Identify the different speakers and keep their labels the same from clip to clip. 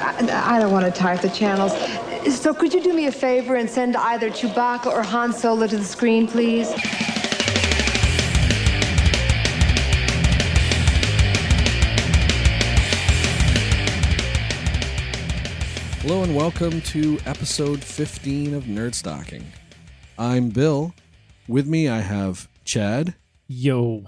Speaker 1: I, I don't want to tie up the channels. So could you do me a favor and send either Chewbacca or Han Solo to the screen, please?
Speaker 2: Hello and welcome to episode 15 of Nerd Stocking. I'm Bill. With me, I have Chad
Speaker 3: Yo.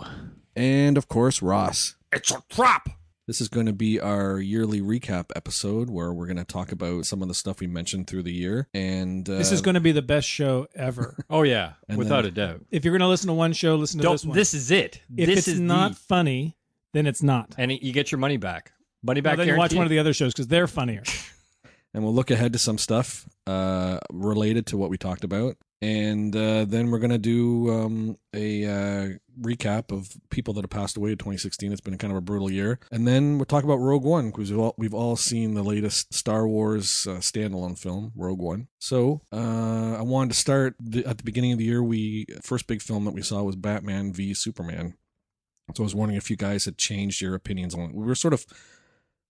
Speaker 2: and, of course, Ross.
Speaker 4: It's a trap.
Speaker 2: This is going to be our yearly recap episode where we're going to talk about some of the stuff we mentioned through the year. And uh,
Speaker 3: This
Speaker 4: Um,
Speaker 3: is going to be the best show ever.
Speaker 4: Oh yeah,
Speaker 2: And
Speaker 4: without
Speaker 2: then-
Speaker 4: a doubt.
Speaker 3: if you're going to listen to one show, listen to
Speaker 4: Don't,
Speaker 3: this one.
Speaker 4: this is it.
Speaker 3: if
Speaker 4: this
Speaker 3: it's
Speaker 4: is
Speaker 3: not
Speaker 4: the-
Speaker 3: funny, then it's not.
Speaker 4: and you get your money back. Money
Speaker 3: Well,
Speaker 4: back.
Speaker 3: then you watch
Speaker 4: guarantee.
Speaker 3: one of the other shows because they're funnier.
Speaker 2: and we'll look ahead to some stuff uh, related to what we talked about. And uh, then we're going to do um, a uh, recap of people that have passed away in 2016. It's been kind of a brutal year. And then we'll talk about Rogue One because we've all, we've all seen the latest Star Wars uh, standalone film, Rogue One. So uh, I wanted to start the, at the beginning of the year. We first big film that we saw was Batman v Superman. So I was wondering if you guys had changed your opinions on it. We were sort of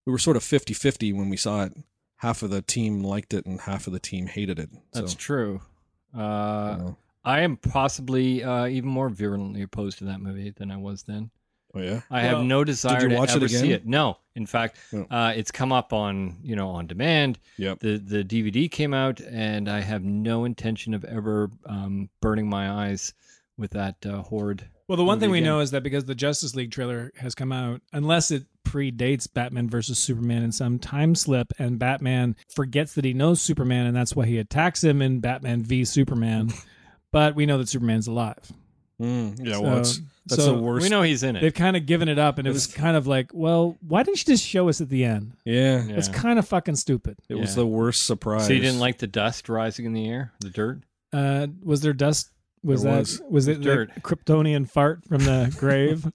Speaker 2: we were sort of 50-50 when we saw it half of the team liked it and half of the team hated it.
Speaker 4: That's
Speaker 2: so,
Speaker 4: true.
Speaker 2: I
Speaker 4: Uh,
Speaker 2: don't know.
Speaker 4: I am possibly uh, even more virulently opposed to that movie than I was then.
Speaker 2: oh yeah,
Speaker 4: I
Speaker 3: Well-
Speaker 4: have no desire
Speaker 2: you
Speaker 4: to
Speaker 2: watch it
Speaker 4: ever
Speaker 2: again?
Speaker 4: see it. No, in fact,
Speaker 2: No.
Speaker 4: uh, it's come up on you know on demand.
Speaker 2: yep.
Speaker 4: The the DVD came out, and I have no intention of ever um, burning my eyes with that uh, horde.
Speaker 3: Well, the one
Speaker 4: Movie
Speaker 3: thing we
Speaker 4: again.
Speaker 3: know is that because the Justice League trailer has come out, unless it predates Batman versus Superman in some time slip, and Batman forgets that he knows Superman, and that's why he attacks him in Batman v Superman. but we know that Superman's alive.
Speaker 2: Mm, yeah,
Speaker 3: So-
Speaker 2: well, it's, that's
Speaker 3: so
Speaker 2: the worst.
Speaker 4: We know he's in it.
Speaker 3: They've kind of given it up, and it was kind of like, well, why didn't you just show us at the end?
Speaker 2: yeah,
Speaker 4: Yeah.
Speaker 3: It's kind of fucking stupid.
Speaker 2: it was
Speaker 4: Yeah.
Speaker 2: the worst surprise.
Speaker 4: So you didn't like the dust rising in the air, the dirt?
Speaker 3: Uh, was there dust? Was
Speaker 2: There
Speaker 3: that
Speaker 2: was.
Speaker 3: was, it the
Speaker 4: Dirt.
Speaker 3: Kryptonian fart from the grave?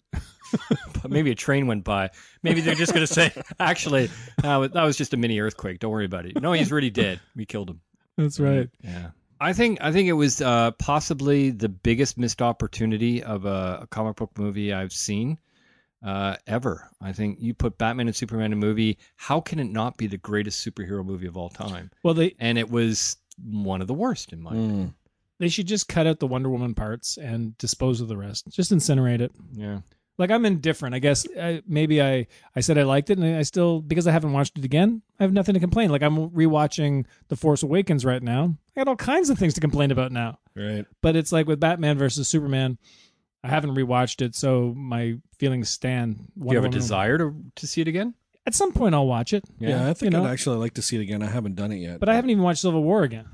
Speaker 4: But maybe a train went by. Maybe they're just going to say, actually, that was, that was just a mini earthquake. Don't worry about it. No, he's really dead. We killed him.
Speaker 3: That's right.
Speaker 4: Yeah. I think I think it was uh, possibly the biggest missed opportunity of a, a comic book movie I've seen uh, ever. I think you put Batman and Superman in a movie. How can it not be the greatest superhero movie of all time?
Speaker 3: Well, they
Speaker 4: And it was one of the worst in my. opinion.
Speaker 2: Mm.
Speaker 3: they should just cut out the Wonder Woman parts and dispose of the rest. Just incinerate it.
Speaker 4: Yeah.
Speaker 3: Like I'm indifferent. I guess I, maybe I I said I liked it, and I still because I haven't watched it again, I have nothing to complain. Like I'm rewatching The Force Awakens right now. I got all kinds of things to complain about now.
Speaker 2: Right.
Speaker 3: But it's like with Batman versus Superman, I haven't rewatched it, so my feelings stand.
Speaker 4: Do you
Speaker 3: Wonder
Speaker 4: have a
Speaker 3: Woman-
Speaker 4: desire to to see it again?
Speaker 3: At some point, I'll watch it.
Speaker 2: Yeah, I think
Speaker 3: You know.
Speaker 2: I'd actually like to see it again. I haven't done it yet.
Speaker 3: But I haven't even watched Civil War again.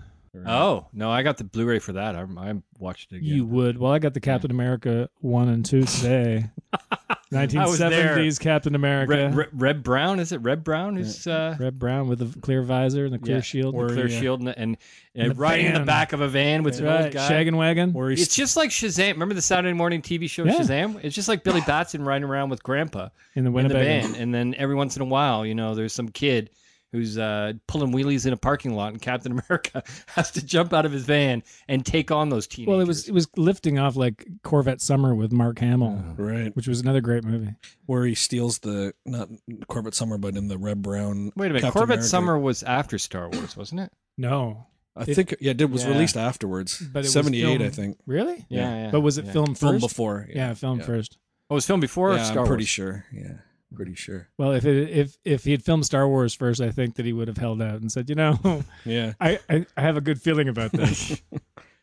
Speaker 4: Oh no, I got the Blu-ray for that. I, I watched it again.
Speaker 3: You would. Well, I got the Captain America one and two today.
Speaker 4: I was there.
Speaker 3: 1970s Captain America.
Speaker 4: Red, Red, Red Brown is it? Red Brown is uh,
Speaker 3: Red Brown with the clear visor and the clear
Speaker 4: yeah,
Speaker 3: shield.
Speaker 4: the clear shield, and, and, and
Speaker 3: the
Speaker 4: riding in
Speaker 3: van.
Speaker 4: the back of a van with
Speaker 3: That's
Speaker 4: an
Speaker 3: right.
Speaker 4: old guy.
Speaker 3: Shaggin' wagon.
Speaker 2: Where he's
Speaker 4: It's just like Shazam. Remember the Saturday morning TV show
Speaker 3: Yeah.
Speaker 4: Shazam? It's just like Billy Batson riding around with Grandpa
Speaker 3: in the
Speaker 4: in the
Speaker 3: Winnipeg.
Speaker 4: van, and then every once in a while, you know, there's some kid who's uh, pulling wheelies in a parking lot, and Captain America has to jump out of his van and take on those teenagers.
Speaker 3: Well, it was it was lifting off like Corvette Summer with Mark
Speaker 4: Oh.
Speaker 3: Hamill,
Speaker 2: right
Speaker 3: which was another great movie.
Speaker 2: where he steals the not Corbett Summer, but in the Red Brown.
Speaker 4: Wait a minute,
Speaker 2: Captain
Speaker 4: Corvette
Speaker 2: America.
Speaker 4: Summer was after Star Wars, wasn't it?
Speaker 3: No,
Speaker 2: I think yeah, it was
Speaker 4: Yeah.
Speaker 2: released afterwards.
Speaker 3: but it was
Speaker 2: Seventy eight,
Speaker 3: filmed-
Speaker 2: I think.
Speaker 3: Really?
Speaker 4: Yeah, yeah,
Speaker 3: but was it
Speaker 4: yeah.
Speaker 3: filmed first?
Speaker 2: Film before.
Speaker 3: Yeah, filmed first.
Speaker 4: Oh, it was filmed before
Speaker 2: Yeah,
Speaker 4: Star
Speaker 2: I'm pretty
Speaker 4: Wars.
Speaker 2: sure. Yeah, pretty sure.
Speaker 3: Well, if it, if if he had filmed Star Wars first, I think that he would have held out and said, you know,
Speaker 2: Yeah.
Speaker 3: I, I, I have a good feeling about this.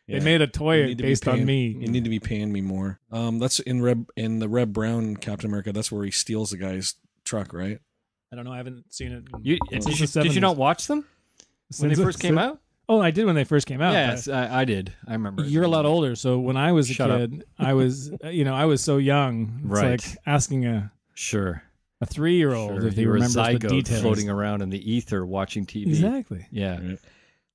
Speaker 2: Yeah.
Speaker 3: They made a
Speaker 2: You
Speaker 3: toy
Speaker 2: need to be
Speaker 3: based on
Speaker 2: paying-
Speaker 3: me.
Speaker 2: You need to be paying me more. Um, that's in Reb in the Reb Brown Captain America. That's where he steals the guy's truck, right?
Speaker 3: I don't know. I haven't seen it.
Speaker 4: You,
Speaker 3: Since
Speaker 4: did, you,
Speaker 3: the
Speaker 4: did
Speaker 3: 70s.
Speaker 4: you not watch them when they
Speaker 3: Since-
Speaker 4: first came
Speaker 3: since-
Speaker 4: out?
Speaker 3: Oh, I did when they first came out.
Speaker 4: yes, I, I did. I remember.
Speaker 3: but
Speaker 4: it.
Speaker 3: You're a lot older, so when I was a
Speaker 4: Shut up.
Speaker 3: kid, I was uh, you know I was so young. It's
Speaker 4: Right.
Speaker 3: like asking a,
Speaker 4: Sure.
Speaker 3: a three year old
Speaker 4: sure.
Speaker 3: if they
Speaker 4: you were a
Speaker 3: remembers the
Speaker 4: zygote
Speaker 3: details.
Speaker 4: floating around in the ether watching TV.
Speaker 3: exactly.
Speaker 4: Yeah.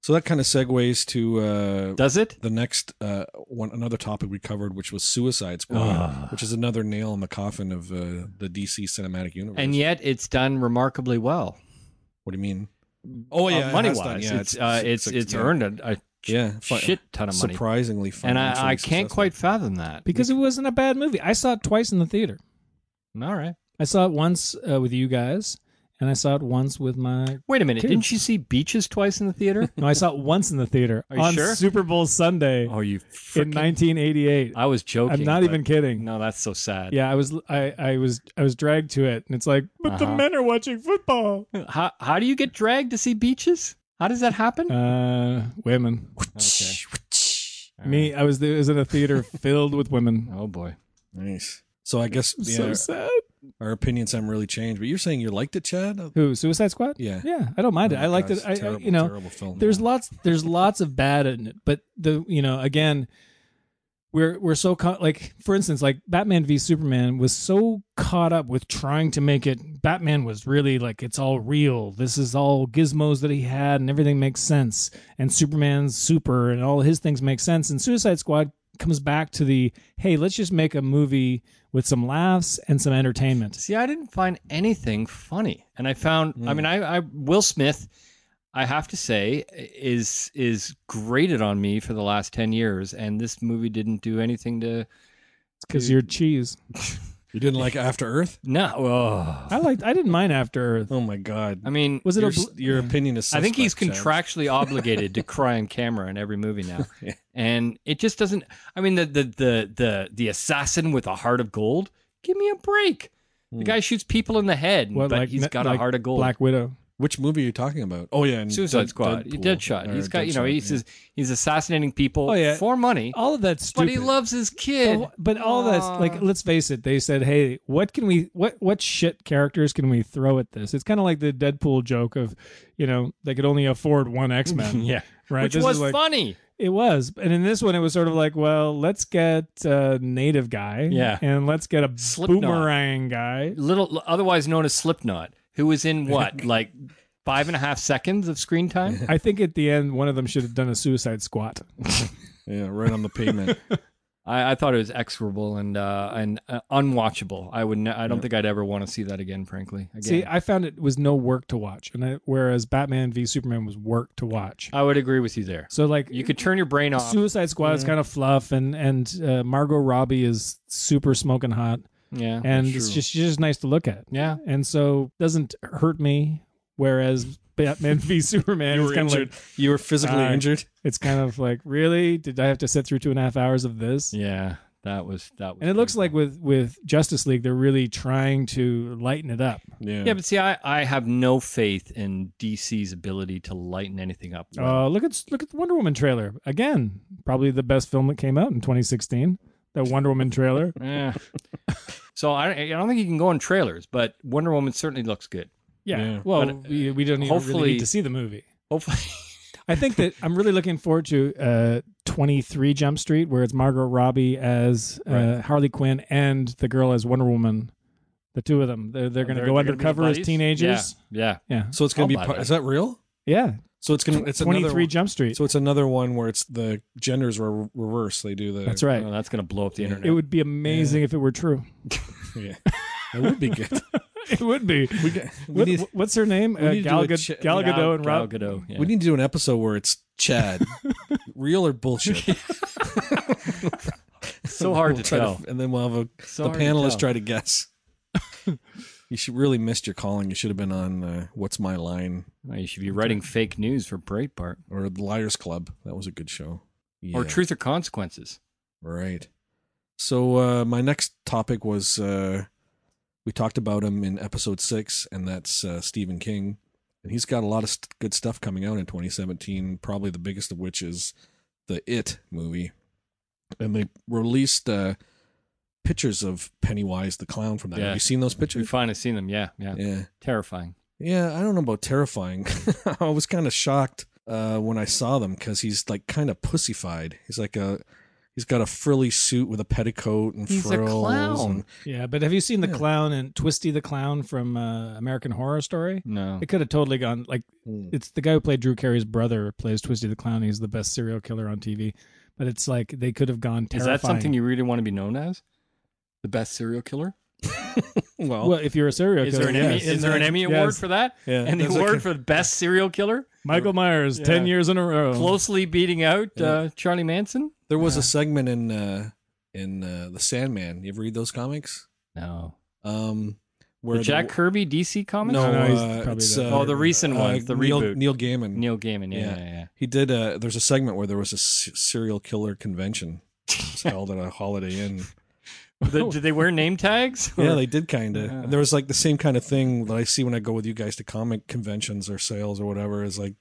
Speaker 2: So that kind of segues to uh,
Speaker 4: Does it?
Speaker 2: the next uh, one, another topic we covered, which was Suicide Squad,
Speaker 4: Ah.
Speaker 2: which is another nail in the coffin of uh, the DC cinematic universe.
Speaker 4: And yet it's done remarkably well.
Speaker 2: what do you mean? Oh yeah, it has
Speaker 4: money
Speaker 2: done.
Speaker 4: wise,
Speaker 2: yeah,
Speaker 4: it's uh, it's it's
Speaker 2: yeah.
Speaker 4: earned a, a
Speaker 2: Yeah, fi-
Speaker 4: shit ton of money,
Speaker 2: surprisingly,
Speaker 4: and I, I
Speaker 2: financially
Speaker 4: can't
Speaker 2: successful.
Speaker 4: quite fathom that.
Speaker 3: Because it wasn't a bad movie. I saw it twice in the theater.
Speaker 4: all right,
Speaker 3: I saw it once uh, with you guys, and I saw it once with my.
Speaker 4: Wait a minute.
Speaker 3: Kids.
Speaker 4: Didn't you see Beaches twice in the theater?
Speaker 3: No, I saw it once in the theater
Speaker 4: Are you
Speaker 3: on
Speaker 4: sure?
Speaker 3: Super Bowl Sunday
Speaker 4: oh, you
Speaker 3: in
Speaker 4: freaking.
Speaker 3: 1988.
Speaker 4: I was joking.
Speaker 3: I'm not
Speaker 4: but-
Speaker 3: even kidding.
Speaker 4: No, that's so sad.
Speaker 3: Yeah, I was I, I was I was dragged to it, and it's like, but the
Speaker 4: Uh-huh.
Speaker 3: men are watching football.
Speaker 4: How how do you get dragged to see Beaches? How does that happen?
Speaker 3: Uh, women.
Speaker 4: okay. All
Speaker 3: Me, I was, there, I was in a theater filled with women.
Speaker 4: right. Oh boy.
Speaker 2: Nice. So I guess yeah,
Speaker 3: So sad.
Speaker 2: our opinions haven't really changed. But you're saying you liked it, Chad?
Speaker 3: Who? Suicide Squad?
Speaker 2: Yeah.
Speaker 3: Yeah, I don't mind it.
Speaker 2: Oh
Speaker 3: I
Speaker 2: my
Speaker 3: liked
Speaker 2: God,
Speaker 3: it.
Speaker 2: it's
Speaker 3: I, I-
Speaker 2: terrible,
Speaker 3: you know,
Speaker 2: terrible film.
Speaker 3: there's
Speaker 2: yeah.
Speaker 3: lots there's lots of bad in it but the you know again we're we're so caught like for instance like batman v superman was so caught up with trying to make it batman was really like it's all real this is all gizmos that he had and everything makes sense and superman's super and all his things make sense and suicide squad comes back to the hey let's just make a movie with some laughs and some entertainment
Speaker 4: See, I didn't find anything funny, and I found. I
Speaker 3: Hmm.
Speaker 4: mean, I, I Will Smith. I have to say is is grated on me for the last ten years, and this movie didn't do anything to.
Speaker 3: because you're cheese
Speaker 2: You didn't like After Earth?
Speaker 4: No. Oh.
Speaker 3: i liked i didn't mind after earth
Speaker 2: Oh my God.
Speaker 4: I mean,
Speaker 3: was Um, it
Speaker 2: your,
Speaker 3: a bl-
Speaker 2: your opinion is.
Speaker 4: I think he's
Speaker 2: suspect, Chad.
Speaker 4: contractually obligated to cry on camera in every movie now, and it just doesn't. I mean, the the the the the assassin with a heart of gold. Give me a break. The guy shoots people in the head,
Speaker 3: what
Speaker 4: but
Speaker 3: Hmm. like
Speaker 4: he's got a
Speaker 3: like
Speaker 4: heart of gold.
Speaker 3: black widow
Speaker 2: Which movie are you talking about? Oh yeah, and
Speaker 4: Suicide
Speaker 2: Dead-
Speaker 4: Squad,
Speaker 2: Deadpool,
Speaker 4: Deadshot.
Speaker 2: or
Speaker 4: He's got you know
Speaker 2: Deadshot,
Speaker 4: he's
Speaker 2: yeah.
Speaker 4: he's assassinating people
Speaker 3: Oh, yeah.
Speaker 4: for money,
Speaker 3: all of that's stupid.
Speaker 4: but he loves his kid.
Speaker 3: But, but all that's like, let's face it. They said, "Hey, what can we? What what shit characters can we throw at this?" It's kind of like the Deadpool joke of, you know, they could only afford one X Men. right.
Speaker 4: which
Speaker 3: This
Speaker 4: was
Speaker 3: is like,
Speaker 4: funny.
Speaker 3: It was, and in this one, it was sort of like, well, let's get a native guy,
Speaker 4: Yeah.
Speaker 3: and let's get a
Speaker 4: Slipknot.
Speaker 3: boomerang guy.
Speaker 4: Little, otherwise known as Slipknot, who was in what like five and a half seconds of screen time.
Speaker 3: I think at the end, one of them should have done a suicide squat.
Speaker 2: yeah, right on the pavement.
Speaker 4: I, I thought it was execrable and uh, and uh, unwatchable. I would, n I don't think I'd ever want to see that again. Frankly, again.
Speaker 3: See, I found it was no work to watch, and I, whereas Batman v Superman was work to watch.
Speaker 4: I would agree with you there.
Speaker 3: So like
Speaker 4: Uh, You could turn your brain off.
Speaker 3: Suicide Squad is kind of fluff, and and uh, Margot Robbie is super smoking hot,
Speaker 4: yeah,
Speaker 3: and it's just she's just nice to look at,
Speaker 4: yeah.
Speaker 3: and so doesn't hurt me. Whereas Batman v Superman
Speaker 2: you
Speaker 3: is
Speaker 2: were
Speaker 3: kind of like
Speaker 2: injured. you were physically
Speaker 3: Uh,
Speaker 2: injured.
Speaker 3: it's kind of like really did I have to sit through two and a half hours of this?
Speaker 4: Yeah, that was that was.
Speaker 3: And it looks
Speaker 4: painful.
Speaker 3: like with with Justice League they're really trying to lighten it up.
Speaker 2: Yeah.
Speaker 4: Yeah, but see, I, I have no faith in DC's ability to lighten anything up.
Speaker 3: Uh, look at look at the Wonder Woman trailer again. Probably the best film that came out in 2016. That Wonder Woman trailer.
Speaker 4: Eh. so I, I don't think you can go on trailers, but Wonder Woman certainly looks good.
Speaker 3: Yeah.
Speaker 2: Yeah.
Speaker 3: Well,
Speaker 4: But, uh,
Speaker 3: we, we don't even really
Speaker 4: hopefully-
Speaker 3: need to see the movie.
Speaker 4: Hopefully,
Speaker 3: I think that I'm really looking forward to uh, 23 Jump Street, where it's Margot Robbie as uh,
Speaker 4: Right.
Speaker 3: Harley Quinn and the girl as Wonder Woman. The two of them, they're, they're going to
Speaker 4: They're-
Speaker 3: go
Speaker 4: they're gonna be
Speaker 3: undercover as
Speaker 4: buddies?
Speaker 3: teenagers.
Speaker 4: Yeah,
Speaker 3: Yeah,
Speaker 2: so it's gonna
Speaker 4: I'll
Speaker 2: be.
Speaker 4: buy
Speaker 2: Part,
Speaker 4: that.
Speaker 2: is that real?
Speaker 3: yeah.
Speaker 2: So it's gonna. It's another.
Speaker 3: 23
Speaker 2: one-
Speaker 3: Jump Street.
Speaker 2: So it's another one where it's the genders were reversed. They do the.
Speaker 3: That's
Speaker 4: yeah.
Speaker 3: right.
Speaker 4: No, that's gonna blow up the internet.
Speaker 3: It would be amazing if it were true.
Speaker 2: Yeah. That would be good.
Speaker 3: it would be.
Speaker 2: We, get, we
Speaker 3: What,
Speaker 2: need.
Speaker 3: what's her name?
Speaker 2: we
Speaker 3: Uh,
Speaker 2: need to
Speaker 3: Gal,
Speaker 2: do a
Speaker 3: Gad-
Speaker 2: ch-
Speaker 3: Gal Gadot
Speaker 4: Gal-
Speaker 3: and Rob.
Speaker 4: Gal Gadot, yeah.
Speaker 2: We need to do an episode where it's Chad, real or bullshit.
Speaker 4: so hard to
Speaker 2: We'll try
Speaker 4: tell.
Speaker 2: and then we'll have a
Speaker 4: So
Speaker 2: the
Speaker 4: hard to
Speaker 2: panelists
Speaker 4: tell.
Speaker 2: try to guess. you should really missed your calling. You should have been on uh, What's My Line
Speaker 4: Well, you should be writing fake news for Breitbart
Speaker 2: or The Liars Club. That was a good show. Yeah.
Speaker 4: or Truth or Consequences.
Speaker 2: Right. So uh, my next topic was uh, we talked about him in episode six, and that's uh, Stephen King, and he's got a lot of st- good stuff coming out in 2017. Probably the biggest of which is the It movie, and they released uh, pictures of Pennywise the clown from that.
Speaker 4: Yeah.
Speaker 2: Have you seen those
Speaker 4: We've
Speaker 2: pictures?
Speaker 4: finally seen them. Yeah, yeah,
Speaker 2: Yeah.
Speaker 4: terrifying.
Speaker 2: Yeah, I don't know about terrifying. I was kind of shocked uh, when I saw them because he's like kind of pussified. He's like a, he's got a frilly suit with a petticoat and
Speaker 4: He's a
Speaker 2: frills.
Speaker 4: clown.
Speaker 2: and-
Speaker 3: Yeah, but have you seen the
Speaker 2: Yeah.
Speaker 3: clown and Twisty the clown from uh, American Horror Story?
Speaker 4: No,
Speaker 3: It could have totally gone like
Speaker 2: Mm.
Speaker 3: it's the guy who played Drew Carey's brother plays Twisty the Clown. He's the best serial killer on TV. But it's like they could have gone
Speaker 4: is
Speaker 3: terrifying.
Speaker 4: that something you really want to be known as? The best serial killer?
Speaker 2: well,
Speaker 3: Well, if you're a serial
Speaker 4: Is
Speaker 3: killer,
Speaker 4: there an Emmy?
Speaker 3: yes.
Speaker 4: Is there an Emmy
Speaker 3: Yes.
Speaker 4: award for that?
Speaker 2: Yeah.
Speaker 4: And the
Speaker 2: There's like
Speaker 4: award
Speaker 2: a-
Speaker 4: for the best serial killer,
Speaker 3: Michael Myers, ten
Speaker 4: Yeah.
Speaker 3: years in a row.
Speaker 2: Um,
Speaker 4: closely beating out uh, Charlie Manson.
Speaker 2: there was a segment in uh, in uh, the Sandman. You ever read those comics?
Speaker 4: No.
Speaker 2: Um, where
Speaker 4: the Jack Kirby DC comics?
Speaker 2: No,
Speaker 3: No, he's
Speaker 2: uh,
Speaker 3: probably
Speaker 2: it's,
Speaker 3: the-
Speaker 2: uh,
Speaker 4: oh, the recent
Speaker 2: uh,
Speaker 4: ones, the
Speaker 2: Neil,
Speaker 4: reboot. Neil,
Speaker 2: Neil Gaiman.
Speaker 4: Gaiman. Yeah,
Speaker 2: Yeah.
Speaker 4: yeah, yeah.
Speaker 2: He did. Uh, there's a segment where there was a s- serial killer convention It was held at a Holiday Inn.
Speaker 4: The- did they wear name tags?
Speaker 2: Yeah,
Speaker 4: Or-
Speaker 2: they did kind of. There was like the same kind of thing that I see when I go with you guys to comic conventions or sales or whatever. Is like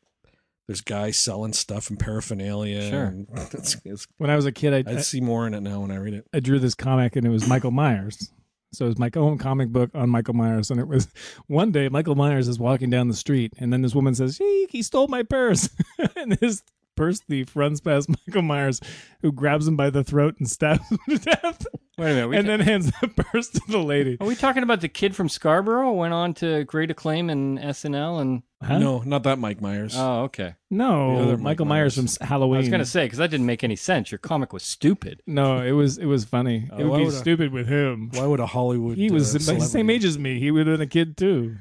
Speaker 2: there's guys selling stuff and paraphernalia.
Speaker 4: Sure.
Speaker 2: and it's, it's,
Speaker 3: When I was a kid, I,
Speaker 2: I see more in it now when I read it.
Speaker 3: I drew this comic and it was Michael Myers. So it was my own comic book on Michael Myers. And it was one day Michael Myers is walking down the street and then this woman says, He, he stole my purse. and this purse thief runs past Michael Myers, who grabs him by the throat and stabs him to death
Speaker 4: Wait a minute. We Oh.
Speaker 3: and
Speaker 4: ca-
Speaker 3: then hands the purse to the lady.
Speaker 4: are we talking about the kid from Scarborough who went on to great acclaim in SNL and?
Speaker 3: Huh?
Speaker 2: No, not that Mike Myers.
Speaker 4: Oh, okay.
Speaker 3: No,
Speaker 2: The other
Speaker 3: Michael
Speaker 2: Michael
Speaker 3: Myers,
Speaker 2: Myers.
Speaker 3: from Halloween.
Speaker 4: I was gonna say because that didn't make any sense. Your comic was stupid.
Speaker 3: No, it was it was funny. it
Speaker 2: Oh,
Speaker 3: would
Speaker 2: I
Speaker 3: be
Speaker 2: would've-
Speaker 3: stupid with him.
Speaker 2: Why would a Hollywood?
Speaker 3: He was
Speaker 2: uh,
Speaker 3: the
Speaker 2: celebrity-
Speaker 3: same age as me. He would have been a kid too.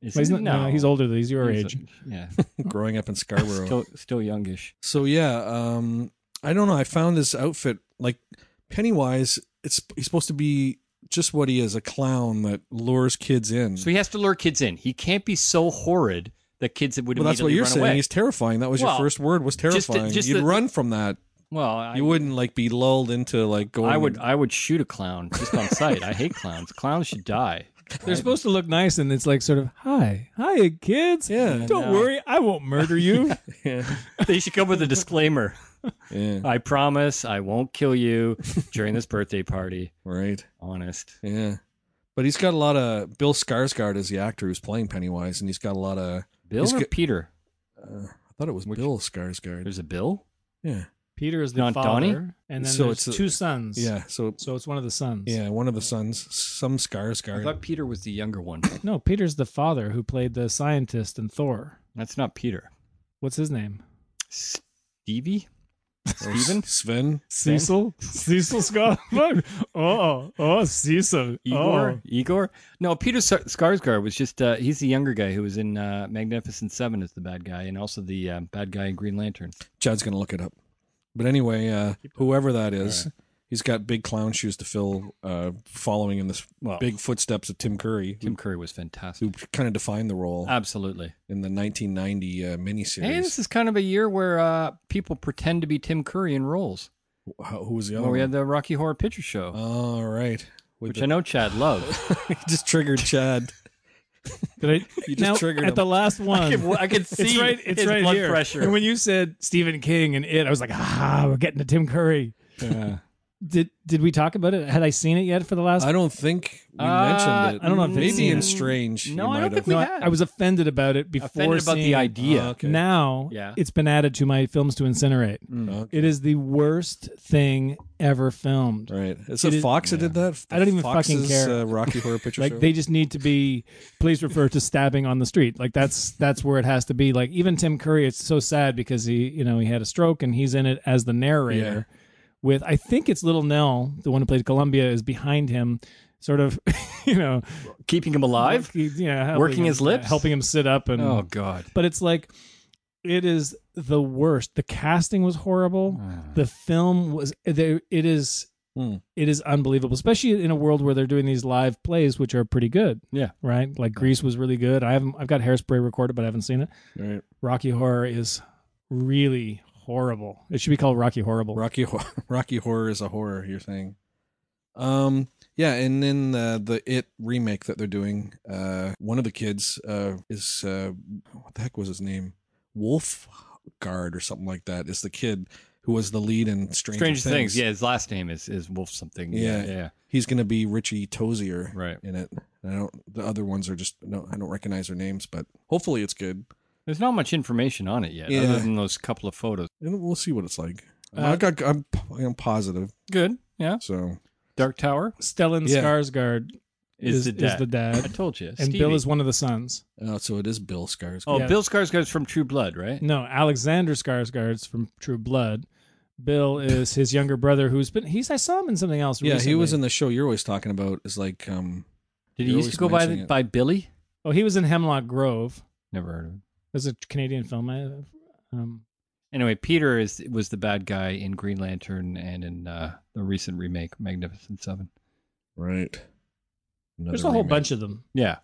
Speaker 4: Is
Speaker 3: But he's
Speaker 4: he?
Speaker 3: not, no. he's older. He's your
Speaker 4: He's
Speaker 3: age.
Speaker 4: a- yeah,
Speaker 2: growing up in Scarborough.
Speaker 4: still still youngish.
Speaker 2: So yeah, um, I don't know. I found this outfit like Pennywise. It's he's supposed to be just what he is—a clown that lures kids in.
Speaker 4: So he has to lure kids in. He can't be so horrid that kids would
Speaker 2: well, that's what
Speaker 4: immediately
Speaker 2: you're
Speaker 4: run
Speaker 2: saying.
Speaker 4: away.
Speaker 2: He's terrifying. That was
Speaker 4: Well,
Speaker 2: your first word. Was
Speaker 4: the-
Speaker 2: terrifying.
Speaker 4: just
Speaker 2: You'd
Speaker 4: the-
Speaker 2: run from that.
Speaker 4: well, I,
Speaker 2: You wouldn't like be lulled into like going.
Speaker 4: I would I would shoot a clown just on sight. I hate clowns. Clowns should die.
Speaker 3: They're supposed to look nice, and it's like sort of, hi, hi, kids.
Speaker 2: Yeah.
Speaker 3: Don't
Speaker 4: No.
Speaker 3: worry, I won't murder you.
Speaker 2: Yeah.
Speaker 4: They should come with a disclaimer.
Speaker 2: yeah.
Speaker 4: I promise I won't kill you during this birthday party.
Speaker 2: Right.
Speaker 4: Honest.
Speaker 2: Yeah. But he's got a lot of Bill Skarsgård is the actor who's playing Pennywise, and he's got a lot of.
Speaker 4: Bill
Speaker 2: He's
Speaker 4: or
Speaker 2: go-
Speaker 4: Peter?
Speaker 2: Uh, I thought it was Bill Skarsgård.
Speaker 4: There's a Bill?
Speaker 2: Yeah.
Speaker 3: Peter is the
Speaker 4: Not
Speaker 3: father,
Speaker 4: Donnie?
Speaker 3: and then
Speaker 2: So
Speaker 3: there's
Speaker 2: it's a-
Speaker 3: two sons.
Speaker 2: Yeah. So
Speaker 3: So it's one of the sons.
Speaker 2: yeah, one of the sons, some Skarsgård.
Speaker 4: I thought Peter was the younger one.
Speaker 3: No, Peter's the father who played the scientist in Thor.
Speaker 4: That's not Peter.
Speaker 3: What's his name?
Speaker 4: Stevie?
Speaker 2: Or
Speaker 4: Steven?
Speaker 2: Sven.
Speaker 3: Cecil. Cecil Scott. oh, oh, Cecil.
Speaker 4: Igor? Igor? No, Peter Sar- Skarsgård was just, uh, he's the younger guy who was in uh, Magnificent Seven as the bad guy and also the uh, bad guy in Green Lantern.
Speaker 2: Chad's gonna look it up. But anyway, uh, whoever that is, he's got big clown shoes to fill, uh, following in the s-
Speaker 4: Well-
Speaker 2: big footsteps of Tim Curry,
Speaker 4: Tim Curry was fantastic.
Speaker 2: who, kind of defined the role
Speaker 3: Uh,
Speaker 4: Absolutely.
Speaker 2: in the 1990 uh, miniseries.
Speaker 4: Hey, this is kind of a year where uh, people pretend to be Tim Curry in roles.
Speaker 2: Wh- Who was the other?
Speaker 4: Where we
Speaker 2: one?
Speaker 4: had the Rocky Horror Picture Show,
Speaker 2: All right. With
Speaker 4: which
Speaker 2: the-
Speaker 4: I know Chad loves.
Speaker 2: you just triggered Chad.
Speaker 3: Did I,
Speaker 2: You just
Speaker 3: now,
Speaker 2: triggered
Speaker 3: at
Speaker 2: him.
Speaker 3: the last one.
Speaker 4: I could see
Speaker 3: it's right. It's
Speaker 4: his
Speaker 3: right
Speaker 4: blood
Speaker 3: here.
Speaker 4: pressure.
Speaker 3: And when you said Stephen King and it, I was like, ah, we're getting to Tim Curry. Did did we talk about it? Had I seen it yet for the last?
Speaker 2: I don't think we
Speaker 4: Uh,
Speaker 2: mentioned it.
Speaker 3: I don't know if it's
Speaker 2: Maybe
Speaker 3: seen
Speaker 2: in
Speaker 3: it.
Speaker 2: Strange.
Speaker 4: No,
Speaker 2: you
Speaker 4: I
Speaker 2: might
Speaker 4: don't think
Speaker 2: have.
Speaker 4: we
Speaker 3: no,
Speaker 4: had.
Speaker 3: I, I was offended about it before.
Speaker 4: offended about
Speaker 3: seeing
Speaker 4: the
Speaker 3: it.
Speaker 4: idea.
Speaker 2: Ah, okay.
Speaker 3: Now,
Speaker 4: Yeah. Mm.
Speaker 3: it's been added to my films to incinerate.
Speaker 2: Okay.
Speaker 3: It is the worst thing ever filmed.
Speaker 2: Right. Is
Speaker 3: It
Speaker 2: it
Speaker 3: is-
Speaker 2: Fox that did that?
Speaker 3: I don't even fucking
Speaker 2: Fox's,
Speaker 3: care.
Speaker 2: Uh, Rocky Horror Picture
Speaker 3: Like
Speaker 2: Show.
Speaker 3: they just need to be. Please refer to stabbing on the street. Like that's that's where it has to be. Like even Tim Curry, it's so sad because he you know he had a stroke and he's in it as the narrator. With I think it's Little Nell, the one who played Columbia, is behind him, sort of you know
Speaker 4: Keeping him alive?
Speaker 3: he- you know, helping
Speaker 4: Working
Speaker 3: him-
Speaker 4: his lips?
Speaker 3: helping him sit up and
Speaker 4: Oh, God.
Speaker 3: but it's like it is the worst. The casting was horrible.
Speaker 4: Mm.
Speaker 3: The film was there. It is
Speaker 2: Hmm.
Speaker 3: it is unbelievable, especially in a world where they're doing these live plays, which are pretty good.
Speaker 4: Yeah.
Speaker 3: right. Like Grease was really good. I haven't. I've got Hairspray recorded, but I haven't seen it.
Speaker 2: Right.
Speaker 3: Rocky Horror is really horrible. It should be called Rocky Horrible.
Speaker 2: Rocky Horror. Rocky Horror is a horror. You're saying. Um. Yeah, and then uh, the It remake that they're doing. Uh, one of the kids uh, is uh, what the heck was his name? Wolf Guard or something like that. Is the kid who was the lead in Stranger,
Speaker 4: Strange things. Yeah, his last name is, is Wolf something.
Speaker 2: Yeah.
Speaker 4: yeah. yeah.
Speaker 2: he's going to be Richie Tozier
Speaker 4: Right.
Speaker 2: in it. And I don't. The other ones are just no. I don't recognize their names, but hopefully it's good,
Speaker 4: There's not much information on it yet,
Speaker 2: Yeah.
Speaker 4: other than those couple of photos.
Speaker 2: and we'll see what it's like.
Speaker 3: Uh,
Speaker 2: I got. I'm. I'm positive.
Speaker 4: Good. Yeah.
Speaker 2: So
Speaker 4: Dark Tower
Speaker 3: Stellan
Speaker 2: Yeah.
Speaker 3: Skarsgård
Speaker 4: is, the dad.
Speaker 3: Is the dad.
Speaker 4: I told you.
Speaker 3: and Bill is one of the sons.
Speaker 2: uh, so it is Bill Skarsgård.
Speaker 4: Oh,
Speaker 3: Yeah.
Speaker 4: Bill Skarsgård's from True Blood, right?
Speaker 3: No, Alexander Skarsgård's from True Blood. Bill is his younger brother, who's been he's I saw him in something else.
Speaker 2: yeah,
Speaker 3: recently.
Speaker 2: he was in the show you're always talking about. Is like um.
Speaker 4: Did
Speaker 2: You
Speaker 4: he used
Speaker 2: always
Speaker 4: to go by
Speaker 2: mention it.
Speaker 4: by Billy?
Speaker 3: Oh, he was in Hemlock Grove.
Speaker 4: Never heard of him.
Speaker 3: There's a Canadian film. I, um,
Speaker 4: Anyway, Peter is was the bad guy in Green Lantern and in uh, the recent remake, Magnificent Seven.
Speaker 2: Right.
Speaker 3: There's a whole bunch of them.
Speaker 4: Yeah.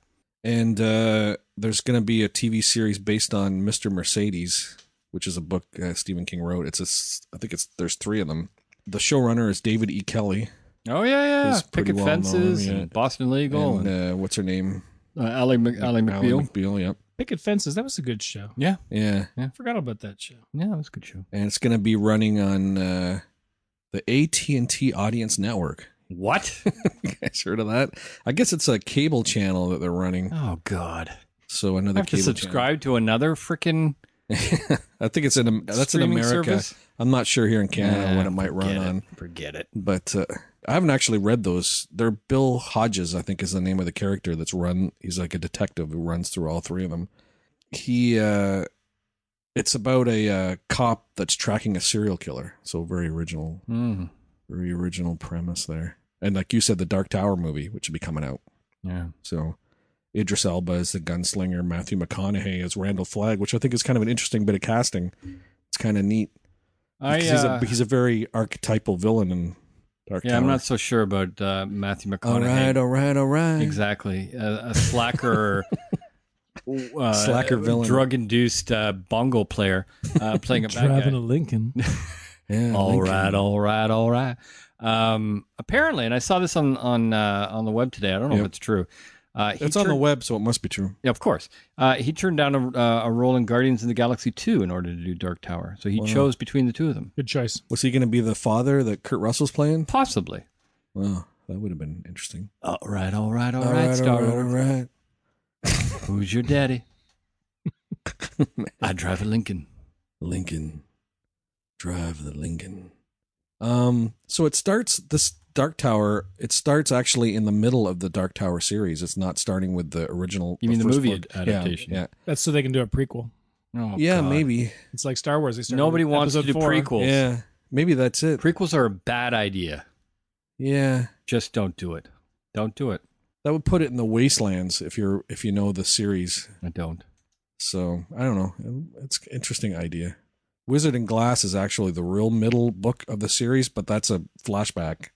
Speaker 2: And uh, there's going to be a TV series based on Mr. Mercedes, which is a book uh, Stephen King wrote. It's a s I think it's there's three of them. The showrunner is David E. Kelly.
Speaker 4: Oh yeah, yeah.
Speaker 2: It's pretty
Speaker 4: Picket
Speaker 2: well known,
Speaker 4: fences,
Speaker 2: yeah.
Speaker 4: and Boston Legal, and,
Speaker 2: And uh, what's her name?
Speaker 4: uh, Ally, Mc, Ally McBeal.
Speaker 2: McBeal. Yep.
Speaker 3: Picket Fences, that was a good show.
Speaker 4: Yeah,
Speaker 2: Yeah.
Speaker 3: I forgot about that show.
Speaker 4: yeah, that was a good show.
Speaker 2: And it's going to be running on uh, the AT and T Audience Network.
Speaker 4: What?
Speaker 2: you guys heard of that? I guess it's a cable channel that they're running.
Speaker 4: oh God!
Speaker 2: So
Speaker 4: I
Speaker 2: another
Speaker 4: have to
Speaker 2: cable
Speaker 4: subscribe to another freaking
Speaker 2: channel. I think it's in Am- that's in
Speaker 4: streaming
Speaker 2: America.
Speaker 4: service.
Speaker 2: I'm not sure here in Canada
Speaker 4: Nah,
Speaker 2: what it might run
Speaker 4: forget it.
Speaker 2: on.
Speaker 4: Forget it.
Speaker 2: but uh, I haven't actually read those. They're Bill Hodges, I think, is the name of the character that's run. He's like a detective who runs through all three of them. He, uh, it's about a uh, cop that's tracking a serial killer. So very original,
Speaker 4: Mm,
Speaker 2: very original premise there. And like you said, the Dark Tower movie, which would be coming out.
Speaker 4: yeah.
Speaker 2: So Idris Elba is the gunslinger, Matthew McConaughey is Randall Flagg, which I think is kind of an interesting bit of casting. It's kind of neat.
Speaker 4: I,
Speaker 2: because he's, a,
Speaker 4: uh,
Speaker 2: he's a very archetypal villain in Dark
Speaker 4: yeah,
Speaker 2: Tower.
Speaker 4: I'm not so sure about uh, Matthew
Speaker 2: All
Speaker 4: McConaughey.
Speaker 2: right, all right, all right.
Speaker 4: Exactly, a, a slacker, uh,
Speaker 2: Slacker villain.
Speaker 4: drug-induced uh, bongo player uh, playing a bad guy.
Speaker 3: Driving a Lincoln.
Speaker 2: Yeah,
Speaker 4: All
Speaker 2: Lincoln.
Speaker 4: right, all right, all right. Um, apparently, and I saw this on on uh, on the web today. I don't know
Speaker 2: Yep.
Speaker 4: if it's true. Uh, he
Speaker 2: It's on the
Speaker 4: turned-
Speaker 2: web, so it must be true.
Speaker 4: Yeah, of course. Uh, he turned down a, uh, a role in Guardians of the Galaxy two in order to do Dark Tower. So he chose between the two of them,
Speaker 3: Good choice.
Speaker 2: Was he going to be the father that Kurt Russell's playing?
Speaker 4: possibly.
Speaker 2: Wow, that would have been interesting.
Speaker 4: All right, all right, all right, Star Wars.
Speaker 2: right.
Speaker 4: Who's your daddy? I drive a Lincoln.
Speaker 2: Lincoln, drive the Lincoln. Um, so it starts this Dark Tower. It starts actually in the middle of the Dark Tower series. It's not starting with the original.
Speaker 4: You mean the
Speaker 2: first
Speaker 4: movie
Speaker 2: book.
Speaker 4: ad- adaptation?
Speaker 2: Yeah,
Speaker 3: That's so they can do a prequel.
Speaker 4: Oh,
Speaker 2: yeah, yeah
Speaker 4: God.
Speaker 2: maybe.
Speaker 3: It's like Star Wars. They started
Speaker 4: Nobody
Speaker 3: with
Speaker 4: wants to
Speaker 3: episode
Speaker 4: do
Speaker 3: four.
Speaker 4: prequels.
Speaker 2: Yeah, maybe that's it.
Speaker 4: Prequels are a bad idea.
Speaker 2: Yeah,
Speaker 4: Just don't do it. Don't do it.
Speaker 2: that would put it in the wastelands if you're if you know the series.
Speaker 4: I don't.
Speaker 2: So I don't know. It's an interesting idea. Wizard and Glass is actually the real middle book of the series, but that's a flashback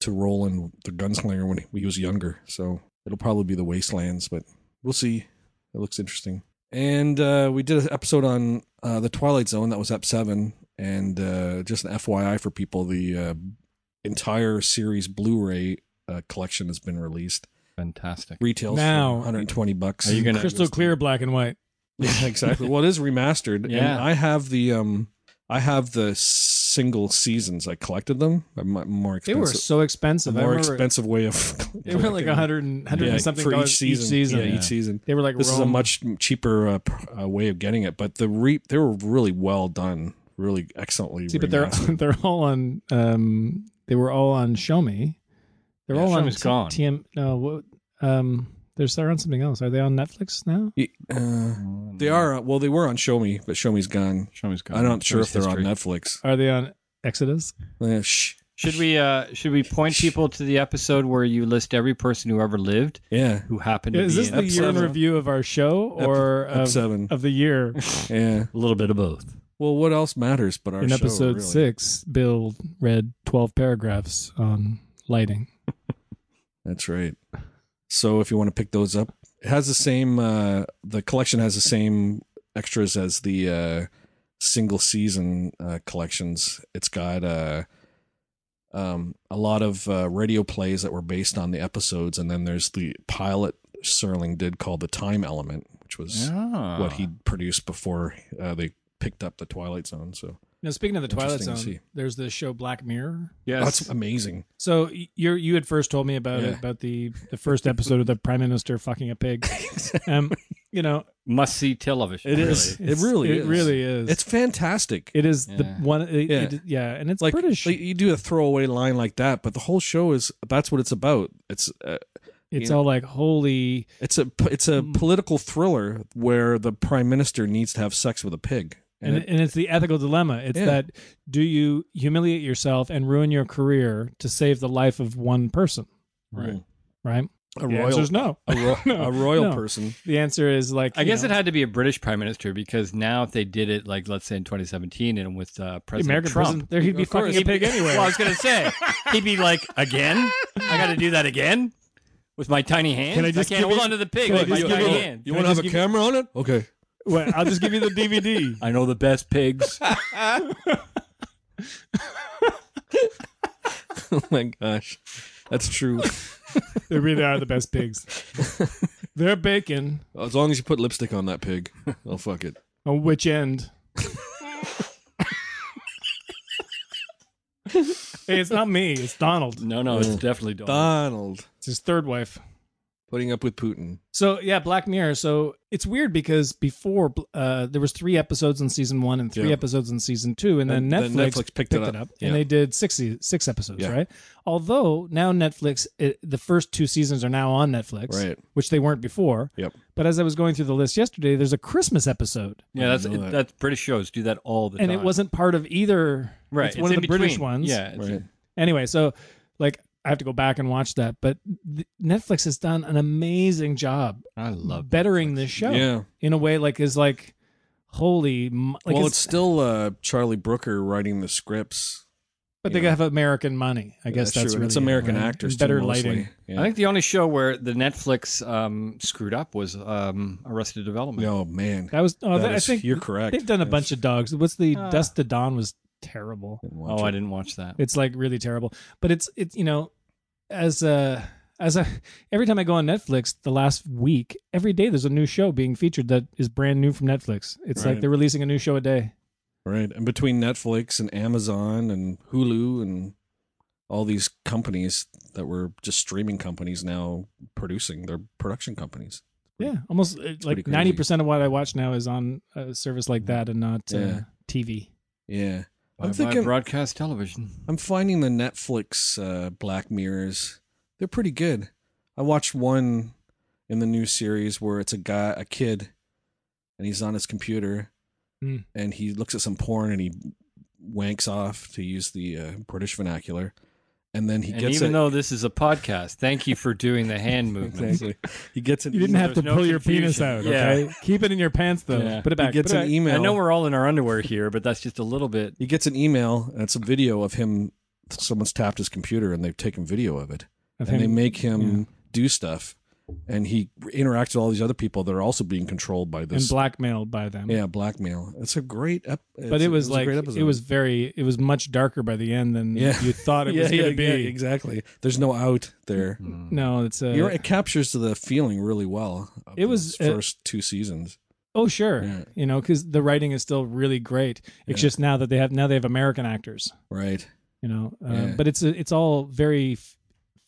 Speaker 2: to Roland the gunslinger when he was younger. So it'll probably be the Wastelands, but we'll see. It looks interesting. And uh, we did an episode on uh, the Twilight Zone that was up seven, and uh, just an FYI for people, the uh, entire series Blu-ray uh, collection has been released.
Speaker 4: Fantastic.
Speaker 2: Retails
Speaker 3: Now-
Speaker 2: for 120 bucks.
Speaker 4: Are you gonna-
Speaker 3: Crystal clear, black and white.
Speaker 2: Yeah, exactly. Well, it is remastered.
Speaker 4: Yeah.
Speaker 2: And I have the um, I have the single seasons. I collected them. I'm I'm more
Speaker 3: They
Speaker 2: expensive.
Speaker 3: were so
Speaker 2: a
Speaker 3: expensive. I
Speaker 2: more
Speaker 3: remember-
Speaker 2: expensive way of.
Speaker 3: They were like a hundred and hundred
Speaker 2: Yeah,
Speaker 3: and something
Speaker 2: for
Speaker 3: dollars
Speaker 2: each season. Yeah,
Speaker 4: Yeah.
Speaker 2: each season.
Speaker 3: They were like
Speaker 2: This is a
Speaker 3: Rome.
Speaker 2: much cheaper uh, pr- uh, way of getting it, but the re they were really well done, really excellently.
Speaker 3: See, but they're
Speaker 2: remastered.
Speaker 3: they're all on. Um, they were all on Show Me. They're
Speaker 4: Yeah,
Speaker 3: all
Speaker 4: Show
Speaker 3: on
Speaker 4: Me's
Speaker 3: T-
Speaker 4: gone.
Speaker 3: TM. No, what, um, they're they're on something else. Are they on Netflix now?
Speaker 2: Uh, they are uh, well. They were on Show Me, but Show Me's gone.
Speaker 4: Show me's
Speaker 2: I'm not sure if they're on Netflix.
Speaker 3: Are they on Exodus?
Speaker 2: Eh, shh.
Speaker 4: Should we uh should we point people to the episode where you list every person who ever lived
Speaker 2: Yeah,
Speaker 4: who happened to
Speaker 3: Is
Speaker 4: be
Speaker 3: this
Speaker 4: in
Speaker 3: the year in
Speaker 2: Episode-
Speaker 3: review of our show
Speaker 2: Ep-
Speaker 3: or
Speaker 2: ep
Speaker 3: of,
Speaker 2: seven.
Speaker 3: of the year
Speaker 2: yeah.
Speaker 4: a little bit of both?
Speaker 2: Well, what else matters but our
Speaker 3: in
Speaker 2: show,
Speaker 3: episode
Speaker 2: really?
Speaker 3: six? Bill read twelve paragraphs on lighting.
Speaker 2: That's right. So if you want to pick those up, it has the same. Uh, the collection has the same extras as the uh, single season uh, collections. It's got uh, um, a lot of uh, radio plays that were based on the episodes, and then there's the pilot Serling did called the Time Element, which was
Speaker 4: Ah.
Speaker 2: what he produced before uh, they picked up the Twilight Zone. So
Speaker 3: Now, speaking of the Twilight
Speaker 2: Interesting to
Speaker 3: Zone,
Speaker 2: see.
Speaker 3: there's the show Black Mirror.
Speaker 2: that's amazing.
Speaker 3: So you you had first told me about
Speaker 2: Yeah.
Speaker 3: it about the the first episode of the prime minister fucking a pig. Um, you know,
Speaker 4: must see television.
Speaker 2: It
Speaker 4: really.
Speaker 2: is.
Speaker 3: it's-
Speaker 2: It really
Speaker 3: it
Speaker 2: is.
Speaker 3: really is.
Speaker 2: It's fantastic.
Speaker 3: it is the
Speaker 4: Yeah.
Speaker 3: one. It,
Speaker 2: Yeah.
Speaker 3: yeah, it, yeah, and it's
Speaker 2: like,
Speaker 3: British.
Speaker 2: like, you do a throwaway line like that, but the whole show is that's what it's about. It's uh,
Speaker 3: it's
Speaker 2: you know-
Speaker 3: all like holy.
Speaker 2: it's a it's a
Speaker 3: Mm.
Speaker 2: political thriller where the prime minister needs to have sex with a pig, and,
Speaker 3: And,
Speaker 2: it,
Speaker 3: and it's the ethical dilemma. It's
Speaker 2: Yeah.
Speaker 3: that do you humiliate yourself and ruin your career to save the life of one person?
Speaker 4: Right.
Speaker 3: Right.
Speaker 2: a
Speaker 3: the
Speaker 2: royal
Speaker 3: answer is no.
Speaker 2: a, ro-
Speaker 3: No,
Speaker 2: a royal
Speaker 3: no.
Speaker 2: person.
Speaker 3: The answer is like
Speaker 4: I
Speaker 3: you
Speaker 4: guess
Speaker 3: know,
Speaker 4: it had to be a British prime minister because now if they did it like let's say in 2017 and with uh,
Speaker 3: the
Speaker 4: President
Speaker 3: American
Speaker 4: Trump,
Speaker 3: president. There he'd be
Speaker 2: Of course.
Speaker 3: fucking a pig anyway.
Speaker 4: Well, I was gonna say he'd be like, again? I got to do that again. with my tiny hands.
Speaker 5: Can I just
Speaker 4: can't
Speaker 5: give
Speaker 4: hold
Speaker 5: you-
Speaker 4: on to the pig
Speaker 5: can I
Speaker 4: with my
Speaker 5: just give
Speaker 4: tiny
Speaker 5: you-
Speaker 4: hands.
Speaker 2: You
Speaker 5: Can I
Speaker 2: want to
Speaker 5: just
Speaker 2: have a
Speaker 5: give-
Speaker 2: camera on it? Okay.
Speaker 5: Wait, I'll just give you the DVD.
Speaker 4: I know the best pigs. oh my gosh, that's true.
Speaker 3: They really are the best pigs. They're bacon.
Speaker 2: As long as you put lipstick on that pig, I'll fuck it.
Speaker 3: On which end? hey, it's not me. It's Donald.
Speaker 4: No, no, it's definitely Donald.
Speaker 2: Donald
Speaker 3: It's his third wife.
Speaker 2: putting up with Putin.
Speaker 3: So yeah, Black Mirror. So it's weird because before uh, there was three episodes in season one and three
Speaker 2: Yeah.
Speaker 3: episodes in season two, and,
Speaker 2: And then
Speaker 3: then Netflix,
Speaker 2: Netflix picked it up. Yeah.
Speaker 3: and they did six se- six episodes,
Speaker 2: Yeah.
Speaker 3: right? Although now Netflix, it, the first two seasons are now on Netflix,
Speaker 2: Right.
Speaker 3: Which they weren't before.
Speaker 2: Yep.
Speaker 3: But as I was going through the list yesterday, there's a Christmas episode,
Speaker 4: Yeah, that's
Speaker 2: I know that.
Speaker 4: that's British shows do that all the
Speaker 3: and
Speaker 4: time.
Speaker 3: it wasn't part of either.
Speaker 4: right.
Speaker 3: it's one
Speaker 4: in
Speaker 3: of the British
Speaker 4: between.
Speaker 3: ones.
Speaker 4: Yeah, it's-
Speaker 2: Right.
Speaker 3: Anyway, so like I have to go back and watch that, but th- Netflix has done an amazing job
Speaker 4: I love.
Speaker 3: bettering this show
Speaker 2: Yeah.
Speaker 3: in a way like is like holy m- like
Speaker 2: well, it's,
Speaker 3: it's,
Speaker 2: still uh, Charlie Brooker writing the scripts.
Speaker 3: but they
Speaker 2: yeah.
Speaker 3: have American money. I
Speaker 2: Yeah,
Speaker 3: guess that's
Speaker 2: sure, and
Speaker 3: really
Speaker 2: it's
Speaker 3: it,
Speaker 2: American
Speaker 3: right?
Speaker 2: actors.
Speaker 3: And better
Speaker 2: too, mostly.
Speaker 3: lighting.
Speaker 2: Yeah.
Speaker 4: I think the only show where the Netflix um, screwed up was um, Arrested Development.
Speaker 2: oh man,
Speaker 3: That was oh,
Speaker 2: That
Speaker 3: that
Speaker 2: is-
Speaker 3: I think
Speaker 2: you're correct.
Speaker 3: They've done a
Speaker 2: Yes.
Speaker 3: bunch of dogs. What's the
Speaker 4: Ah.
Speaker 3: Dust to Dawn was terrible.
Speaker 4: Oh, I didn't watch that.
Speaker 3: It's like really terrible. But it's it's you know as uh as a every time I go on Netflix the last week, every day there's a new show being featured that is brand new from Netflix. It's
Speaker 2: Right.
Speaker 3: like they're releasing a new show a day.
Speaker 2: Right, and between Netflix and Amazon and Hulu and all these companies that were just streaming companies now producing, they're production companies.
Speaker 3: Yeah, almost uh,
Speaker 2: pretty
Speaker 3: like
Speaker 2: crazy.
Speaker 3: ninety percent of what I watch now is on a service like that and not uh,
Speaker 2: Yeah.
Speaker 3: TV.
Speaker 2: Yeah,
Speaker 4: Bye-bye
Speaker 2: I'm thinking.
Speaker 4: broadcast television.
Speaker 2: I'm finding the Netflix uh, Black Mirrors. They're pretty good. I watched one in the new series where it's a guy, a kid, and he's on his computer,
Speaker 3: Hmm.
Speaker 2: and he looks at some porn and he wanks off to use the uh, British vernacular, and then he
Speaker 4: and
Speaker 2: gets
Speaker 4: even
Speaker 2: a,
Speaker 4: though this is a podcast, thank you for doing the hand movements.
Speaker 2: exactly he gets an
Speaker 3: You didn't
Speaker 2: email-
Speaker 3: have to
Speaker 4: there's no
Speaker 3: pull your
Speaker 4: confusion.
Speaker 3: penis out,
Speaker 4: Yeah.
Speaker 3: okay? Keep it in your pants though.
Speaker 4: Yeah.
Speaker 3: Put it back.
Speaker 2: He gets
Speaker 3: Put it
Speaker 2: an
Speaker 3: back.
Speaker 2: email.
Speaker 4: I know we're all in our underwear here, but that's just a little bit.
Speaker 2: he gets an email and it's a video of him. Someone's tapped his computer and they've taken video of it.
Speaker 3: Of
Speaker 2: and they
Speaker 3: him-
Speaker 2: make him do stuff and he interacts with all these other people that are also being controlled by
Speaker 3: and
Speaker 2: this
Speaker 3: blackmailed by them.
Speaker 2: yeah blackmail it's a great ep-
Speaker 3: But
Speaker 2: it's-
Speaker 3: it was
Speaker 2: a
Speaker 3: like
Speaker 2: great episode.
Speaker 3: it was very it was much darker by the end than
Speaker 2: Yeah.
Speaker 3: you thought it
Speaker 2: yeah,
Speaker 3: was going
Speaker 2: yeah,
Speaker 3: to be. Mm-hmm.
Speaker 2: yeah, exactly there's no out there
Speaker 3: No, it's uh, a
Speaker 2: You're, it captures the feeling really well of
Speaker 3: It was,
Speaker 2: those
Speaker 3: uh,
Speaker 2: first two seasons
Speaker 3: oh sure,
Speaker 2: Yeah.
Speaker 3: you know, because the writing is still really great. It's
Speaker 2: Yeah.
Speaker 3: just now that they have now they have American actors,
Speaker 2: right
Speaker 3: you know, um,
Speaker 2: Yeah.
Speaker 3: but it's a, it's all very f-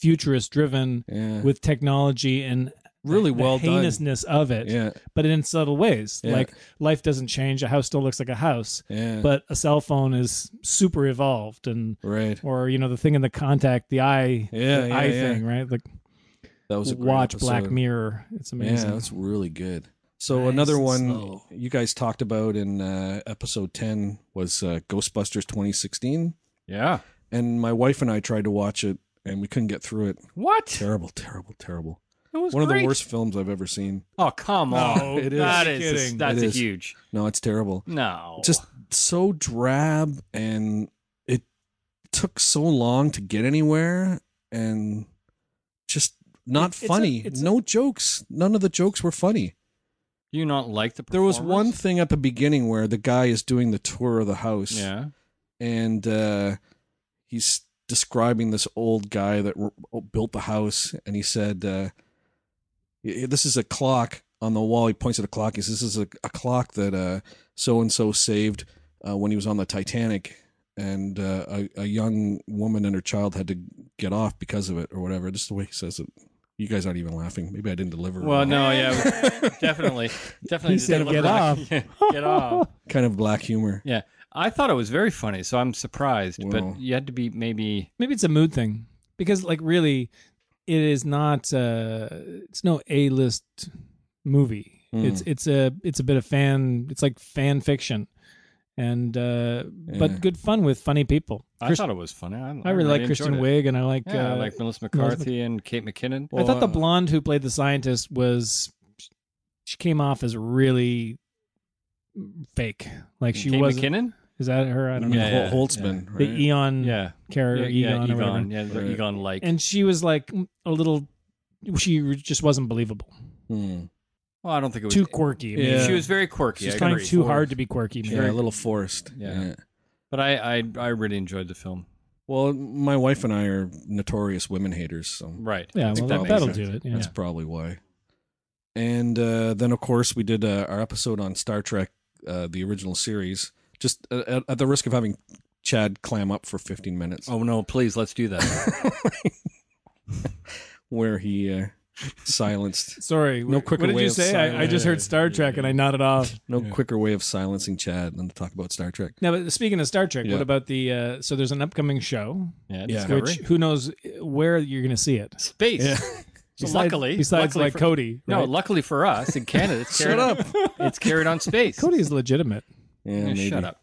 Speaker 3: futurist driven
Speaker 2: yeah
Speaker 3: with technology and
Speaker 2: really
Speaker 3: the
Speaker 2: well done
Speaker 3: heinousness of it,
Speaker 2: yeah
Speaker 3: but in subtle ways.
Speaker 2: Yeah.
Speaker 3: Like life doesn't change; a house still looks like a house,
Speaker 2: yeah
Speaker 3: but a cell phone is super evolved and.
Speaker 2: right
Speaker 3: Or you know the thing in the contact, the eye,
Speaker 2: Yeah,
Speaker 3: the
Speaker 2: yeah,
Speaker 3: eye
Speaker 2: yeah.
Speaker 3: thing, right? Like
Speaker 2: that was a great
Speaker 3: watch Black
Speaker 2: episode.
Speaker 3: Mirror. It's amazing.
Speaker 2: Yeah, that's really good. So
Speaker 3: Nice Oh.
Speaker 2: another
Speaker 3: and
Speaker 2: one
Speaker 3: slow.
Speaker 2: you guys talked about in uh, episode ten was uh, Ghostbusters 2016,
Speaker 4: Yeah.
Speaker 2: and my wife and I tried to watch it, and we couldn't get through it.
Speaker 4: What?
Speaker 2: Terrible, terrible, terrible.
Speaker 4: It was
Speaker 2: One of
Speaker 4: great.
Speaker 2: the worst films I've ever seen.
Speaker 4: Oh come on!
Speaker 3: No,
Speaker 2: it is.
Speaker 4: That
Speaker 3: You're
Speaker 4: is
Speaker 3: kidding.
Speaker 4: that's
Speaker 2: It
Speaker 4: a
Speaker 2: is.
Speaker 4: huge.
Speaker 2: No, it's terrible.
Speaker 4: No,
Speaker 2: Just so drab, and it took so long to get anywhere, and just not
Speaker 3: It's- it's a-
Speaker 2: funny.
Speaker 3: it's a-
Speaker 2: no jokes. None of the jokes were funny.
Speaker 4: Do you not like the.
Speaker 2: There was one
Speaker 4: performance?
Speaker 2: thing at the beginning where the guy is doing the tour of the house,
Speaker 4: Yeah.
Speaker 2: and uh, he's describing this old guy that r- built the house, and he said, uh, "Y- "This is a clock on the wall." He points at a clock. He says, "This is a, a clock that so and so saved uh, when he was on the Titanic." And uh, a, a young woman and her child had to get off because of it, or whatever. Just the way he says it. You guys aren't even laughing. Maybe I didn't deliver.
Speaker 4: Well,
Speaker 2: well.
Speaker 4: no, yeah, it was- definitely, definitely.
Speaker 3: He said,
Speaker 4: didn't
Speaker 3: "Get
Speaker 4: look
Speaker 3: off."
Speaker 4: right. get off.
Speaker 2: Kind of black humor.
Speaker 4: Yeah, I thought it was very funny, so I'm surprised.
Speaker 2: Well.
Speaker 4: But you had to be maybe.
Speaker 3: Maybe it's a mood thing because, like, really, it is not. Uh, it's no A list movie.
Speaker 4: Hmm.
Speaker 2: Mm.
Speaker 3: It's it's a it's a bit of fan. It's like fan fiction, and uh,
Speaker 2: Yeah.
Speaker 3: but good fun with funny people.
Speaker 4: I
Speaker 3: Chris-
Speaker 4: thought it was funny. I,
Speaker 3: I really like Kristen
Speaker 4: enjoyed it.
Speaker 3: Wiig, and I like.
Speaker 4: Yeah, I
Speaker 3: uh,
Speaker 4: like Melissa McCarthy and Kate McKinnon.
Speaker 3: I thought the blonde who played the scientist was. She came off as really fake. Like she
Speaker 4: Hmm. Kate
Speaker 3: was.
Speaker 4: McKinnon.
Speaker 3: Is that her? I
Speaker 2: I
Speaker 3: don't
Speaker 2: mean,
Speaker 3: know.
Speaker 4: Yeah, yeah,
Speaker 2: Hol- Holtzman.
Speaker 3: The
Speaker 2: right?
Speaker 3: Eon
Speaker 4: Yeah,
Speaker 3: character,
Speaker 4: yeah, yeah,
Speaker 3: Mm. Egon or whatever.
Speaker 4: Egon, yeah,
Speaker 2: Right.
Speaker 4: Egon like.
Speaker 3: and she was like a little she just wasn't believable.
Speaker 2: Hmm.
Speaker 4: Well, I don't think it was
Speaker 3: Too quirky. I mean,
Speaker 2: Yeah.
Speaker 4: She was very quirky.
Speaker 3: She's
Speaker 4: I
Speaker 3: trying
Speaker 4: agree.
Speaker 3: too hard to be quirky. Man.
Speaker 2: Yeah, a little forced.
Speaker 4: Yeah. But I, I I really enjoyed the film.
Speaker 2: Well, my wife and I are notorious women haters, so
Speaker 4: Right.
Speaker 3: Yeah,
Speaker 4: I think
Speaker 3: well, that,
Speaker 4: that makes
Speaker 3: that'll
Speaker 4: sense.
Speaker 3: do it. Yeah.
Speaker 2: that's probably why. And uh, then, of course, we did uh, our episode on Star Trek, uh, the original series, just uh, at, at the risk of having Chad clam up for 15 minutes,
Speaker 4: Oh no! Please let's do that.
Speaker 2: where he uh, silenced.
Speaker 3: Sorry,
Speaker 2: No
Speaker 3: wh-
Speaker 2: quicker
Speaker 3: what did
Speaker 2: way
Speaker 3: you
Speaker 2: of
Speaker 3: say? I, I just heard Star Trek and I nodded off.
Speaker 2: No quicker way of silencing Chad than to talk about Star Trek.
Speaker 3: Now, but speaking of Star Trek,
Speaker 2: Yeah.
Speaker 3: what about the? Uh, so there's an upcoming show,
Speaker 4: yeah.
Speaker 2: Discovery.
Speaker 3: which who knows uh, where you're going to see it.
Speaker 4: Space.
Speaker 2: Yeah.
Speaker 4: So
Speaker 3: Besides-
Speaker 4: luckily,
Speaker 3: besides
Speaker 4: luckily
Speaker 3: like
Speaker 4: for-
Speaker 3: Cody,
Speaker 4: No,
Speaker 3: right?
Speaker 4: luckily for us in Canada, it's carried, It's carried on space.
Speaker 3: Cody is legitimate.
Speaker 2: Yeah,
Speaker 4: Yeah,
Speaker 2: maybe.
Speaker 4: shut up.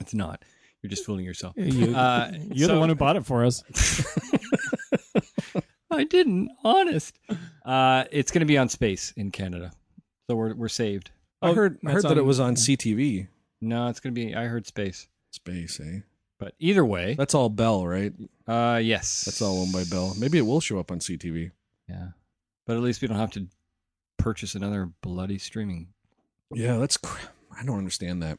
Speaker 4: It's not. You're just fooling yourself.
Speaker 3: You,
Speaker 4: Uh,
Speaker 3: you're
Speaker 4: so-
Speaker 3: the one who bought it for us.
Speaker 4: I didn't. Honest. Uh, it's going to be on space in Canada, so we're we're saved.
Speaker 2: I
Speaker 3: Oh,
Speaker 2: heard, I heard
Speaker 3: that's
Speaker 2: that it
Speaker 3: on-
Speaker 2: was on CTV
Speaker 4: No, it's going to be. I heard space,
Speaker 2: Space, eh?
Speaker 4: but either way,
Speaker 2: That's all Bell, right?
Speaker 4: uh, yes,
Speaker 2: That's all owned by Bell. Maybe it will show up on CTV.
Speaker 4: Yeah, but at least we don't have to purchase another bloody streaming.
Speaker 2: Yeah, that's. Cr- I don't understand that.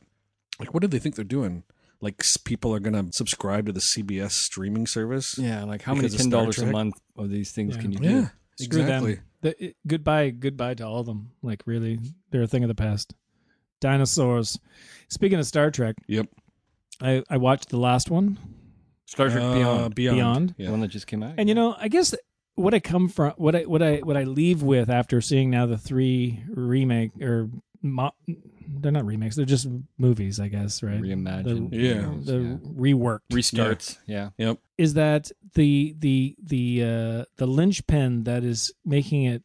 Speaker 2: Like, what do they think they're doing? Like, s- people are gonna subscribe to the CBS streaming service?
Speaker 4: Yeah, like how
Speaker 2: many
Speaker 4: many ten
Speaker 2: $10
Speaker 4: dollars
Speaker 2: a
Speaker 4: a month of these things
Speaker 3: Yeah.
Speaker 4: can you do?
Speaker 2: Yeah,
Speaker 3: Screw
Speaker 2: exactly.
Speaker 3: them. The- it- goodbye, goodbye to all of them. Like really, they're a thing of the past. Dinosaurs. Speaking of Star Trek,
Speaker 2: Yep.
Speaker 3: I, I watched the last one,
Speaker 4: Star Trek
Speaker 2: Uh,
Speaker 4: Beyond,
Speaker 2: Beyond.
Speaker 3: Beyond.
Speaker 4: the
Speaker 2: Yeah.
Speaker 4: one that just came out.
Speaker 3: and you know, I guess what I come from, what I what I what I leave with after seeing now the three remake or mo- they're not remakes, they're just movies, I guess, right?
Speaker 4: reimagined,
Speaker 3: The-
Speaker 2: Yeah.
Speaker 3: The reworked
Speaker 4: restarts. Yeah,
Speaker 2: Yep.
Speaker 3: is that the the the uh the linchpin that is making it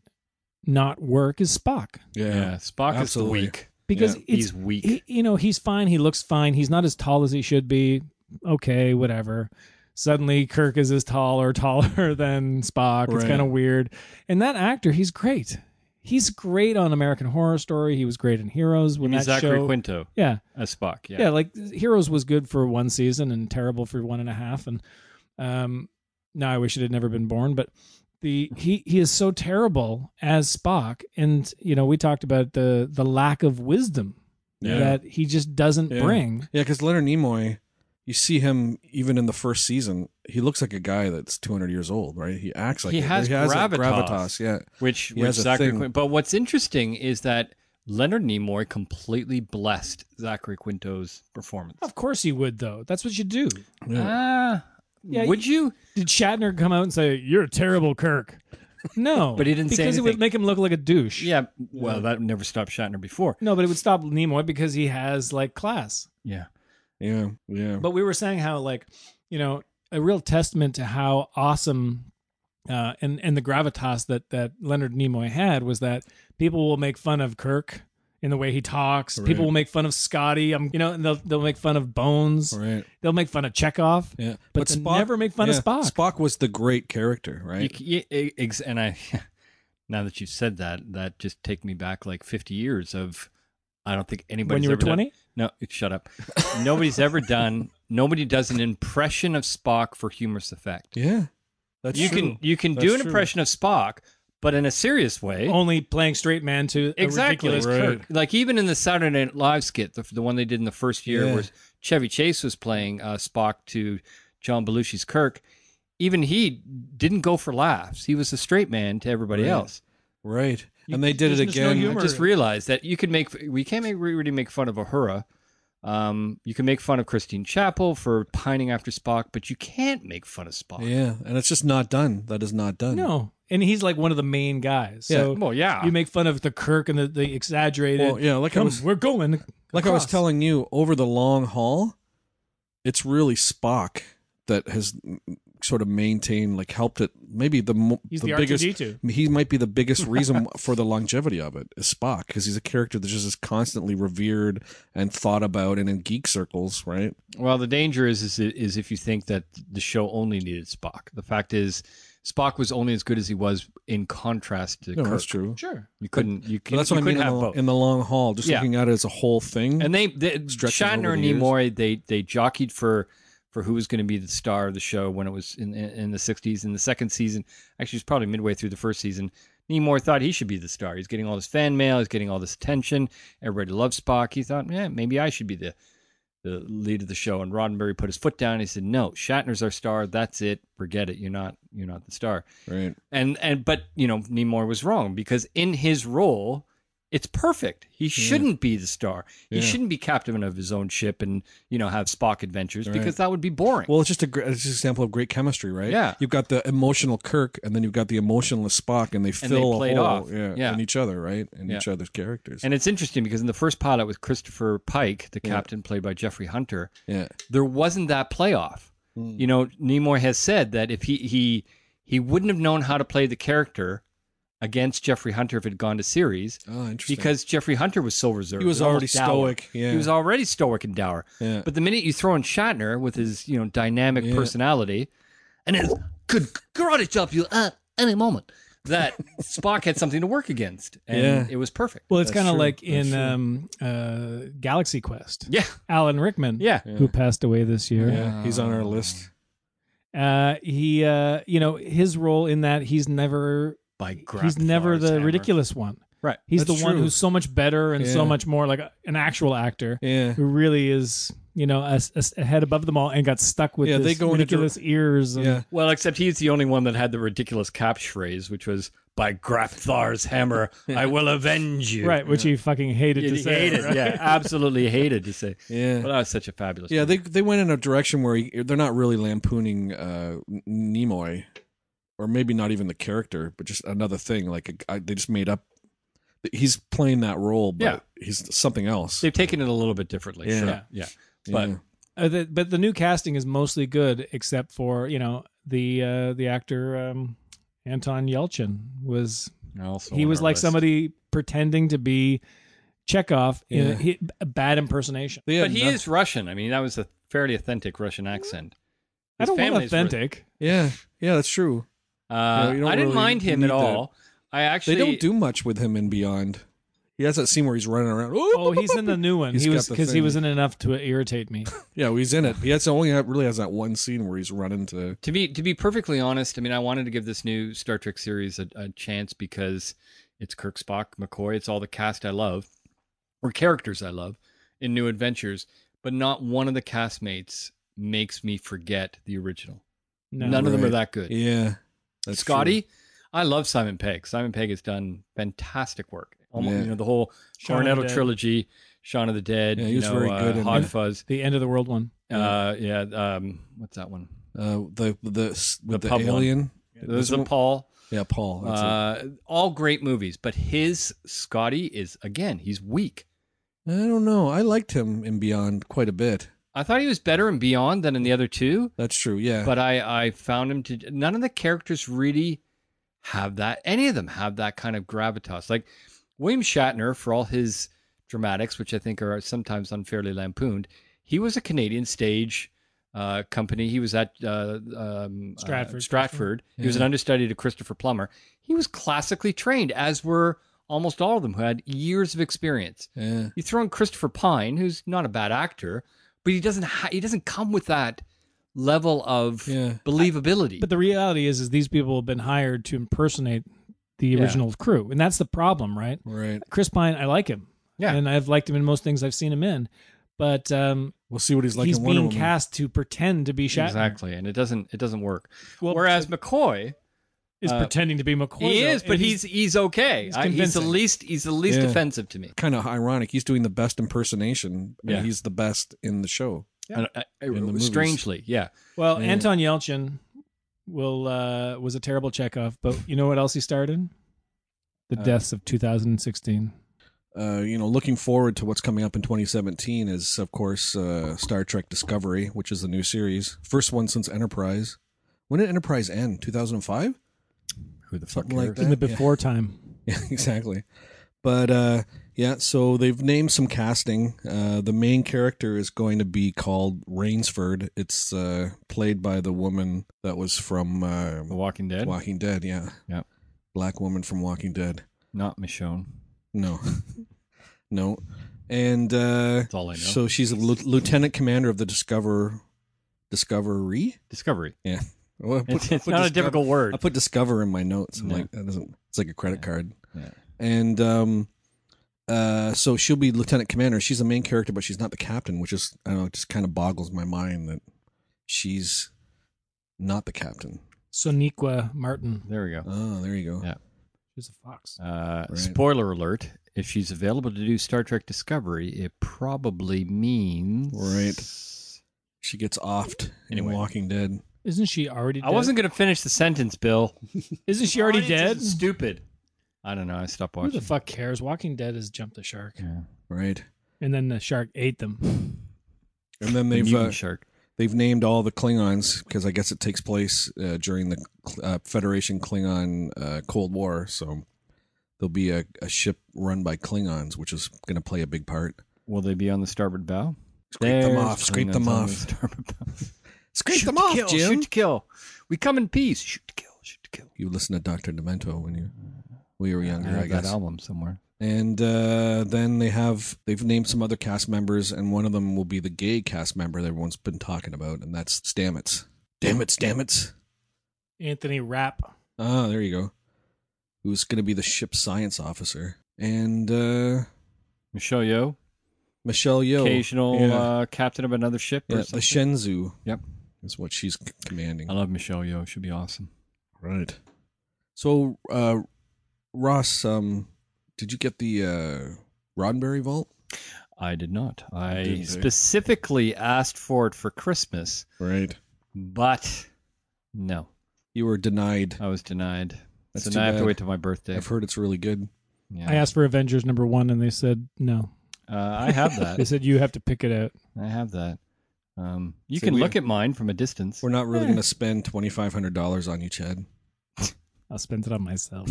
Speaker 3: not work is Spock
Speaker 2: Yeah.
Speaker 4: yeah. Spock
Speaker 2: Absolutely.
Speaker 4: is weak.
Speaker 3: because
Speaker 2: Yeah,
Speaker 3: it's
Speaker 4: He's weak.
Speaker 3: he, you know he's fine he looks fine he's not as tall as he should be okay whatever suddenly kirk is as tall or taller than spock it's
Speaker 2: Right.
Speaker 3: kind of weird and that actor he's great he's great on american horror story he was great in heroes
Speaker 4: you
Speaker 3: when
Speaker 4: mean
Speaker 3: that
Speaker 4: Zachary
Speaker 3: show
Speaker 4: Quinto
Speaker 3: yeah
Speaker 4: as Spock? Yeah.
Speaker 3: yeah like heroes was good for one season and terrible for one and a half and um now i wish it had never been born but the he he is so terrible as spock and you know we talked about the the lack of wisdom
Speaker 2: Yeah.
Speaker 3: that he just doesn't
Speaker 2: Yeah.
Speaker 3: bring
Speaker 2: Yeah, because Leonard Nimoy, you see him even in the first season. He looks like a guy that's 200 years old, right? He acts like
Speaker 4: He
Speaker 2: it.
Speaker 4: has
Speaker 2: he has that
Speaker 4: gravitas.
Speaker 2: gravitas. Yeah.
Speaker 4: which
Speaker 2: He
Speaker 4: which
Speaker 2: has a
Speaker 4: Zachary
Speaker 2: thing.
Speaker 4: Quinto. But what's interesting is that Leonard Nimoy completely blessed Zachary Quinto's performance.
Speaker 3: of course he would though that's what you do
Speaker 2: Yeah.
Speaker 4: Ah,
Speaker 3: Yeah,
Speaker 4: would you?
Speaker 3: did shatner come out and say you're a terrible kirk no
Speaker 4: But he didn't say
Speaker 3: because it would
Speaker 4: anything.
Speaker 3: make him look like a douche
Speaker 4: Yeah. Well, that never stopped Shatner before.
Speaker 3: no but it would stop nimoy because he has like class
Speaker 4: Yeah.
Speaker 2: Yeah. Yeah.
Speaker 3: but we were saying how like you know a real testament to how awesome uh, and and the gravitas that that Leonard Nimoy had was that people will make fun of Kirk in the way he talks.
Speaker 2: Right.
Speaker 3: People will make fun of Scotty. Um, you know, and they'll they'll make fun of Bones.
Speaker 2: Right.
Speaker 3: They'll make fun of Chekhov.
Speaker 2: Yeah.
Speaker 3: But, they never make fun
Speaker 2: yeah,
Speaker 3: of Spock.
Speaker 2: Spock was the great character,
Speaker 4: You
Speaker 2: right?
Speaker 4: c- yeah, e- ex- and I, now that you said that, that just take me back like 50 years of, I don't think anybody.
Speaker 3: When you were twenty,
Speaker 4: No, shut up. Nobody's ever done. Nobody does an impression of Spock for humorous effect.
Speaker 2: yeah. That's
Speaker 4: you
Speaker 2: true.
Speaker 4: can you can
Speaker 2: That's
Speaker 4: do an
Speaker 2: true.
Speaker 4: impression of Spock, but in a serious way.
Speaker 3: only playing straight man to a
Speaker 4: exactly.
Speaker 3: ridiculous Kirk.
Speaker 4: Like even in the Saturday Night Live skit, the, the one they did in the first year,
Speaker 2: Yeah.
Speaker 4: where Chevy Chase was playing uh, Spock to John Belushi's Kirk. Even he didn't go for laughs. He was a straight man to everybody
Speaker 2: Right.
Speaker 4: else.
Speaker 2: Right. and they did it
Speaker 3: there's no
Speaker 2: again.
Speaker 3: humor.
Speaker 4: I just realized that you can make we can't make, really make fun of Ahura. Um, you can make fun of Christine Chapel for pining after Spock, but you can't make fun of Spock.
Speaker 2: Yeah, and it's just not done. That is not done.
Speaker 3: No, and he's like one of the main guys. So
Speaker 4: Well, yeah.
Speaker 3: you make fun of the Kirk and the, the exaggerated.
Speaker 2: Well, yeah, like I
Speaker 3: Come,
Speaker 2: was-
Speaker 3: we're going.
Speaker 2: like I was
Speaker 3: across."
Speaker 2: telling you, over the long haul, it's really Spock that has mm, sort of maintained, like helped it. Maybe the mo-
Speaker 3: He's
Speaker 2: the,
Speaker 3: the
Speaker 2: biggest.
Speaker 3: R2D2.
Speaker 2: He might be the biggest reason for the longevity of it is Spock because he's a character that just is constantly revered and thought about, and in geek circles, right?
Speaker 4: well, the danger is, is is if you think that the show only needed Spock. The fact is, Spock was only as good as he was in contrast to
Speaker 2: No,
Speaker 4: Kirk.
Speaker 2: that's true.
Speaker 3: Sure.
Speaker 4: You couldn't. You,
Speaker 2: But
Speaker 4: can,
Speaker 2: that's
Speaker 4: you
Speaker 2: what I mean
Speaker 4: couldn't
Speaker 2: in the,
Speaker 4: have
Speaker 2: lo-
Speaker 4: both.
Speaker 2: in the long haul. Just
Speaker 4: Yeah.
Speaker 2: looking at it as a whole thing.
Speaker 4: and they, they
Speaker 2: Stretches Mm-hmm. over
Speaker 4: Shatner and
Speaker 2: the years.
Speaker 4: Nimoy they they jockeyed for for who was going to be the star of the show when it was in, in, in the 60s. In the second season, actually, it was probably midway through the first season, Nimoy thought he should be the star. He's getting all this fan mail, he's getting all this attention. Everybody loves Spock. He thought, yeah, maybe I should be the, the lead of the show. And Roddenberry put his foot down. He said, no, Shatner's our star. That's it. Forget it. You're not, you're not the star.
Speaker 2: Right.
Speaker 4: And, and, but, you know, Nimoy was wrong because in his role, it's perfect. He shouldn't be the star.
Speaker 2: Yeah.
Speaker 4: He shouldn't be captain of his own ship and you know have Spock adventures because that would be boring.
Speaker 2: Well, it's just a gr- it's just an example of great chemistry, right?
Speaker 4: Yeah.
Speaker 2: You've got the emotional Kirk, and then you've got the emotionless Spock, and they
Speaker 4: they
Speaker 2: fill a
Speaker 4: played
Speaker 2: hole
Speaker 4: off.
Speaker 2: Yeah,
Speaker 4: Yeah.
Speaker 2: in each other, right? In
Speaker 4: Yeah.
Speaker 2: each other's characters.
Speaker 4: and it's interesting because in the first pilot with Christopher Pike, the captain played by Jeffrey Hunter,
Speaker 2: yeah.
Speaker 4: there wasn't that playoff.
Speaker 2: Hmm.
Speaker 4: You know, Nimoy has said that if he he he wouldn't have known how to play the character against Jeffrey Hunter if it had gone to series
Speaker 2: Oh, interesting.
Speaker 4: because Jeffrey Hunter was so reserved.
Speaker 2: He was already
Speaker 4: almost dour.
Speaker 2: stoic, yeah.
Speaker 4: He was already stoic and dour.
Speaker 2: Yeah.
Speaker 4: But the minute you throw in Shatner with his, you know, dynamic
Speaker 2: Yeah.
Speaker 4: personality and his good karate chop you at any moment, that Spock had something to work against. And
Speaker 2: Yeah.
Speaker 4: it was perfect.
Speaker 3: Well, it's
Speaker 2: That's
Speaker 3: kind of
Speaker 2: true.
Speaker 3: like
Speaker 2: That's
Speaker 3: in
Speaker 2: true.
Speaker 3: um, uh, Galaxy Quest.
Speaker 4: yeah.
Speaker 3: Alan Rickman,
Speaker 4: Yeah.
Speaker 3: who passed away this year.
Speaker 2: yeah, he's on our list.
Speaker 3: Uh, he, uh, you know, his role in that he's never
Speaker 4: By
Speaker 3: he's never
Speaker 4: Grapnar's
Speaker 3: the
Speaker 4: hammer.
Speaker 3: ridiculous one.
Speaker 4: Right.
Speaker 3: He's
Speaker 2: That's
Speaker 3: the one
Speaker 2: true.
Speaker 3: who's so much better and
Speaker 2: Yeah.
Speaker 3: so much more like a- an actual actor
Speaker 2: Yeah.
Speaker 3: who really is, you know, a, a- a head above them all and got stuck with
Speaker 2: Yeah,
Speaker 3: this
Speaker 2: they go into
Speaker 3: ridiculous ears. And,
Speaker 2: Yeah.
Speaker 4: Well, except he's the only one that had the ridiculous catchphrase, which was by Grafthar's hammer, I will avenge you.
Speaker 3: Right, which he fucking hated
Speaker 4: He
Speaker 3: to say.
Speaker 4: hated,
Speaker 3: right?
Speaker 4: yeah, absolutely hated to say.
Speaker 2: Yeah.
Speaker 4: Well, that was such a fabulous.
Speaker 2: Yeah,
Speaker 4: movie.
Speaker 2: they they went in a direction where he, they're not really lampooning uh, N- Nimoy, or maybe not even the character, but just another thing. Like I, they just made up. He's playing that role, but
Speaker 4: Yeah.
Speaker 2: he's something else.
Speaker 4: They've taken it a little bit differently.
Speaker 2: Yeah.
Speaker 4: sure.
Speaker 2: Yeah.
Speaker 4: yeah.
Speaker 2: Yeah.
Speaker 4: But-
Speaker 3: Uh, the, but the new casting is mostly good, except for you know the uh, the actor um, Anton Yelchin was
Speaker 4: Also
Speaker 3: he
Speaker 4: on
Speaker 3: was
Speaker 4: our
Speaker 3: like
Speaker 4: list.
Speaker 3: somebody pretending to be Chekhov in
Speaker 2: Yeah.
Speaker 3: a, he, a bad impersonation.
Speaker 2: They had
Speaker 4: But he
Speaker 2: noth-
Speaker 4: is Russian. I mean, that was a fairly authentic Russian accent.
Speaker 3: I
Speaker 4: His
Speaker 3: don't want
Speaker 4: family's
Speaker 3: authentic.
Speaker 2: Yeah, yeah, that's true.
Speaker 4: Ru-
Speaker 2: Yeah,
Speaker 4: Uh,
Speaker 2: you don't
Speaker 4: I didn't
Speaker 2: really
Speaker 4: mind him at
Speaker 2: need
Speaker 4: all. I actually
Speaker 2: they don't do much with him in Beyond. He has that scene where he's running around. Ooh,
Speaker 3: Oh, he's in the new one.
Speaker 2: He's
Speaker 3: he
Speaker 2: got
Speaker 3: was
Speaker 2: the
Speaker 3: because he
Speaker 2: thing.
Speaker 3: was in enough to irritate me.
Speaker 2: yeah, well, he's in it. He has only really has that one scene where he's running to.
Speaker 4: To be to be perfectly honest, I mean, I wanted to give this new Star Trek series a, a chance because it's Kirk Spock, McCoy, it's all the cast I love, or characters I love in New Adventures, but not one of the castmates makes me forget the original.
Speaker 3: No.
Speaker 4: None of them are
Speaker 2: Right.
Speaker 4: that good.
Speaker 2: Yeah, that's
Speaker 4: Scotty, I love Simon Pegg. Simon Pegg has done fantastic work. Almost,
Speaker 2: Yeah.
Speaker 4: you know, the whole
Speaker 3: Shaun of the
Speaker 4: Cornetto
Speaker 3: Dead.
Speaker 4: trilogy, Shaun of the Dead,
Speaker 2: Yeah, he
Speaker 4: you
Speaker 2: was
Speaker 4: know,
Speaker 2: very
Speaker 4: uh,
Speaker 2: good in
Speaker 4: Hot
Speaker 2: that.
Speaker 4: Fuzz.
Speaker 3: The end of the world one.
Speaker 4: Uh, yeah, um, what's that one?
Speaker 2: True. Uh, the the s- with the,
Speaker 4: pub one.
Speaker 2: alien.
Speaker 4: Those
Speaker 2: This
Speaker 4: are
Speaker 2: one-
Speaker 4: Paul.
Speaker 2: Yeah, Paul. That's it.
Speaker 4: Uh, all great movies, but his Scotty is again, he's weak.
Speaker 2: I don't know. I liked him in Beyond quite a bit.
Speaker 4: I thought he was better in Beyond than in the other two,
Speaker 2: That's true. Yeah.
Speaker 4: but I I found him to none of the characters really have that. Any of them have that kind of gravitas. Like William Shatner, for all his dramatics, which I think are sometimes unfairly lampooned, he was a Canadian stage. Uh, company. He was at uh, um, uh,
Speaker 3: Stratford.
Speaker 4: Stratford. He was an understudy to Christopher Plummer. He was classically trained, as were almost all of them who had years of experience.
Speaker 2: yeah.
Speaker 4: You throw in Christopher Pine, who's not a bad actor, but he doesn't ha- he doesn't come with that level of
Speaker 2: Yeah.
Speaker 4: believability.
Speaker 3: But the reality is, is these people have been hired to impersonate the
Speaker 4: Yeah.
Speaker 3: original crew, and that's the problem, right?
Speaker 2: Right.
Speaker 3: Chris Pine, I like him.
Speaker 4: Yeah.
Speaker 3: and I've liked him in most things I've seen him in, but um,
Speaker 2: We'll see what he's like
Speaker 3: he's
Speaker 2: in Wonder
Speaker 3: being
Speaker 2: Woman.
Speaker 3: cast to pretend to be Shatner.
Speaker 4: exactly, and it doesn't it doesn't work.
Speaker 3: Well,
Speaker 4: Whereas McCoy,
Speaker 3: is
Speaker 4: uh,
Speaker 3: pretending to be McCoy.
Speaker 4: he
Speaker 3: though,
Speaker 4: is,
Speaker 3: and
Speaker 4: but he's he's okay.
Speaker 3: he's
Speaker 4: I- He's, the
Speaker 3: convincing.
Speaker 4: least he's the least
Speaker 2: Yeah.
Speaker 4: offensive to me.
Speaker 2: Kind of ironic. He's doing the best impersonation, and
Speaker 4: Yeah.
Speaker 2: he's the best in the show.
Speaker 4: And I- I-
Speaker 2: uh, In the
Speaker 4: strangely, yeah.
Speaker 3: well,
Speaker 2: Yeah.
Speaker 3: Anton Yelchin will uh, was a terrible Chekhov, but you know what else he starred in? The
Speaker 4: Uh,
Speaker 3: deaths of 2016.
Speaker 2: Uh, you know, looking forward to what's coming up in 2017 is, of course, uh, Star Trek Discovery, which is the new series, first one since Enterprise. When did Enterprise end? 2005.
Speaker 4: Who the fuck
Speaker 2: Something like
Speaker 4: cares?
Speaker 2: that.
Speaker 3: In the
Speaker 2: yeah.
Speaker 3: before time,
Speaker 2: Yeah, exactly. But uh, yeah, so they've named some casting. Uh, the main character is going to be called Rainsford. It's uh, played by the woman that was from uh,
Speaker 4: The Walking Dead,
Speaker 2: Walking Dead. Yeah,
Speaker 4: Yeah.
Speaker 2: black woman from Walking Dead.
Speaker 4: not Michonne.
Speaker 2: No, no, uh, and uh,
Speaker 4: That's all I know.
Speaker 2: so she's a lieu- lieutenant commander of the Discover Discovery.
Speaker 4: Discovery.
Speaker 2: Well, I put-
Speaker 4: It's, it's
Speaker 2: put
Speaker 4: not a
Speaker 2: Discover-
Speaker 4: difficult word.
Speaker 2: I put Discover in my notes. I'm
Speaker 4: No.
Speaker 2: like, that doesn't. It's like a credit card.
Speaker 4: Yeah.
Speaker 2: And um, uh, so she'll be lieutenant commander. She's the main character, but she's not the captain, which is I don't know. It just kind of boggles my mind that she's not the captain.
Speaker 3: Soniqua Martin.
Speaker 4: There we go.
Speaker 2: Oh, there you go.
Speaker 4: Yeah.
Speaker 3: She's a fox.
Speaker 4: Uh,
Speaker 2: Right.
Speaker 4: Spoiler alert: If she's available to do Star Trek Discovery, it probably means
Speaker 2: Right. She gets offed
Speaker 4: Anyway.
Speaker 2: in Walking Dead.
Speaker 3: Isn't she already?
Speaker 4: I
Speaker 3: dead?
Speaker 4: wasn't going to finish the sentence, Bill.
Speaker 3: Isn't she already dead?
Speaker 4: Stupid. I don't know. I stopped
Speaker 3: Who
Speaker 4: watching.
Speaker 3: the fuck cares? Walking Dead has jumped the shark,
Speaker 4: Yeah.
Speaker 2: Right.
Speaker 3: and then the shark ate them.
Speaker 2: And then
Speaker 4: The
Speaker 2: they've
Speaker 4: mutant
Speaker 2: uh,
Speaker 4: shark.
Speaker 2: they've named all the Klingons because I guess it takes place uh, during the uh, Federation Klingon uh, Cold War. So there'll be a, a ship run by Klingons, which is going to play a big part.
Speaker 4: Will they be on the starboard bow?
Speaker 2: Scrape them
Speaker 4: There's
Speaker 2: off. Scrape
Speaker 4: Klingons
Speaker 2: them
Speaker 4: on the
Speaker 2: off.
Speaker 4: starboard bow.
Speaker 2: Scrape
Speaker 4: Shoot
Speaker 2: them
Speaker 4: to
Speaker 2: off,
Speaker 4: kill,
Speaker 2: Jim.
Speaker 4: Shoot to kill. We come in peace. Shoot to kill. Shoot to kill.
Speaker 2: You listen to Doctor Demento when you when you were
Speaker 4: I
Speaker 2: younger, I,
Speaker 4: have that
Speaker 2: guess.
Speaker 4: album somewhere.
Speaker 2: And uh, then they have they've named some other cast members, and one of them will be the gay cast member that everyone's been talking about, and that's Stamets. Stamets, Stamets.
Speaker 3: Anthony Rapp.
Speaker 2: Ah, there you go. Who's going to be the ship science officer? And uh,
Speaker 4: Michelle Yeoh,
Speaker 2: Michelle Yeoh,
Speaker 4: occasional
Speaker 2: yeah.
Speaker 4: uh, captain of another ship.
Speaker 2: yeah,
Speaker 4: or
Speaker 2: the
Speaker 4: something.
Speaker 2: Shenzhou.
Speaker 4: Yep.
Speaker 2: is what she's c- commanding.
Speaker 4: I love Michelle Yeoh. She'd be awesome.
Speaker 2: Right. So, uh, Ross, um, did you get the uh, Roddenberry Vault?
Speaker 4: I did not. I
Speaker 2: didn't, eh?
Speaker 4: specifically asked for it for Christmas,
Speaker 2: Right.
Speaker 4: but no,
Speaker 2: You were denied.
Speaker 4: I was denied.
Speaker 2: That's
Speaker 4: so
Speaker 2: too
Speaker 4: now I have to
Speaker 2: bad.
Speaker 4: wait till my birthday.
Speaker 2: I've heard it's really good.
Speaker 4: Yeah.
Speaker 3: I asked for Avengers number one, and they said no.
Speaker 4: Uh, I have
Speaker 3: They
Speaker 4: that.
Speaker 3: said you have to pick it out.
Speaker 4: I have that. Um, you
Speaker 2: So
Speaker 4: can
Speaker 2: we-
Speaker 4: look at mine from a distance.
Speaker 2: We're not really going to spend twenty five hundred dollars on you, Chad.
Speaker 3: I'll spend it on myself.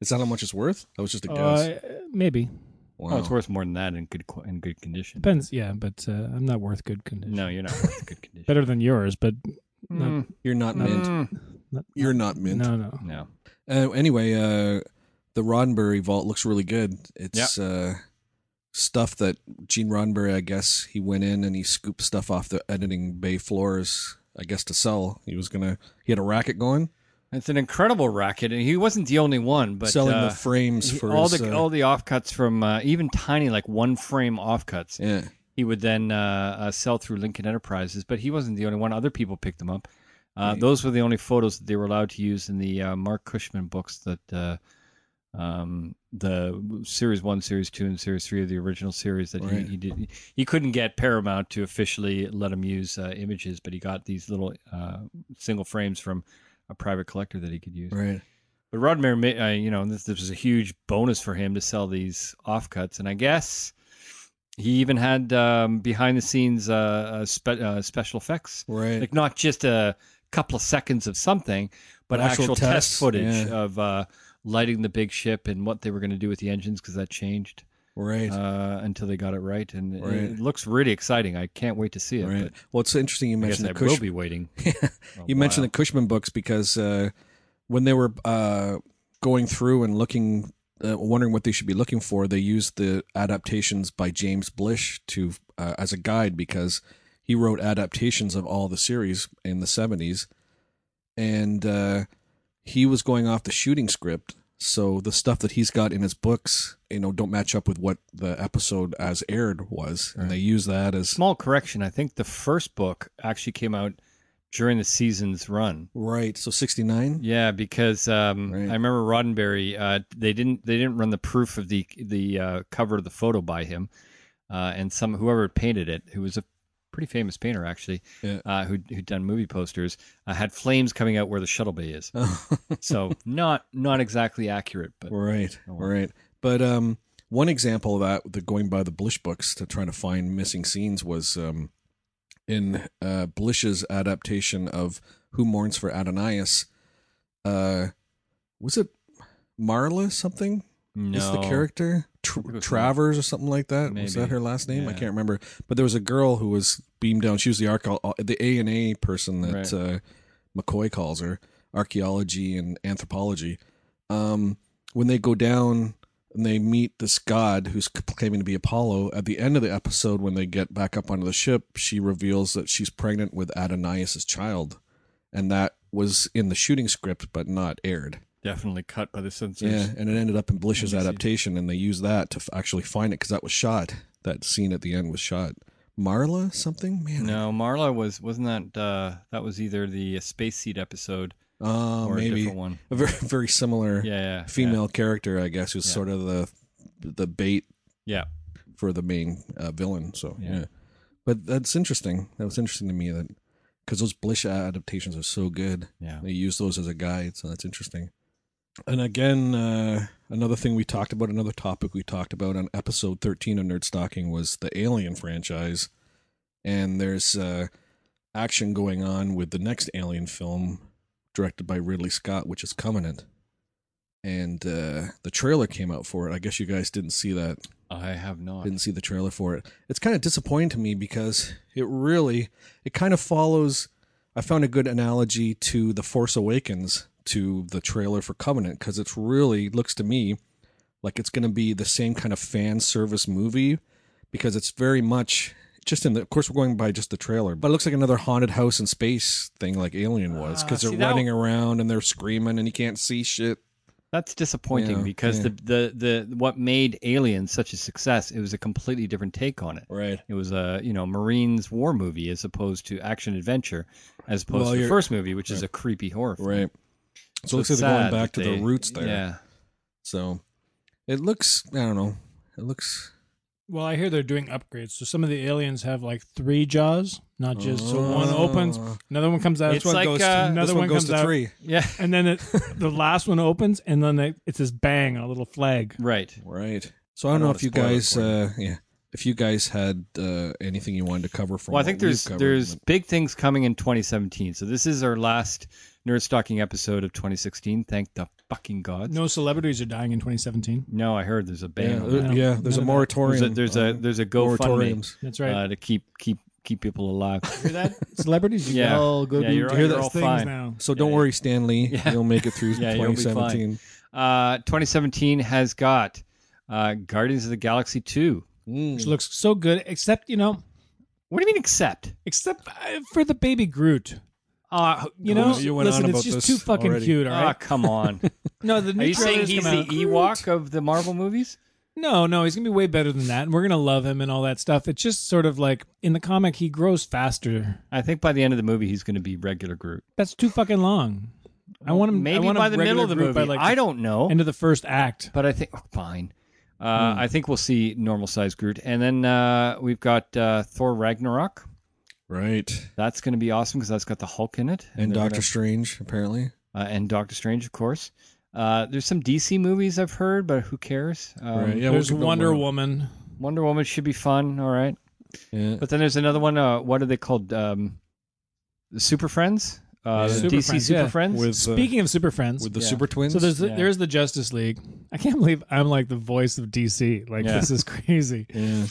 Speaker 2: Is that how much it's worth? That was just a guess.
Speaker 3: Uh, maybe
Speaker 2: wow.
Speaker 4: Oh, it's worth more than that in good qu- in good condition.
Speaker 3: depends. Yeah, but uh, I'm not worth good condition.
Speaker 4: No, you're not worth good condition.
Speaker 3: better than yours, but
Speaker 4: Mm,
Speaker 2: You're not mint.
Speaker 4: mm,
Speaker 3: not,
Speaker 2: You're not mint.
Speaker 3: no, no.
Speaker 4: no.
Speaker 2: Uh, anyway, uh, the Roddenberry vault looks really good. It's uh, stuff that Gene Roddenberry, I guess, he went in and he scooped stuff off the editing bay floors, I guess, to sell. He was gonna, he had a racket going,
Speaker 4: It's an incredible racket, and he wasn't the only one. But
Speaker 2: selling
Speaker 4: uh,
Speaker 2: the frames
Speaker 4: he-
Speaker 2: for
Speaker 4: all
Speaker 2: his,
Speaker 4: the
Speaker 2: uh,
Speaker 4: all the offcuts from uh, even tiny, like one frame offcuts.
Speaker 2: yeah,
Speaker 4: he would then uh, uh, sell through Lincoln Enterprises, but he wasn't the only one. Other people picked them up. Uh,
Speaker 2: Right.
Speaker 4: Those were the only photos that they were allowed to use in the uh, Mark Cushman books that uh, um, the series one, series two, and series three of the original series that
Speaker 2: Right.
Speaker 4: he, he did. He couldn't get Paramount to officially let him use uh, images, but he got these little uh, single frames from a private collector that he could use.
Speaker 2: right,
Speaker 4: But Roddenberry, ma- uh, you know, this, this was a huge bonus for him to sell these offcuts, and I guess he even had um, behind the scenes uh, uh, spe- uh, special effects,
Speaker 2: right,
Speaker 4: like not just a couple of seconds of something, but
Speaker 2: Actual
Speaker 4: actual, test
Speaker 2: tests, yeah.
Speaker 4: footage of uh, lighting the big ship and what they were going to do with the engines because that changed
Speaker 2: right.
Speaker 4: uh, until they got it right, and it-
Speaker 2: Right.
Speaker 4: it looks really exciting. I can't wait to see it.
Speaker 2: Right. Well, it's interesting you
Speaker 4: But I guess
Speaker 2: mentioned
Speaker 4: I
Speaker 2: the Cush-
Speaker 4: will be waiting.
Speaker 2: you mentioned the Cushman books because uh, when they were uh, going through and looking, uh, wondering what they should be looking for, they used the adaptations by James Blish to uh, as a guide because he wrote adaptations of all the series in the seventies, and uh, he was going off the shooting script. So the stuff that he's got in his books, you know, don't match up with what the episode as aired was, and they use that as
Speaker 4: small correction. I think the first book actually came out during the season's run.
Speaker 2: right. So sixty nine,
Speaker 4: Yeah, because um,
Speaker 2: Right.
Speaker 4: I remember Roddenberry. Uh, they didn't they didn't run the proof of the the uh, cover of the photo by him, uh, and some whoever painted it, who was a pretty famous painter actually,
Speaker 2: Yeah.
Speaker 4: uh, who who'd done movie posters, uh, had flames coming out where the shuttle bay is.
Speaker 2: Oh.
Speaker 4: so not not exactly accurate, but
Speaker 2: Right,
Speaker 4: Oh, well.
Speaker 2: right. But um, one example of that, the going by the Blish books to try to find missing scenes, was um, in uh, Blish's adaptation of "Who Mourns for Adonias." Uh, was it Marla something?
Speaker 4: no.
Speaker 2: Is the character Tr-
Speaker 4: it was
Speaker 2: Travers or something like that? Was that
Speaker 4: Maybe.
Speaker 2: her last name? I
Speaker 4: Yeah.
Speaker 2: can't remember. But there was a girl who was beamed down. She was the archeo- the A and A person that
Speaker 4: Right.
Speaker 2: uh, McCoy calls her, archaeology and anthropology. Um, when they go down and they meet this god who's claiming to be Apollo. At the end of the episode, when they get back up onto the ship, she reveals that she's pregnant with Adonias' child, and that was in the shooting script but not aired.
Speaker 4: Definitely cut by the
Speaker 2: Yeah,
Speaker 4: censors.
Speaker 2: and it ended up in Blish's
Speaker 4: NBC.
Speaker 2: adaptation, and they used that to f- actually find it because that was shot. That scene at the end was shot. Marla something man.
Speaker 4: No, Marla was wasn't that uh that was either the space seat episode
Speaker 2: Oh,
Speaker 4: or a
Speaker 2: maybe
Speaker 4: different one.
Speaker 2: a very very similar
Speaker 4: Yeah, yeah, yeah.
Speaker 2: female character, I guess, who's
Speaker 4: Yeah.
Speaker 2: sort of the the bait
Speaker 4: Yeah.
Speaker 2: for the main uh, villain. So yeah.
Speaker 4: Yeah.
Speaker 2: but that's interesting. That was interesting to me that because those Blish adaptations are so good,
Speaker 4: Yeah.
Speaker 2: they use those as a guide. So that's interesting. And again, uh, another thing we talked about, another topic we talked about on episode thirteen of Nerd Stalking was the Alien franchise, and there's uh, action going on with the next Alien film directed by Ridley Scott, which is Covenant. And uh, the trailer came out for it. I guess you guys didn't see that
Speaker 4: I have not.
Speaker 2: didn't see the trailer for it. It's kind of disappointing to me because it really it kind of follows I found a good analogy to The Force Awakens to the trailer for Covenant cuz it's really looks to me like it's going to be the same kind of fan service movie because it's very much just in the of course we're going by just the trailer but it looks like another haunted house in space thing like alien was because
Speaker 4: Ah,
Speaker 2: they're
Speaker 4: see, that-
Speaker 2: running around and they're screaming and you can't see shit
Speaker 4: That's disappointing
Speaker 2: Yeah,
Speaker 4: because
Speaker 2: yeah.
Speaker 4: the, the the what made Alien such a success, it was a completely different take on it.
Speaker 2: right
Speaker 4: It was a you know Marines war movie as opposed to action adventure, as opposed
Speaker 2: Well,
Speaker 4: to the
Speaker 2: you're-
Speaker 4: first movie, which is
Speaker 2: right.
Speaker 4: a creepy horror. Film.
Speaker 2: right so it looks like
Speaker 4: it's
Speaker 2: they're going
Speaker 4: sad
Speaker 2: back to
Speaker 4: that
Speaker 2: their
Speaker 4: they-
Speaker 2: roots there
Speaker 4: Yeah,
Speaker 2: So it looks, I don't know. It looks
Speaker 3: Well, I hear they're doing upgrades. So some of the aliens have like three jaws, not just so one opens,
Speaker 2: Oh.
Speaker 3: another one comes out,
Speaker 4: It's like, uh,
Speaker 3: another
Speaker 2: this
Speaker 3: one,
Speaker 2: one, goes
Speaker 3: comes
Speaker 2: to
Speaker 3: out,
Speaker 2: three.
Speaker 4: yeah,
Speaker 3: and then it, the last one opens, and then it, it says bang on a little flag.
Speaker 4: right.
Speaker 2: Right. So I don't,
Speaker 4: I don't
Speaker 2: know
Speaker 4: wanna
Speaker 2: if you
Speaker 4: spoil it
Speaker 2: guys,
Speaker 4: for you.
Speaker 2: uh, yeah, if you guys had uh, anything you wanted to cover from.
Speaker 4: Well, I
Speaker 2: what
Speaker 4: think there's
Speaker 2: we've covered,
Speaker 4: there's
Speaker 2: but-
Speaker 4: big things coming in 2017. So this is our last nerd stalking episode of 2016. Thank the fucking gods.
Speaker 3: No celebrities are dying in 2017.
Speaker 4: No, I heard there's a ban.
Speaker 2: yeah,
Speaker 4: on
Speaker 2: there-
Speaker 4: that.
Speaker 3: No,
Speaker 2: yeah, there's a
Speaker 3: no, no.
Speaker 4: There's a
Speaker 2: moratorium.
Speaker 4: there's
Speaker 2: uh,
Speaker 4: a there's a GoFundMe
Speaker 2: moratoriums.
Speaker 3: That's right.
Speaker 4: uh, to keep keep keep people alive.
Speaker 3: hear that? Celebrities, you
Speaker 4: Yeah.
Speaker 3: yeah. all go
Speaker 4: Yeah,
Speaker 3: do
Speaker 4: you're right,
Speaker 3: those
Speaker 4: you're all
Speaker 3: things
Speaker 4: fine.
Speaker 3: now.
Speaker 2: So don't
Speaker 4: yeah.
Speaker 2: worry, Stan Lee.
Speaker 4: Yeah.
Speaker 2: You'll make it through
Speaker 4: Yeah, you'll be fine.
Speaker 2: 2017.
Speaker 4: Uh, 2017 has got uh, Guardians of the Galaxy 2.
Speaker 3: Which
Speaker 2: Mm.
Speaker 3: looks so good, except you know,
Speaker 4: What do you mean except?
Speaker 3: except uh, for the baby Groot.
Speaker 4: Uh,
Speaker 3: You
Speaker 2: Oh,
Speaker 3: know,
Speaker 2: you went
Speaker 3: listen,
Speaker 2: on
Speaker 3: it's
Speaker 2: about this
Speaker 3: just too fucking
Speaker 2: already.
Speaker 3: cute. All
Speaker 4: ah,
Speaker 3: right.
Speaker 4: come on.
Speaker 3: no, the new
Speaker 4: Are you saying
Speaker 3: trailer's
Speaker 4: he's
Speaker 3: come
Speaker 4: the
Speaker 3: out.
Speaker 4: Ewok of the Marvel movies?
Speaker 3: No, no, he's gonna be way better than that, and we're gonna love him and all that stuff. It's just sort of like in the comic, he grows faster.
Speaker 4: I think by the end of the movie, he's going to be regular Groot.
Speaker 3: That's too fucking long. I want him. I
Speaker 4: Maybe
Speaker 3: want
Speaker 4: by
Speaker 3: him
Speaker 4: the middle
Speaker 3: regular
Speaker 4: of the
Speaker 3: Groot
Speaker 4: movie.
Speaker 3: By like
Speaker 4: I don't know.
Speaker 3: end of the first act.
Speaker 4: but I think, oh, fine. Uh, I think we'll see normal size Groot. And then uh, we've got uh, Thor Ragnarok.
Speaker 2: Right.
Speaker 4: That's going to be awesome because that's got the Hulk in it.
Speaker 2: And
Speaker 4: they're
Speaker 2: Doctor Strange, apparently.
Speaker 4: gonna- uh, and Doctor Strange, of course. Uh, there's some DC movies I've heard, but who cares? Um,
Speaker 2: right. Yeah, we'll
Speaker 3: There's
Speaker 2: give them
Speaker 3: Wonder
Speaker 2: one.
Speaker 3: Woman.
Speaker 4: Wonder Woman should be fun. All right.
Speaker 2: Yeah.
Speaker 4: But then there's another one. Uh, what are they called? Um, Super Friends.
Speaker 2: Yeah.
Speaker 4: Uh, the
Speaker 3: Super
Speaker 4: DC
Speaker 3: Friends,
Speaker 4: Super
Speaker 3: yeah.
Speaker 4: Friends.
Speaker 2: With
Speaker 3: Speaking of super friends,
Speaker 2: the, with the
Speaker 4: Yeah.
Speaker 2: Super Twins.
Speaker 3: so there's the,
Speaker 4: yeah.
Speaker 3: there's the Justice League. I can't believe I'm like the voice of DC. Like
Speaker 4: Yeah.
Speaker 3: this is crazy.
Speaker 2: yeah.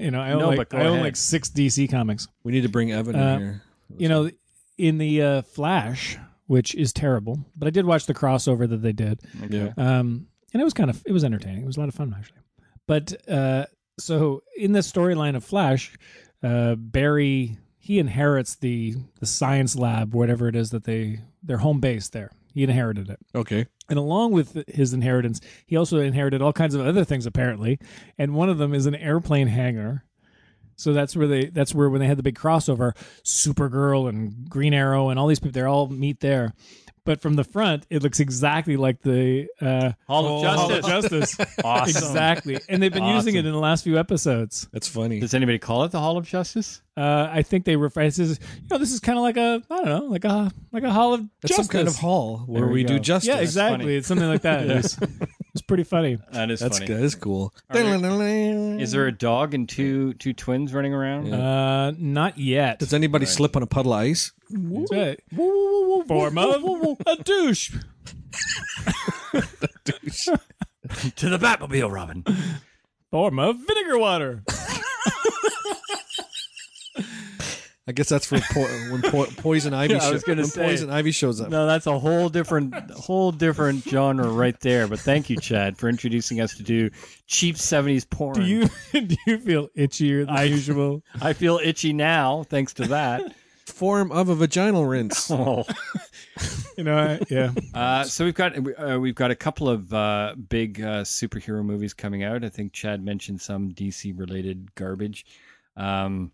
Speaker 3: You know, I
Speaker 4: No,
Speaker 3: own
Speaker 4: but
Speaker 3: like
Speaker 4: go
Speaker 3: I own
Speaker 4: ahead.
Speaker 3: like six DC comics.
Speaker 2: We need to bring Evan
Speaker 3: Uh,
Speaker 2: in here.
Speaker 3: You know, in the uh, Flash, which is terrible, but I did watch the crossover that they did.
Speaker 2: Yeah.
Speaker 3: Um, and it was kind of it was entertaining. It was a lot of fun actually. But uh, so in the storyline of Flash, uh, Barry he inherits the the science lab, whatever it is that they their home base there. He inherited it,
Speaker 2: Okay.
Speaker 3: and along with his inheritance, he also inherited all kinds of other things apparently. And one of them is an airplane hangar. So that's where they that's where when they had the big crossover, Supergirl and Green Arrow and all these people, they all meet there. But from the front, it looks exactly like the uh,
Speaker 4: Hall of Justice.
Speaker 3: Hall of Justice.
Speaker 4: Awesome.
Speaker 3: exactly. And they've been using it in the last few episodes.
Speaker 2: That's funny.
Speaker 4: Does anybody call it the Hall of Justice?
Speaker 3: Uh, I think they refer this is you know, this is kind of like a I don't know, like a like a Hall of
Speaker 2: That's
Speaker 3: Justice.
Speaker 2: some kind of hall where
Speaker 4: There
Speaker 2: we
Speaker 4: we
Speaker 2: do
Speaker 4: go.
Speaker 2: justice.
Speaker 3: yeah, exactly.
Speaker 4: funny.
Speaker 3: It's something like that. It's it's pretty funny.
Speaker 4: That is
Speaker 2: That's
Speaker 4: funny.
Speaker 2: good. That's cool.
Speaker 4: Are there- Is there a dog and two two twins running around?
Speaker 3: Uh, not yet.
Speaker 2: Does anybody slip on a puddle of ice?
Speaker 3: That's right. Form of a douche.
Speaker 4: to the Batmobile, Robin.
Speaker 3: Form of vinegar water.
Speaker 2: I guess that's for po- when po- Poison Ivy.
Speaker 4: Yeah, I
Speaker 2: sho-
Speaker 4: was gonna
Speaker 2: when
Speaker 4: say.
Speaker 2: Poison Ivy shows up.
Speaker 4: No, that's a whole different whole different genre right there. But thank you, Chad, for introducing us to do cheap seventies porn.
Speaker 3: Do you do you feel itchier than usual?
Speaker 4: I feel itchy now, thanks to that.
Speaker 2: Form of a vaginal rinse.
Speaker 4: oh.
Speaker 3: You know, I, yeah.
Speaker 4: Uh, so we've got uh, we've got a couple of uh, big uh, superhero movies coming out. I think Chad mentioned some DC related garbage. Um,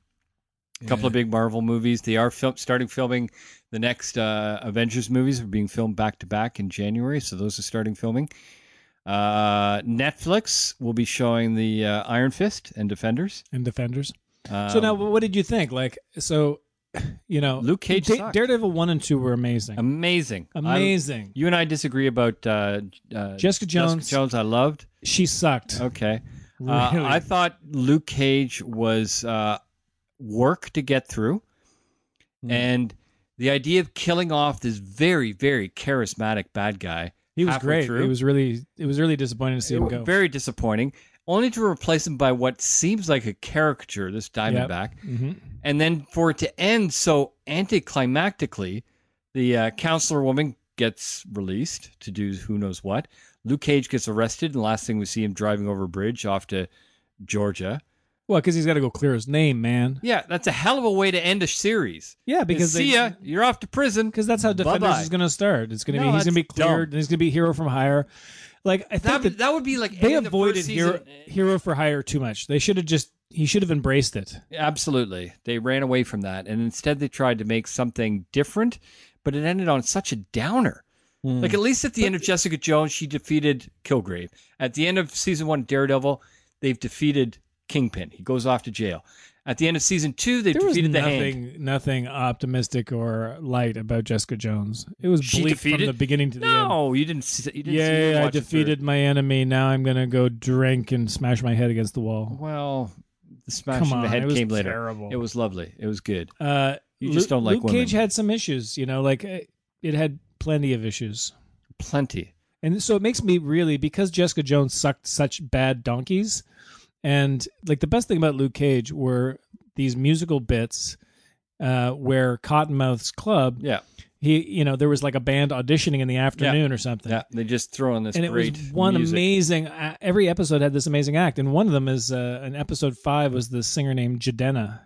Speaker 4: a couple of big Marvel movies. They are fil- starting filming the next uh, Avengers movies. Are being filmed back to back in January, so those are starting filming. Uh, Netflix will be showing the uh, Iron Fist and Defenders.
Speaker 3: And defenders.
Speaker 4: Um,
Speaker 3: So now, what did you think? Like, so you know,
Speaker 4: Luke Cage
Speaker 3: Da-
Speaker 4: sucked.
Speaker 3: Daredevil one and two were amazing,
Speaker 4: amazing, I-
Speaker 3: amazing.
Speaker 4: you and I disagree about uh, uh,
Speaker 3: Jessica Jones.
Speaker 4: Jones, I loved.
Speaker 3: she sucked.
Speaker 4: Okay. Uh,
Speaker 3: Really?
Speaker 4: I thought Luke Cage was uh, work to get through,
Speaker 3: Mm-hmm.
Speaker 4: and the idea of killing off this very, very charismatic bad guy.
Speaker 3: he was
Speaker 4: halfway
Speaker 3: great.
Speaker 4: through-
Speaker 3: It was really, it was really disappointing to see him go.
Speaker 4: very disappointing. Only to replace him by what seems like a caricature, this Diamondback,
Speaker 3: Mhm.
Speaker 4: and then for it to end so anticlimactically, the uh, counselor woman gets released to do who knows what. Luke Cage gets arrested, and the last thing we see him driving over a bridge off to Georgia.
Speaker 3: Well, because he's got to go clear his name, man.
Speaker 4: Yeah, that's a hell of a way to end a series.
Speaker 3: Yeah, because
Speaker 4: Because see
Speaker 3: they-
Speaker 4: ya, you're off to prison.
Speaker 3: Because that's how Defenders
Speaker 4: Bye-bye.
Speaker 3: is going to start. It's going to
Speaker 4: No,
Speaker 3: be he's going to be
Speaker 4: that's dumb.
Speaker 3: cleared. And he's going to be hero from hire. Like I
Speaker 4: that,
Speaker 3: think
Speaker 4: would-
Speaker 3: that,
Speaker 4: that would be like
Speaker 3: they
Speaker 4: ending the first
Speaker 3: avoided hero,
Speaker 4: season. eh.
Speaker 3: hero for hire too much. They should have just he should have embraced it.
Speaker 4: Absolutely, they ran away from that, and instead they tried to make something different, but it ended on such a downer.
Speaker 3: Hmm.
Speaker 4: Like at least at the end of Jessica Jones, she defeated Kilgrave. At the end of season one, Daredevil, they've defeated Kingpin. He goes off to jail. At the end of season two, they
Speaker 3: There was
Speaker 4: defeated the hand.
Speaker 3: nothing nothing optimistic or light about Jessica Jones. It was
Speaker 4: She
Speaker 3: bleak
Speaker 4: defeated-
Speaker 3: from the beginning to the end.
Speaker 4: No, you didn't. See, you didn't see
Speaker 3: Yay!
Speaker 4: her
Speaker 3: I
Speaker 4: watch it through.
Speaker 3: defeated my enemy. Now I'm going to go drink and smash my head against the wall.
Speaker 4: Well, the smash
Speaker 3: Come
Speaker 4: in the
Speaker 3: on,
Speaker 4: head
Speaker 3: it was
Speaker 4: came later.
Speaker 3: terrible.
Speaker 4: It was lovely. It was good.
Speaker 3: Uh,
Speaker 4: You just
Speaker 3: Luke,
Speaker 4: don't like
Speaker 3: Luke
Speaker 4: women.
Speaker 3: Cage had some issues. You know, like uh, it had plenty of issues.
Speaker 4: Plenty.
Speaker 3: And so it makes me really because Jessica Jones sucked such bad donkeys, and like the best thing about Luke Cage were these musical bits uh, where Cottonmouth's Club,
Speaker 4: Yeah.
Speaker 3: he you know there was like a band auditioning in the afternoon or something.
Speaker 4: Yeah. They just throw in this
Speaker 3: And it was
Speaker 4: great
Speaker 3: one
Speaker 4: music.
Speaker 3: amazing. a- Every episode had this amazing act, and one of them is uh, in episode five was the singer named Jadena.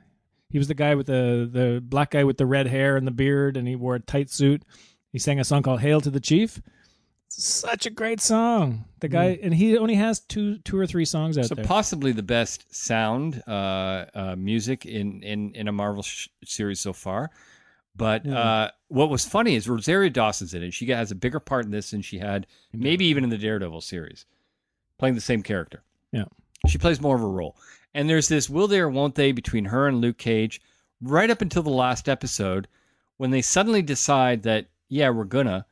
Speaker 3: He was the guy with the the black guy with the red hair and the beard, and he wore a tight suit. He sang a song called "Hail to the Chief." Such a great song. The guy, and he only has two two or three songs out
Speaker 4: Mm. So
Speaker 3: there.
Speaker 4: possibly the best sound uh, uh, music in in in a Marvel sh- series so far. But uh, what was funny is Rosario Dawson's in it. She has a bigger part in this than she had maybe even in the Daredevil series, playing the same character.
Speaker 3: Yeah.
Speaker 4: she plays more of a role. And there's this will they or won't they between her and Luke Cage, right up until the last episode, when they suddenly decide that yeah we're gonna,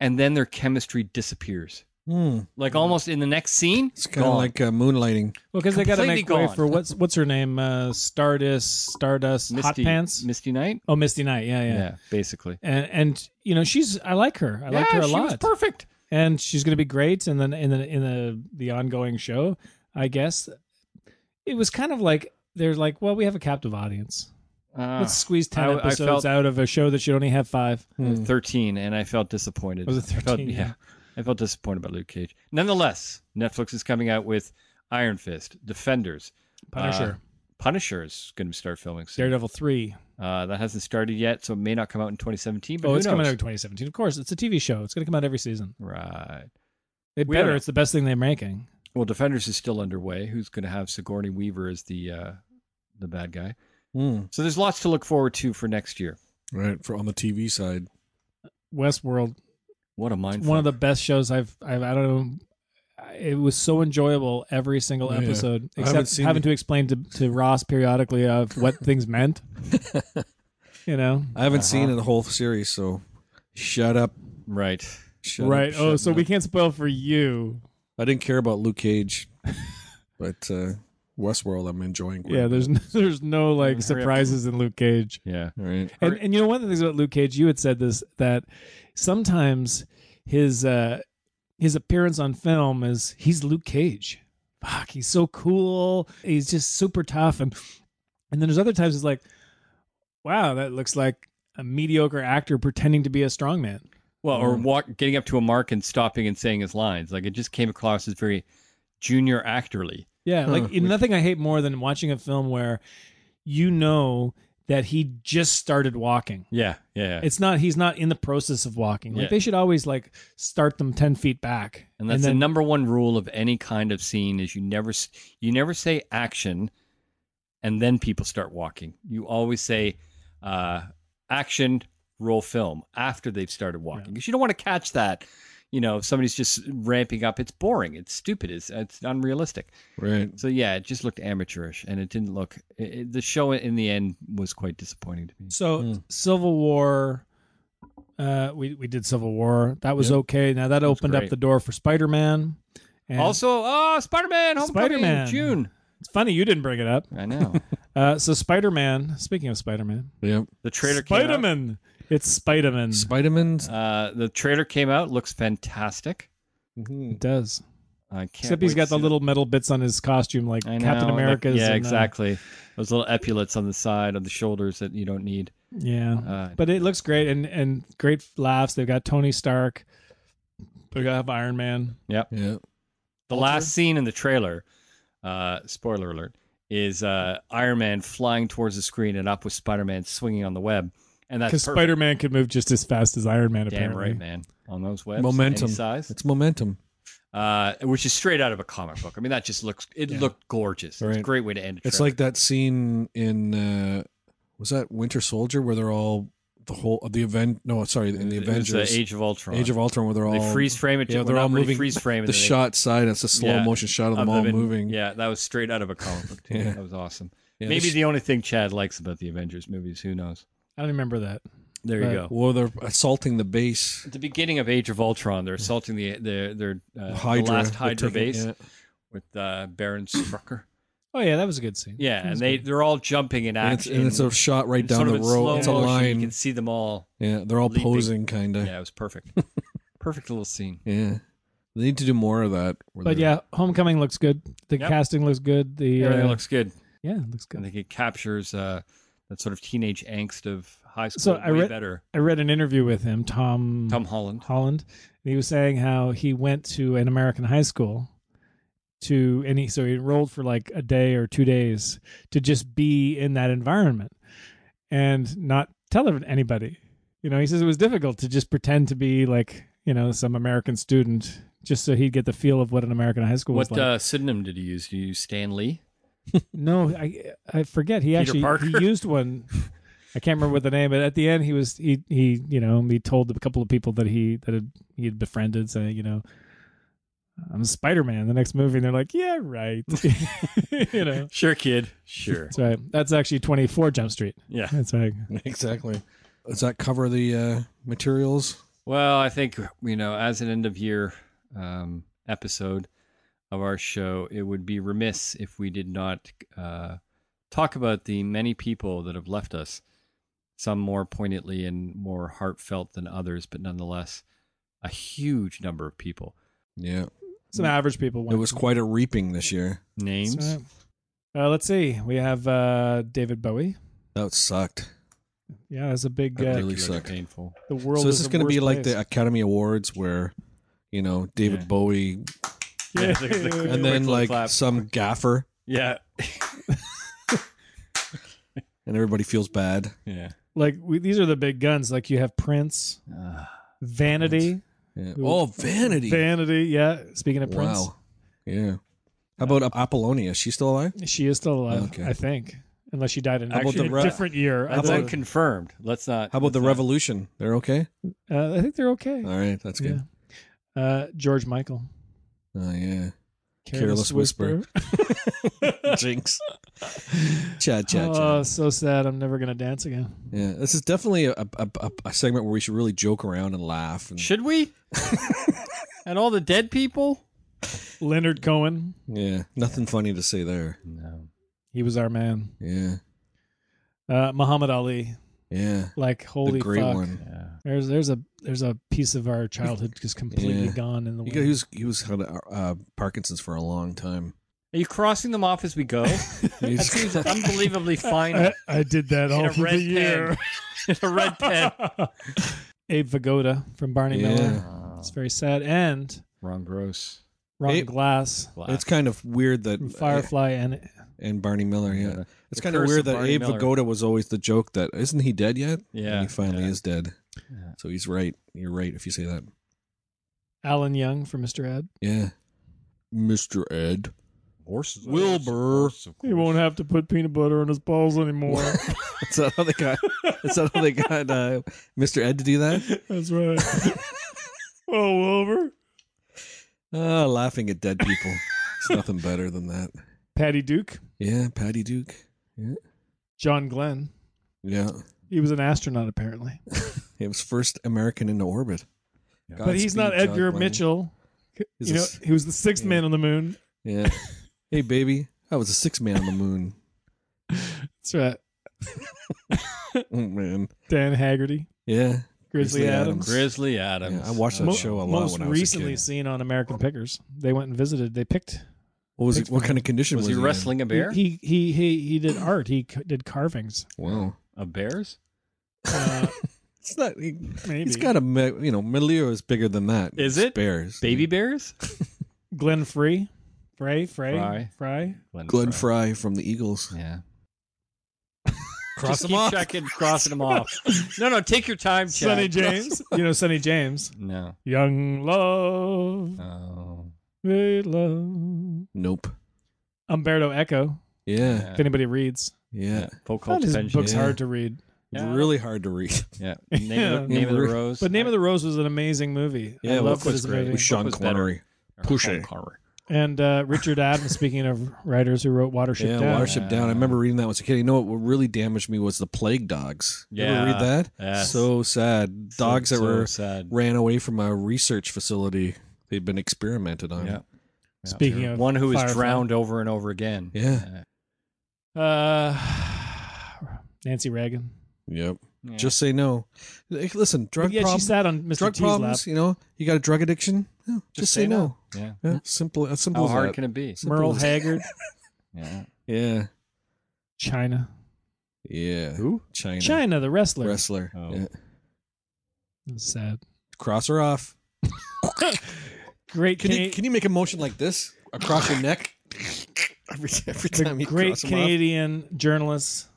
Speaker 4: and then their chemistry disappears. Like almost in the next scene,
Speaker 2: Hmm. It's kind of
Speaker 4: gone.
Speaker 2: like uh, moonlighting.
Speaker 3: well, because they got to
Speaker 4: completely
Speaker 3: make way
Speaker 4: gone.
Speaker 3: for what's what's her name, uh, Stardust, Stardust, Hot Pants.
Speaker 4: Misty Knight.
Speaker 3: oh, Misty Knight. Yeah, yeah.
Speaker 4: Yeah, basically.
Speaker 3: And and you know she's I like her. I liked her a
Speaker 4: she
Speaker 3: lot.
Speaker 4: was perfect.
Speaker 3: and she's going to be great in the in the in the the ongoing show. I guess it was kind of like they're like, well, we have a captive audience.
Speaker 4: Uh,
Speaker 3: Let's squeeze ten
Speaker 4: I- I
Speaker 3: episodes
Speaker 4: felt- Hmm.
Speaker 3: out of a show that should only have five.
Speaker 4: Thirteen, and I felt disappointed.
Speaker 3: Hmm. Was it
Speaker 4: I felt-
Speaker 3: 13?
Speaker 4: yeah, I felt disappointed about Luke Cage. Nonetheless, Netflix is coming out with Iron Fist, Defenders,
Speaker 3: Punisher,
Speaker 4: uh, Punisher is going to start filming soon.
Speaker 3: Daredevil three.
Speaker 4: Uh, that hasn't started yet, so it may not come out in 2017. But
Speaker 3: Oh,
Speaker 4: who
Speaker 3: it's
Speaker 4: knows?
Speaker 3: coming out in 2017. Of course, it's a TV show. It's going to come out every season.
Speaker 4: Right.
Speaker 3: It
Speaker 4: We
Speaker 3: better.
Speaker 4: don't-
Speaker 3: It's the best thing they're making.
Speaker 4: Well, Defenders is still underway. Who's going to have Sigourney Weaver as the uh, the bad guy?
Speaker 2: Mm.
Speaker 4: So there's lots to look forward to for next year.
Speaker 2: Right for on the TV side.
Speaker 3: Westworld,
Speaker 4: What a mind.
Speaker 3: one of the best shows I've I've I don't know. It was so enjoyable every single
Speaker 2: Yeah.
Speaker 3: episode,
Speaker 2: I haven't
Speaker 3: except
Speaker 2: seen
Speaker 3: having
Speaker 2: the-
Speaker 3: to explain to, to Ross periodically of what things meant. You know,
Speaker 2: I haven't seen the whole series, so shut up.
Speaker 4: right.
Speaker 2: Shut
Speaker 3: right.
Speaker 2: Up,
Speaker 3: oh,
Speaker 2: shut
Speaker 3: so
Speaker 2: up.
Speaker 3: we can't spoil for you.
Speaker 2: I didn't care about Luke Cage, but uh, Westworld I'm enjoying. quite
Speaker 3: Yeah,
Speaker 2: a
Speaker 3: there's no, there's no like
Speaker 4: Rip.
Speaker 3: surprises in Luke Cage.
Speaker 4: Yeah.
Speaker 2: bit. All right.
Speaker 3: And and you know one of the things about Luke Cage, you had said this that sometimes his uh his appearance on film is he's Luke Cage. Fuck, he's so cool. He's just super tough and and then there's other times it's like wow, that looks like a mediocre actor pretending to be a strongman.
Speaker 4: Well, or walk, getting up to a mark and stopping and saying his lines. Like it just came across as very junior actorly.
Speaker 3: Yeah, like in nothing I hate more than watching a film where you know that he just started walking.
Speaker 4: Yeah, yeah.
Speaker 3: It's not he's not in the process of walking. Like
Speaker 4: Yeah.
Speaker 3: they should always like start them ten feet back.
Speaker 4: and that's
Speaker 3: then,
Speaker 4: the number one rule of any kind of scene is you never s- you never say action, and then people start walking. You always say uh, action roll film after they've started walking because you don't want to catch that. You know, if somebody's just ramping up, it's boring. It's stupid. It's it's unrealistic.
Speaker 2: Right.
Speaker 4: So yeah, it just looked amateurish, and it didn't look. It, it- the show in the end was quite disappointing to me.
Speaker 3: so Civil War uh we, we did Civil War. That was
Speaker 2: Yep.
Speaker 3: okay. Now that opened up
Speaker 4: great.
Speaker 3: the door for Spider Man.
Speaker 4: Also, oh, Spider Man, Homecoming,
Speaker 3: Spider-Man.
Speaker 4: June.
Speaker 3: it's funny you didn't bring it up.
Speaker 4: I know.
Speaker 3: Uh so Spider Man, speaking of Spider Man.
Speaker 2: Yep.
Speaker 4: The trailer
Speaker 3: Spider
Speaker 4: came
Speaker 3: Man. It's Spider Man.
Speaker 2: Spiderman's.
Speaker 4: out. Uh, the trailer came out. Looks fantastic.
Speaker 3: it does.
Speaker 4: I can't.
Speaker 3: Except
Speaker 4: wait
Speaker 3: he's got
Speaker 4: to
Speaker 3: the
Speaker 4: see
Speaker 3: little metal bits on his costume, like
Speaker 4: that. I
Speaker 3: Captain
Speaker 4: know, that-
Speaker 3: America's.
Speaker 4: yeah,
Speaker 3: and, uh,
Speaker 4: exactly. Those little epaulets on the side, on the shoulders that you don't need.
Speaker 3: yeah,
Speaker 4: Uh,
Speaker 3: but it looks great and and great laughs. They've got Tony Stark. They have Iron Man.
Speaker 2: Yeah.
Speaker 4: the last scene in the trailer, uh, spoiler alert, is uh, Iron Man flying towards the screen and up with Spider Man swinging on the web, and that's
Speaker 3: Because
Speaker 4: perfect.
Speaker 3: Spider Man could move just as fast as Iron Man.
Speaker 4: Damn
Speaker 3: Apparently,
Speaker 4: right, man. On those webs,
Speaker 2: Momentum.
Speaker 4: any size,
Speaker 2: It's momentum.
Speaker 4: uh, which is straight out of a comic book. I mean, that just looks. It looked gorgeous. It's a
Speaker 2: Right.
Speaker 4: great way to end. A
Speaker 2: It's
Speaker 4: trip.
Speaker 2: like that scene in uh was that Winter Soldier where they're all the whole of the event. No, sorry, in the
Speaker 4: It was uh,
Speaker 2: Avengers
Speaker 4: Age of Ultron.
Speaker 2: Age of Ultron where they're all
Speaker 4: They freeze frame it.
Speaker 2: Yeah,
Speaker 4: well,
Speaker 2: they're
Speaker 4: not
Speaker 2: all
Speaker 4: really
Speaker 2: moving.
Speaker 4: Freeze frame it,
Speaker 2: the
Speaker 4: they-
Speaker 2: shot side. It's a slow
Speaker 4: Yeah.
Speaker 2: motion shot of them all
Speaker 4: in-
Speaker 2: moving.
Speaker 4: Yeah, that was straight out of a comic book. too.
Speaker 2: Yeah.
Speaker 4: That was awesome.
Speaker 2: Yeah,
Speaker 4: Maybe
Speaker 2: this-
Speaker 4: the only thing Chad likes about the Avengers movies. Who knows?
Speaker 3: I don't remember that.
Speaker 4: There
Speaker 3: Right.
Speaker 4: you go.
Speaker 2: Uh, well, they're assaulting the base.
Speaker 4: At the beginning of Age of Ultron, they're assaulting the their their uh,
Speaker 2: Hydra,
Speaker 4: the last
Speaker 2: They're
Speaker 4: Hydra
Speaker 2: taking-
Speaker 4: base
Speaker 2: yeah.
Speaker 4: with uh, Baron Strucker.
Speaker 3: Oh yeah, that was a good scene.
Speaker 4: Yeah, and they they're all jumping in
Speaker 2: And it's,
Speaker 4: action.
Speaker 2: and it's a shot right
Speaker 4: It's
Speaker 2: down
Speaker 4: sort of
Speaker 2: the
Speaker 4: in
Speaker 2: road.
Speaker 4: slow
Speaker 2: It's a
Speaker 4: motion. You
Speaker 2: line.
Speaker 4: can see them all.
Speaker 2: Yeah, they're all
Speaker 4: leaping.
Speaker 2: posing, kind of.
Speaker 4: Yeah, it was perfect. perfect little scene.
Speaker 2: Yeah. They need to do more of that. where
Speaker 3: But
Speaker 2: they're-
Speaker 3: yeah, Homecoming looks good. The
Speaker 4: Yep.
Speaker 3: casting looks good. The
Speaker 4: Everything
Speaker 3: uh,
Speaker 4: looks good.
Speaker 3: yeah, it looks
Speaker 4: I
Speaker 3: good.
Speaker 4: think it captures uh, that sort of teenage angst of high school
Speaker 3: So
Speaker 4: way
Speaker 3: I read- Mm.
Speaker 4: better.
Speaker 3: I read an interview with him, Tom
Speaker 4: Tom Holland.
Speaker 3: Holland, and he was saying how he went to an American high school to and he so he enrolled for like a day or two days to just be in that environment and not tell anybody. You know, he says it was difficult to just pretend to be like you know some American student just so he'd get the feel of what an American high school
Speaker 4: What
Speaker 3: was like.
Speaker 4: uh, pseudonym did he use? Did he use Stan Lee?
Speaker 3: No, I I forget. He actually
Speaker 4: Parker?
Speaker 3: he used one. I can't remember what the name, but at the end he was he he you know he told a couple of people that he that had, he had befriended saying you know I'm Spider Man the next movie and they're like yeah right you know
Speaker 4: Sure, kid. Sure.
Speaker 3: that's right that's actually 24 Jump Street
Speaker 4: yeah.
Speaker 3: that's right
Speaker 2: Exactly. Does that cover the uh, materials?
Speaker 4: Well, I think you know, as an end of year um, episode of our show, it would be remiss if we did not uh, talk about the many people that have left us. Some more poignantly and more heartfelt than others, but nonetheless, a huge number of people.
Speaker 2: Yeah.
Speaker 3: some average people
Speaker 2: Hmm. It was quite a reaping this year.
Speaker 4: Names.
Speaker 3: That's right. uh, let's see we have uh, David Bowie
Speaker 2: That sucked.
Speaker 3: yeah that's a big
Speaker 2: That
Speaker 3: uh,
Speaker 2: really
Speaker 4: particularly
Speaker 2: sucked.
Speaker 4: Painful.
Speaker 3: the world
Speaker 2: so this
Speaker 3: is,
Speaker 2: is,
Speaker 3: the
Speaker 2: going to be
Speaker 3: worst
Speaker 2: like
Speaker 3: place.
Speaker 2: the Academy Awards where, you know, David
Speaker 4: Yeah.
Speaker 2: Bowie
Speaker 4: Yeah, the-
Speaker 2: uh,
Speaker 3: Yeah.
Speaker 4: the-
Speaker 2: and then
Speaker 4: Quick little
Speaker 2: like
Speaker 4: clap.
Speaker 2: some gaffer
Speaker 4: Yeah.
Speaker 2: and everybody feels bad.
Speaker 4: Yeah.
Speaker 3: like we, these are the big guns like you have Prince
Speaker 4: Uh,
Speaker 3: Vanity.
Speaker 2: Yeah.
Speaker 3: Ooh.
Speaker 2: Oh, vanity.
Speaker 3: Vanity, yeah. Speaking of Prince,
Speaker 2: wow. Yeah. How about Apollonia? Is she still alive?
Speaker 3: she is still alive,
Speaker 2: Okay.
Speaker 3: I think, unless she died in
Speaker 4: How about
Speaker 3: actually,
Speaker 2: the re-
Speaker 3: a different year. I,
Speaker 4: that's
Speaker 3: think,
Speaker 4: unconfirmed. Let's not.
Speaker 2: How about the
Speaker 4: let's not-
Speaker 2: revolution? They're okay?
Speaker 3: uh, I think they're okay.
Speaker 2: All right. That's
Speaker 3: yeah.
Speaker 2: good.
Speaker 3: Uh, George Michael,
Speaker 2: Oh, yeah. Careless Jinx. Chad, Chad, Chad.
Speaker 3: Oh, so sad. I'm never gonna dance again.
Speaker 2: Yeah, this is definitely a, a, a, a segment where we should really joke around and laugh. And,
Speaker 4: Should we? and all the dead people?
Speaker 3: Leonard Cohen,
Speaker 2: yeah, nothing funny to say there.
Speaker 4: No.
Speaker 3: he was our man.
Speaker 2: Yeah,
Speaker 3: Uh, Muhammad Ali,
Speaker 2: yeah,
Speaker 3: like holy
Speaker 2: the great
Speaker 3: fuck.
Speaker 2: one.
Speaker 4: Yeah.
Speaker 3: There's there's a there's a piece of our childhood just completely
Speaker 2: Yeah.
Speaker 3: gone in the
Speaker 2: He,
Speaker 3: wind.
Speaker 2: uh, got- he was he was had uh, Parkinson's for a long time.
Speaker 4: Are you crossing them off as we go? that seems unbelievably fine.
Speaker 3: I, I did that
Speaker 4: in
Speaker 3: all
Speaker 4: a
Speaker 3: for
Speaker 4: red
Speaker 3: the year.
Speaker 4: pen. in a red pen.
Speaker 6: Abe Vigoda from Barney Miller.
Speaker 2: Yeah.
Speaker 6: It's very sad. And
Speaker 4: Ron Gross.
Speaker 6: Ron
Speaker 2: Abe-
Speaker 6: Glass
Speaker 2: It's kind of weird that uh,
Speaker 6: from Firefly and
Speaker 2: and Barney Miller, yeah.
Speaker 4: Yeah.
Speaker 2: It's
Speaker 4: The
Speaker 2: kind of
Speaker 4: curse
Speaker 2: weird
Speaker 4: of
Speaker 2: that
Speaker 4: Barney
Speaker 2: Abe
Speaker 4: Miller.
Speaker 2: Vigoda was always the joke that isn't he dead yet?
Speaker 4: Yeah.
Speaker 2: And he finally
Speaker 4: Yeah.
Speaker 2: is dead.
Speaker 4: Yeah.
Speaker 2: So he's right. You're right if you say that.
Speaker 6: Alan Young from Mr. Ed.
Speaker 2: Yeah. Mr. Ed.
Speaker 4: Horses.
Speaker 2: Wilbur.
Speaker 3: He won't have to put peanut butter on his balls anymore.
Speaker 2: Is that how they got? Is that how they got uh, Mr. Ed to do that?
Speaker 3: That's right. oh, Wilbur.
Speaker 2: Oh, laughing at dead people. It's nothing better than that.
Speaker 3: Patty Duke.
Speaker 2: Yeah, Patty Duke.
Speaker 3: John Glenn.
Speaker 2: Yeah,
Speaker 3: He was an astronaut, apparently.
Speaker 2: Oh, he was first American into orbit.
Speaker 3: but he's
Speaker 2: Godspeed,
Speaker 3: not
Speaker 2: John
Speaker 3: Edgar
Speaker 2: Glenn.
Speaker 3: Mitchell.
Speaker 2: He's
Speaker 3: you
Speaker 2: a
Speaker 3: know,
Speaker 2: s-
Speaker 3: he was the sixth
Speaker 2: yeah.
Speaker 3: man on the moon.
Speaker 2: yeah. Hey, baby, I was a six man on the moon.
Speaker 3: That's right.
Speaker 2: Oh man.
Speaker 3: Dan Haggerty.
Speaker 2: Yeah.
Speaker 3: Grizzly,
Speaker 2: Grizzly
Speaker 3: Adams.
Speaker 4: Grizzly Adams.
Speaker 2: Yeah, I watched that
Speaker 3: Mo-
Speaker 2: show a lot
Speaker 3: most
Speaker 2: when I was a
Speaker 3: recently
Speaker 2: kid.
Speaker 3: seen on American Pickers. They went and visited. They picked.
Speaker 2: What was it? What kind of condition was,
Speaker 4: Was he
Speaker 2: in?
Speaker 4: wrestling a bear?
Speaker 3: He he he he did art. He c- did carvings.
Speaker 2: Wow.
Speaker 4: A bears?
Speaker 3: Uh,
Speaker 2: It's not. He,
Speaker 3: maybe
Speaker 2: he's got a me- you know Melio is bigger than that.
Speaker 4: Is
Speaker 2: It's
Speaker 4: it?
Speaker 2: bears?
Speaker 4: Baby bears?
Speaker 3: Glenn Free, Frey, Frey,
Speaker 4: Fry.
Speaker 3: Fry.
Speaker 4: Glenn,
Speaker 2: Glenn Fry from the Eagles.
Speaker 4: Yeah.
Speaker 2: Cross
Speaker 4: Just keep checking, crossing them off. No, no, take your time, Chad.
Speaker 3: Sonny James. you know Sonny James.
Speaker 4: No.
Speaker 3: Young love,
Speaker 4: Oh.
Speaker 3: great love.
Speaker 2: Nope.
Speaker 3: Umberto Eco.
Speaker 2: Yeah.
Speaker 3: If anybody reads,
Speaker 2: Yeah.
Speaker 4: Folk
Speaker 3: God, his book's
Speaker 2: yeah.
Speaker 3: hard to read.
Speaker 4: Yeah.
Speaker 2: Really hard to read.
Speaker 4: Yeah. Name, Of, the, name of the
Speaker 2: Yeah.
Speaker 4: rose.
Speaker 3: But Name of the Rose was an amazing movie.
Speaker 2: Yeah,
Speaker 3: I
Speaker 2: well,
Speaker 3: loved
Speaker 2: it
Speaker 3: it
Speaker 2: was
Speaker 3: as a
Speaker 4: great.
Speaker 3: movie.
Speaker 2: With Sean
Speaker 4: was better?
Speaker 2: Connery. Pusher.
Speaker 3: And uh, Richard Adams. speaking of writers who wrote Watership
Speaker 2: Yeah,
Speaker 3: Down,
Speaker 2: Watership Down. I remember reading that when I was a kid. You know what, what really damaged me was the Plague Dogs. You ever
Speaker 4: Yeah.
Speaker 2: read that?
Speaker 4: Yes.
Speaker 2: So sad.
Speaker 4: So-
Speaker 2: Dogs that
Speaker 4: so
Speaker 2: were
Speaker 4: sad.
Speaker 2: ran away from a research facility. They'd been experimented on.
Speaker 4: Yeah.
Speaker 3: Speaking of
Speaker 4: one who was
Speaker 3: Firefly.
Speaker 4: drowned over and over again.
Speaker 2: Yeah.
Speaker 3: Uh, Nancy Reagan.
Speaker 2: Yep.
Speaker 4: Yeah.
Speaker 2: Just say no. Hey, Listen, drug
Speaker 3: yeah,
Speaker 2: problem-
Speaker 3: she sat on Mr.
Speaker 2: drug
Speaker 3: T's lap.
Speaker 2: problems. You know, you got a drug addiction. Yeah, just, say, no.
Speaker 4: Yeah.
Speaker 2: Yeah, simple. As simple
Speaker 4: How
Speaker 2: as
Speaker 4: hard
Speaker 2: that.
Speaker 4: can it be?
Speaker 2: Simple
Speaker 3: Merle
Speaker 2: as-
Speaker 3: Haggard,
Speaker 4: Yeah.
Speaker 2: Yeah.
Speaker 3: China.
Speaker 2: Yeah.
Speaker 4: Who?
Speaker 2: China.
Speaker 3: China, the wrestler.
Speaker 2: Wrestler.
Speaker 4: Oh.
Speaker 2: Yeah.
Speaker 3: Sad.
Speaker 2: Cross her off.
Speaker 3: Great,
Speaker 2: Can you
Speaker 3: Cana-
Speaker 2: can you make a motion like this across your neck? Every, every
Speaker 3: the
Speaker 2: time you
Speaker 3: great
Speaker 2: cross them off.
Speaker 3: Canadian journalist,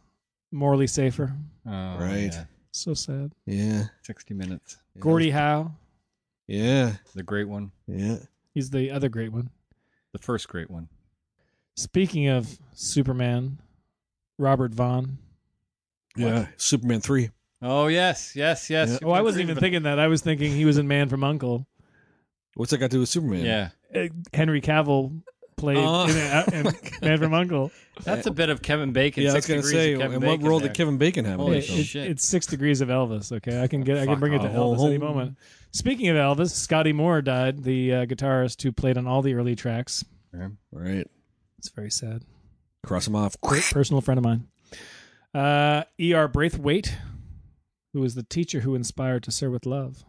Speaker 3: Morley Safer.
Speaker 4: Oh,
Speaker 2: Right.
Speaker 4: yeah.
Speaker 3: So sad.
Speaker 2: Yeah.
Speaker 4: 60 minutes.
Speaker 3: Gordie Howe.
Speaker 2: Yeah.
Speaker 4: The great one.
Speaker 2: Yeah.
Speaker 3: He's the other great one.
Speaker 4: The first great one.
Speaker 3: Speaking of Superman, Robert Vaughn.
Speaker 2: Yeah. Superman three.
Speaker 4: Oh, yes. Yes. Yes.
Speaker 2: Yeah.
Speaker 3: Oh, I wasn't even thinking that. I was thinking he was in Man from Uncle.
Speaker 2: What's that got to do with Superman?
Speaker 4: Yeah.
Speaker 3: Uh, Henry Cavill played
Speaker 2: Oh.
Speaker 3: in, uh, in Man from Uncle.
Speaker 4: That's a bit of Kevin Bacon.
Speaker 2: Yeah, I was
Speaker 4: Six
Speaker 2: gonna
Speaker 4: degrees of
Speaker 2: say,
Speaker 4: Kevin
Speaker 2: in what
Speaker 4: Bacon
Speaker 2: role
Speaker 4: there.
Speaker 2: did Kevin Bacon have? in
Speaker 4: Holy
Speaker 2: that
Speaker 3: It-
Speaker 2: film?
Speaker 3: it-
Speaker 4: shit.
Speaker 3: It's six degrees of Elvis. Okay, I can get. I can
Speaker 4: Fuck
Speaker 3: bring it to
Speaker 4: off.
Speaker 3: Elvis any
Speaker 2: Oh.
Speaker 3: moment. Speaking of Elvis, Scotty Moore died, the uh, guitarist who played on all the early tracks.
Speaker 2: Right.
Speaker 3: It's very sad.
Speaker 2: Cross him off.
Speaker 3: Great personal friend of mine. Uh, E.R. Braithwaite, who was the teacher who inspired To Sir with Love.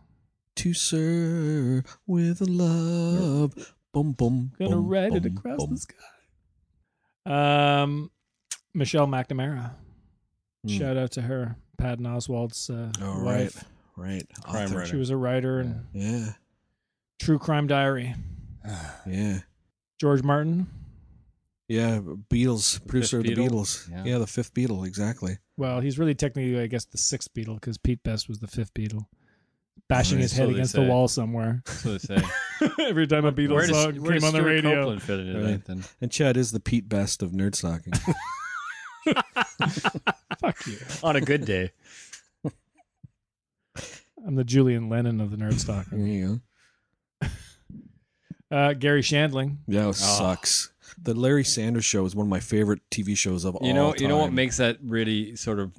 Speaker 2: to sir with love. Bum bum.
Speaker 3: Gonna
Speaker 2: bum,
Speaker 3: ride it
Speaker 2: bum,
Speaker 3: across
Speaker 2: bum.
Speaker 3: the sky. Um, Michelle McNamara.
Speaker 2: Hmm.
Speaker 3: Shout out to her, Patton Oswald's uh,
Speaker 2: Oh, right.
Speaker 3: wife.
Speaker 2: Right.
Speaker 4: Crime
Speaker 2: Author.
Speaker 4: writer.
Speaker 3: She was a writer and
Speaker 2: Yeah.
Speaker 3: True Crime Diary.
Speaker 2: Yeah.
Speaker 3: George Martin.
Speaker 2: Yeah. Beatles. Producer of the
Speaker 4: Beatle.
Speaker 2: Beatles.
Speaker 4: Yeah.
Speaker 2: Yeah. the fifth Beatle. Exactly.
Speaker 3: Well, he's really technically, I guess, the sixth Beatle because Pete Best was the fifth Beatle, bashing
Speaker 4: Right,
Speaker 3: his
Speaker 4: so
Speaker 3: head
Speaker 4: they
Speaker 3: against
Speaker 4: say.
Speaker 3: the wall somewhere
Speaker 4: So to say.
Speaker 3: every time a Beatles
Speaker 4: Where does-
Speaker 3: song
Speaker 4: where
Speaker 3: came
Speaker 4: does
Speaker 3: on the
Speaker 4: Stuart
Speaker 3: radio.
Speaker 4: Copeland fit into
Speaker 2: Right.
Speaker 4: that then?
Speaker 2: And Chad is the Pete Best of nerd stocking.
Speaker 3: Fuck you!
Speaker 4: On a good day.
Speaker 3: I'm the Julian Lennon of the nerd stock.
Speaker 2: there you go.
Speaker 3: Uh, Gary Shandling.
Speaker 2: Yeah, it
Speaker 4: Ah.
Speaker 2: sucks. The Larry Sanders Show is one of my favorite TV shows of all
Speaker 4: you know
Speaker 2: time.
Speaker 4: you know what makes that really sort of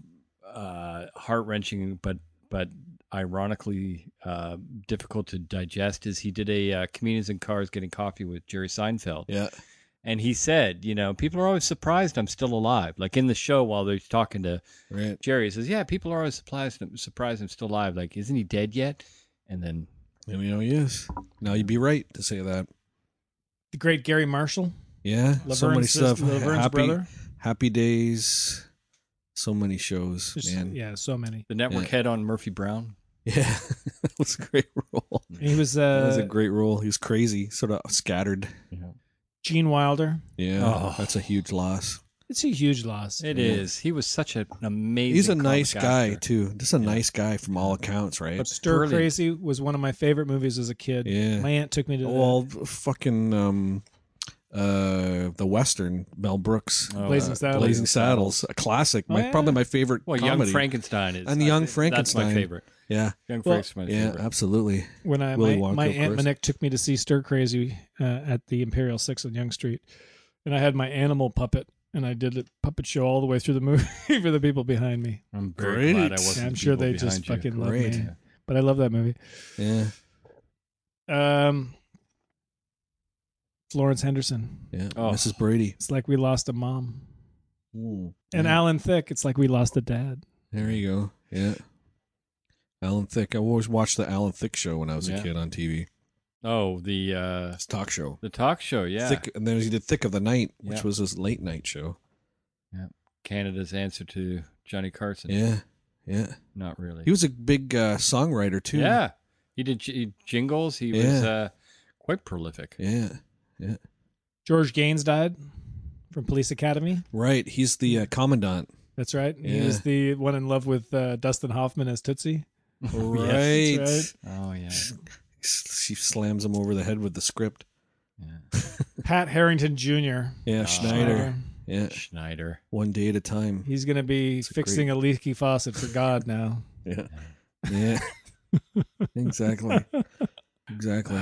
Speaker 4: uh heart-wrenching but but ironically uh difficult to digest is he did a uh, comedians in cars getting coffee with jerry seinfeld
Speaker 2: Yeah.
Speaker 4: and he said you know people are always surprised i'm still alive like in the show while they're talking to
Speaker 2: Right.
Speaker 4: jerry he says yeah people are always surprised surprised i'm still alive like isn't he dead yet and then
Speaker 2: And we know he is. Now you'd be right to say that.
Speaker 3: The great Gary Marshall.
Speaker 2: Yeah, so many
Speaker 3: Laverne's
Speaker 2: stuff.
Speaker 3: sis- Laverne's
Speaker 2: happy,
Speaker 3: brother.
Speaker 2: Happy Days. So many shows,
Speaker 3: Just-
Speaker 2: man. Yeah,
Speaker 3: yeah, so many.
Speaker 4: The network
Speaker 2: Yeah.
Speaker 4: head on Murphy Brown.
Speaker 2: that was a great role.
Speaker 3: And He was, uh,
Speaker 2: that was a great role. He was crazy, sort of scattered.
Speaker 3: Gene Wilder.
Speaker 2: Yeah,
Speaker 4: Oh.
Speaker 2: that's a huge loss.
Speaker 3: It's a huge loss.
Speaker 4: It is.
Speaker 2: Yeah.
Speaker 4: He was such an amazing.
Speaker 2: He's a
Speaker 4: comic
Speaker 2: nice guy
Speaker 4: actor.
Speaker 2: too. Just a nice guy from all accounts, right?
Speaker 3: But Stir
Speaker 4: brilliant.
Speaker 3: Crazy was one of my favorite movies as a kid.
Speaker 2: Yeah. Oh,
Speaker 3: My aunt took me to that.
Speaker 2: well, fucking um, uh, the western Mel Brooks,
Speaker 4: Oh,
Speaker 3: Blazing
Speaker 4: uh,
Speaker 3: Saddles.
Speaker 2: Blazing Saddles, a classic. my
Speaker 3: yeah.
Speaker 2: probably my favorite
Speaker 4: Well,
Speaker 2: comedy.
Speaker 4: Young Frankenstein is.
Speaker 2: And
Speaker 4: I
Speaker 2: Young
Speaker 4: think That's
Speaker 2: Frankenstein.
Speaker 4: my favorite.
Speaker 2: Yeah,
Speaker 4: Young
Speaker 3: Well,
Speaker 4: Frankenstein's
Speaker 2: yeah,
Speaker 4: favorite.
Speaker 2: absolutely.
Speaker 3: when I
Speaker 2: Willy
Speaker 3: my,
Speaker 2: Wonka,
Speaker 3: my
Speaker 2: of
Speaker 3: aunt
Speaker 2: course.
Speaker 3: Manek took me to see Stir Crazy uh, at the Imperial Six on Young Street, and I had my animal puppet, and I did the puppet show all the way through the movie for the people behind me.
Speaker 4: I'm very glad I
Speaker 2: Great.
Speaker 4: wasn't.
Speaker 3: Yeah, I'm
Speaker 4: the
Speaker 3: sure
Speaker 4: people
Speaker 3: they just
Speaker 4: behind you.
Speaker 3: fucking love
Speaker 2: Great.
Speaker 3: me, but I love that movie.
Speaker 2: Yeah,
Speaker 3: Um, Florence Henderson.
Speaker 2: yeah.
Speaker 4: Oh.
Speaker 2: Mrs. Brady. Hmm.
Speaker 3: It's like we lost a mom, and
Speaker 2: Yeah.
Speaker 3: Alan Thicke. It's like we lost a dad.
Speaker 2: There you go. Yeah. Alan Thick. I always watched the Alan Thick show when I was
Speaker 4: Yeah.
Speaker 2: a kid on TV.
Speaker 4: Oh, the uh,
Speaker 2: It's a talk show.
Speaker 4: the talk show. Yeah,
Speaker 2: Thick, and then he did Thick of the Night, which
Speaker 4: Yeah.
Speaker 2: was his late night show.
Speaker 4: Canada's answer to Johnny Carson.
Speaker 2: Yeah, yeah.
Speaker 4: Not really.
Speaker 2: He was a big uh, songwriter too.
Speaker 4: Yeah, he did j- jingles. He was
Speaker 2: Yeah.
Speaker 4: uh, quite prolific.
Speaker 2: yeah.
Speaker 3: George Gaines died from Police Academy.
Speaker 2: Right. He's the uh, commandant.
Speaker 3: That's right. He
Speaker 2: Yeah.
Speaker 3: was the one in love with uh, Dustin Hoffman as Tootsie.
Speaker 2: Right.
Speaker 3: That's
Speaker 4: Oh yeah.
Speaker 2: She slams him over the head with the script.
Speaker 4: yeah.
Speaker 3: Pat Harrington Jr.
Speaker 4: Uh-huh.
Speaker 2: Yeah, Schneider. Yeah,
Speaker 4: Schneider.
Speaker 2: one day at a time.
Speaker 3: He's gonna be
Speaker 2: It's a
Speaker 3: fixing a leaky faucet for God now.
Speaker 2: Yeah, yeah. exactly, exactly.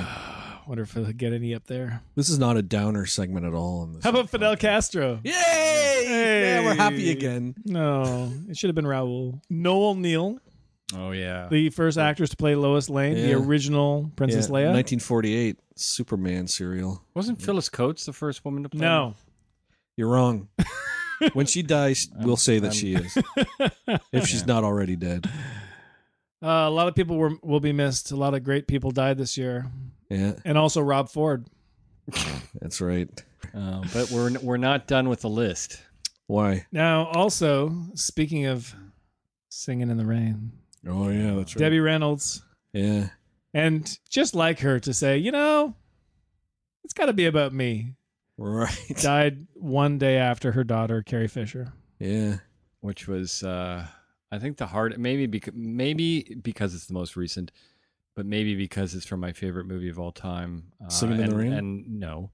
Speaker 3: Wonder if he'll get any up there.
Speaker 2: This is not a downer segment at all. In this
Speaker 3: How about Fidel Castro?
Speaker 2: Yay! Yeah, we're happy again.
Speaker 3: No, it should have been Raul. Noel Neal,
Speaker 4: Oh yeah.
Speaker 3: the first actress to play Lois Lane, the
Speaker 2: Uh, Yeah.
Speaker 3: original Princess
Speaker 2: Yeah,
Speaker 3: Leia.
Speaker 2: 1948 Superman serial.
Speaker 4: Wasn't Phyllis Coates the first woman to play?
Speaker 3: no,
Speaker 2: You're wrong. when she dies, we'll say that she is, if she's not already dead.
Speaker 3: uh, a lot of people were will be missed. A lot of great people died this year,
Speaker 2: Yeah,
Speaker 3: and also Rob Ford.
Speaker 2: that's right.
Speaker 4: Uh, but we're we're not done with the list.
Speaker 2: Why?
Speaker 3: Now, also speaking of singing in the rain,
Speaker 2: Oh yeah, that's right.
Speaker 3: Debbie Reynolds,
Speaker 2: Yeah,
Speaker 3: and just like her to say, you know, it's got to be about me.
Speaker 2: right.
Speaker 3: died one day after her daughter Carrie Fisher.
Speaker 2: Yeah,
Speaker 4: which was uh, I think the hard maybe because maybe because it's the most recent, but maybe because it's from my favorite movie of all time, uh,
Speaker 2: Singing in the
Speaker 4: and,
Speaker 2: Rain?
Speaker 4: And no,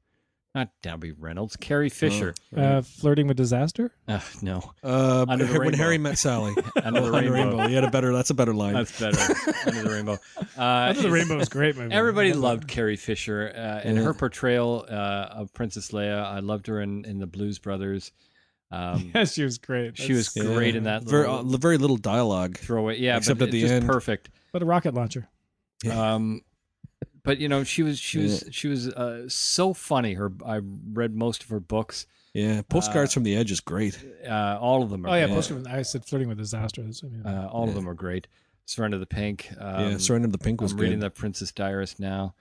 Speaker 4: not Debbie Reynolds, Carrie Fisher.
Speaker 2: Oh, right.
Speaker 3: Uh, flirting with disaster.
Speaker 4: Uh, no,
Speaker 2: Uh,
Speaker 4: Under the
Speaker 2: when
Speaker 4: Rainbow.
Speaker 2: Harry met Sally.
Speaker 4: Under the
Speaker 2: Under
Speaker 4: Rainbow.
Speaker 2: You had a better. That's a better line.
Speaker 4: That's better. Under the Rainbow. Uh,
Speaker 3: Under the
Speaker 4: it's-
Speaker 3: Rainbow is a great movie.
Speaker 4: Everybody loved Carrie Fisher uh, and
Speaker 2: Yeah.
Speaker 4: her portrayal uh, of Princess Leia. I loved her in, in the Blues Brothers. Um,
Speaker 3: Yeah, she was great.
Speaker 4: She was
Speaker 3: That's-
Speaker 4: great in that
Speaker 2: Very,
Speaker 4: little-
Speaker 2: uh, very little dialogue.
Speaker 4: Throw it, yeah,
Speaker 2: Except
Speaker 4: but
Speaker 2: at the
Speaker 4: it's just
Speaker 2: end.
Speaker 4: perfect.
Speaker 3: But a rocket launcher.
Speaker 4: um but you know she was she was she was uh, so funny her i read most of her books
Speaker 2: Yeah, postcards from the edge is great.
Speaker 4: uh all of them are
Speaker 3: Oh yeah,
Speaker 4: great.
Speaker 3: poster. I said flirting with disaster. That's what I mean.
Speaker 4: uh, all of them are great surrender the pink um,
Speaker 2: yeah, Surrender to the Pink was
Speaker 4: i'm
Speaker 2: good.
Speaker 4: reading the princess diarist now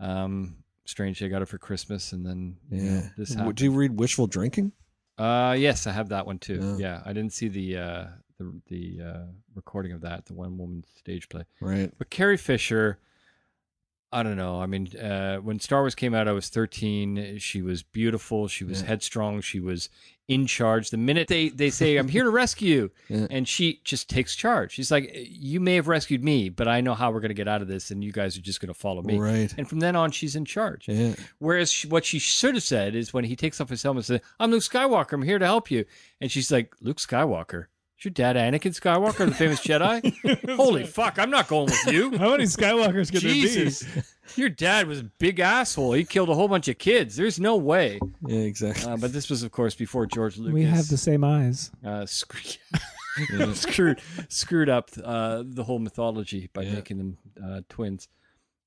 Speaker 4: um strange i got it for christmas and then yeah you know,
Speaker 2: yeah.
Speaker 4: this
Speaker 2: W-
Speaker 4: happened
Speaker 2: Do you read Wishful Drinking?
Speaker 4: uh yes i have that one too
Speaker 2: Yeah.
Speaker 4: yeah i didn't see the uh the the uh recording of that the one woman stage play
Speaker 2: Right.
Speaker 4: But Carrie Fisher, I don't know. I mean, uh, when Star Wars came out, I was 13. She was beautiful. She was
Speaker 2: Yeah.
Speaker 4: headstrong. She was in charge. The minute they, they say, I'm here to rescue,
Speaker 2: Yeah.
Speaker 4: and she just takes charge. She's like, You may have rescued me, but I know how we're going to get out of this, and you guys are just going to follow me.
Speaker 2: Right.
Speaker 4: And from then on, she's in charge.
Speaker 2: Yeah.
Speaker 4: Whereas she, what she should have said is when he takes off his helmet and says, I'm Luke Skywalker, I'm here to help you. And she's like, Luke Skywalker? Is your dad Anakin Skywalker, the famous Jedi? Holy fuck, I'm not going with you.
Speaker 3: How many Skywalkers could
Speaker 4: Jesus. Your dad was a big asshole. He killed a whole bunch of kids. There's no way.
Speaker 2: Yeah. Exactly.
Speaker 4: Uh, but this was, of course, before George
Speaker 3: there
Speaker 4: Lucas
Speaker 3: be? We have the same eyes.
Speaker 4: uh, screw- screwed screwed up uh, the whole mythology by
Speaker 2: Yeah.
Speaker 4: making them uh, twins.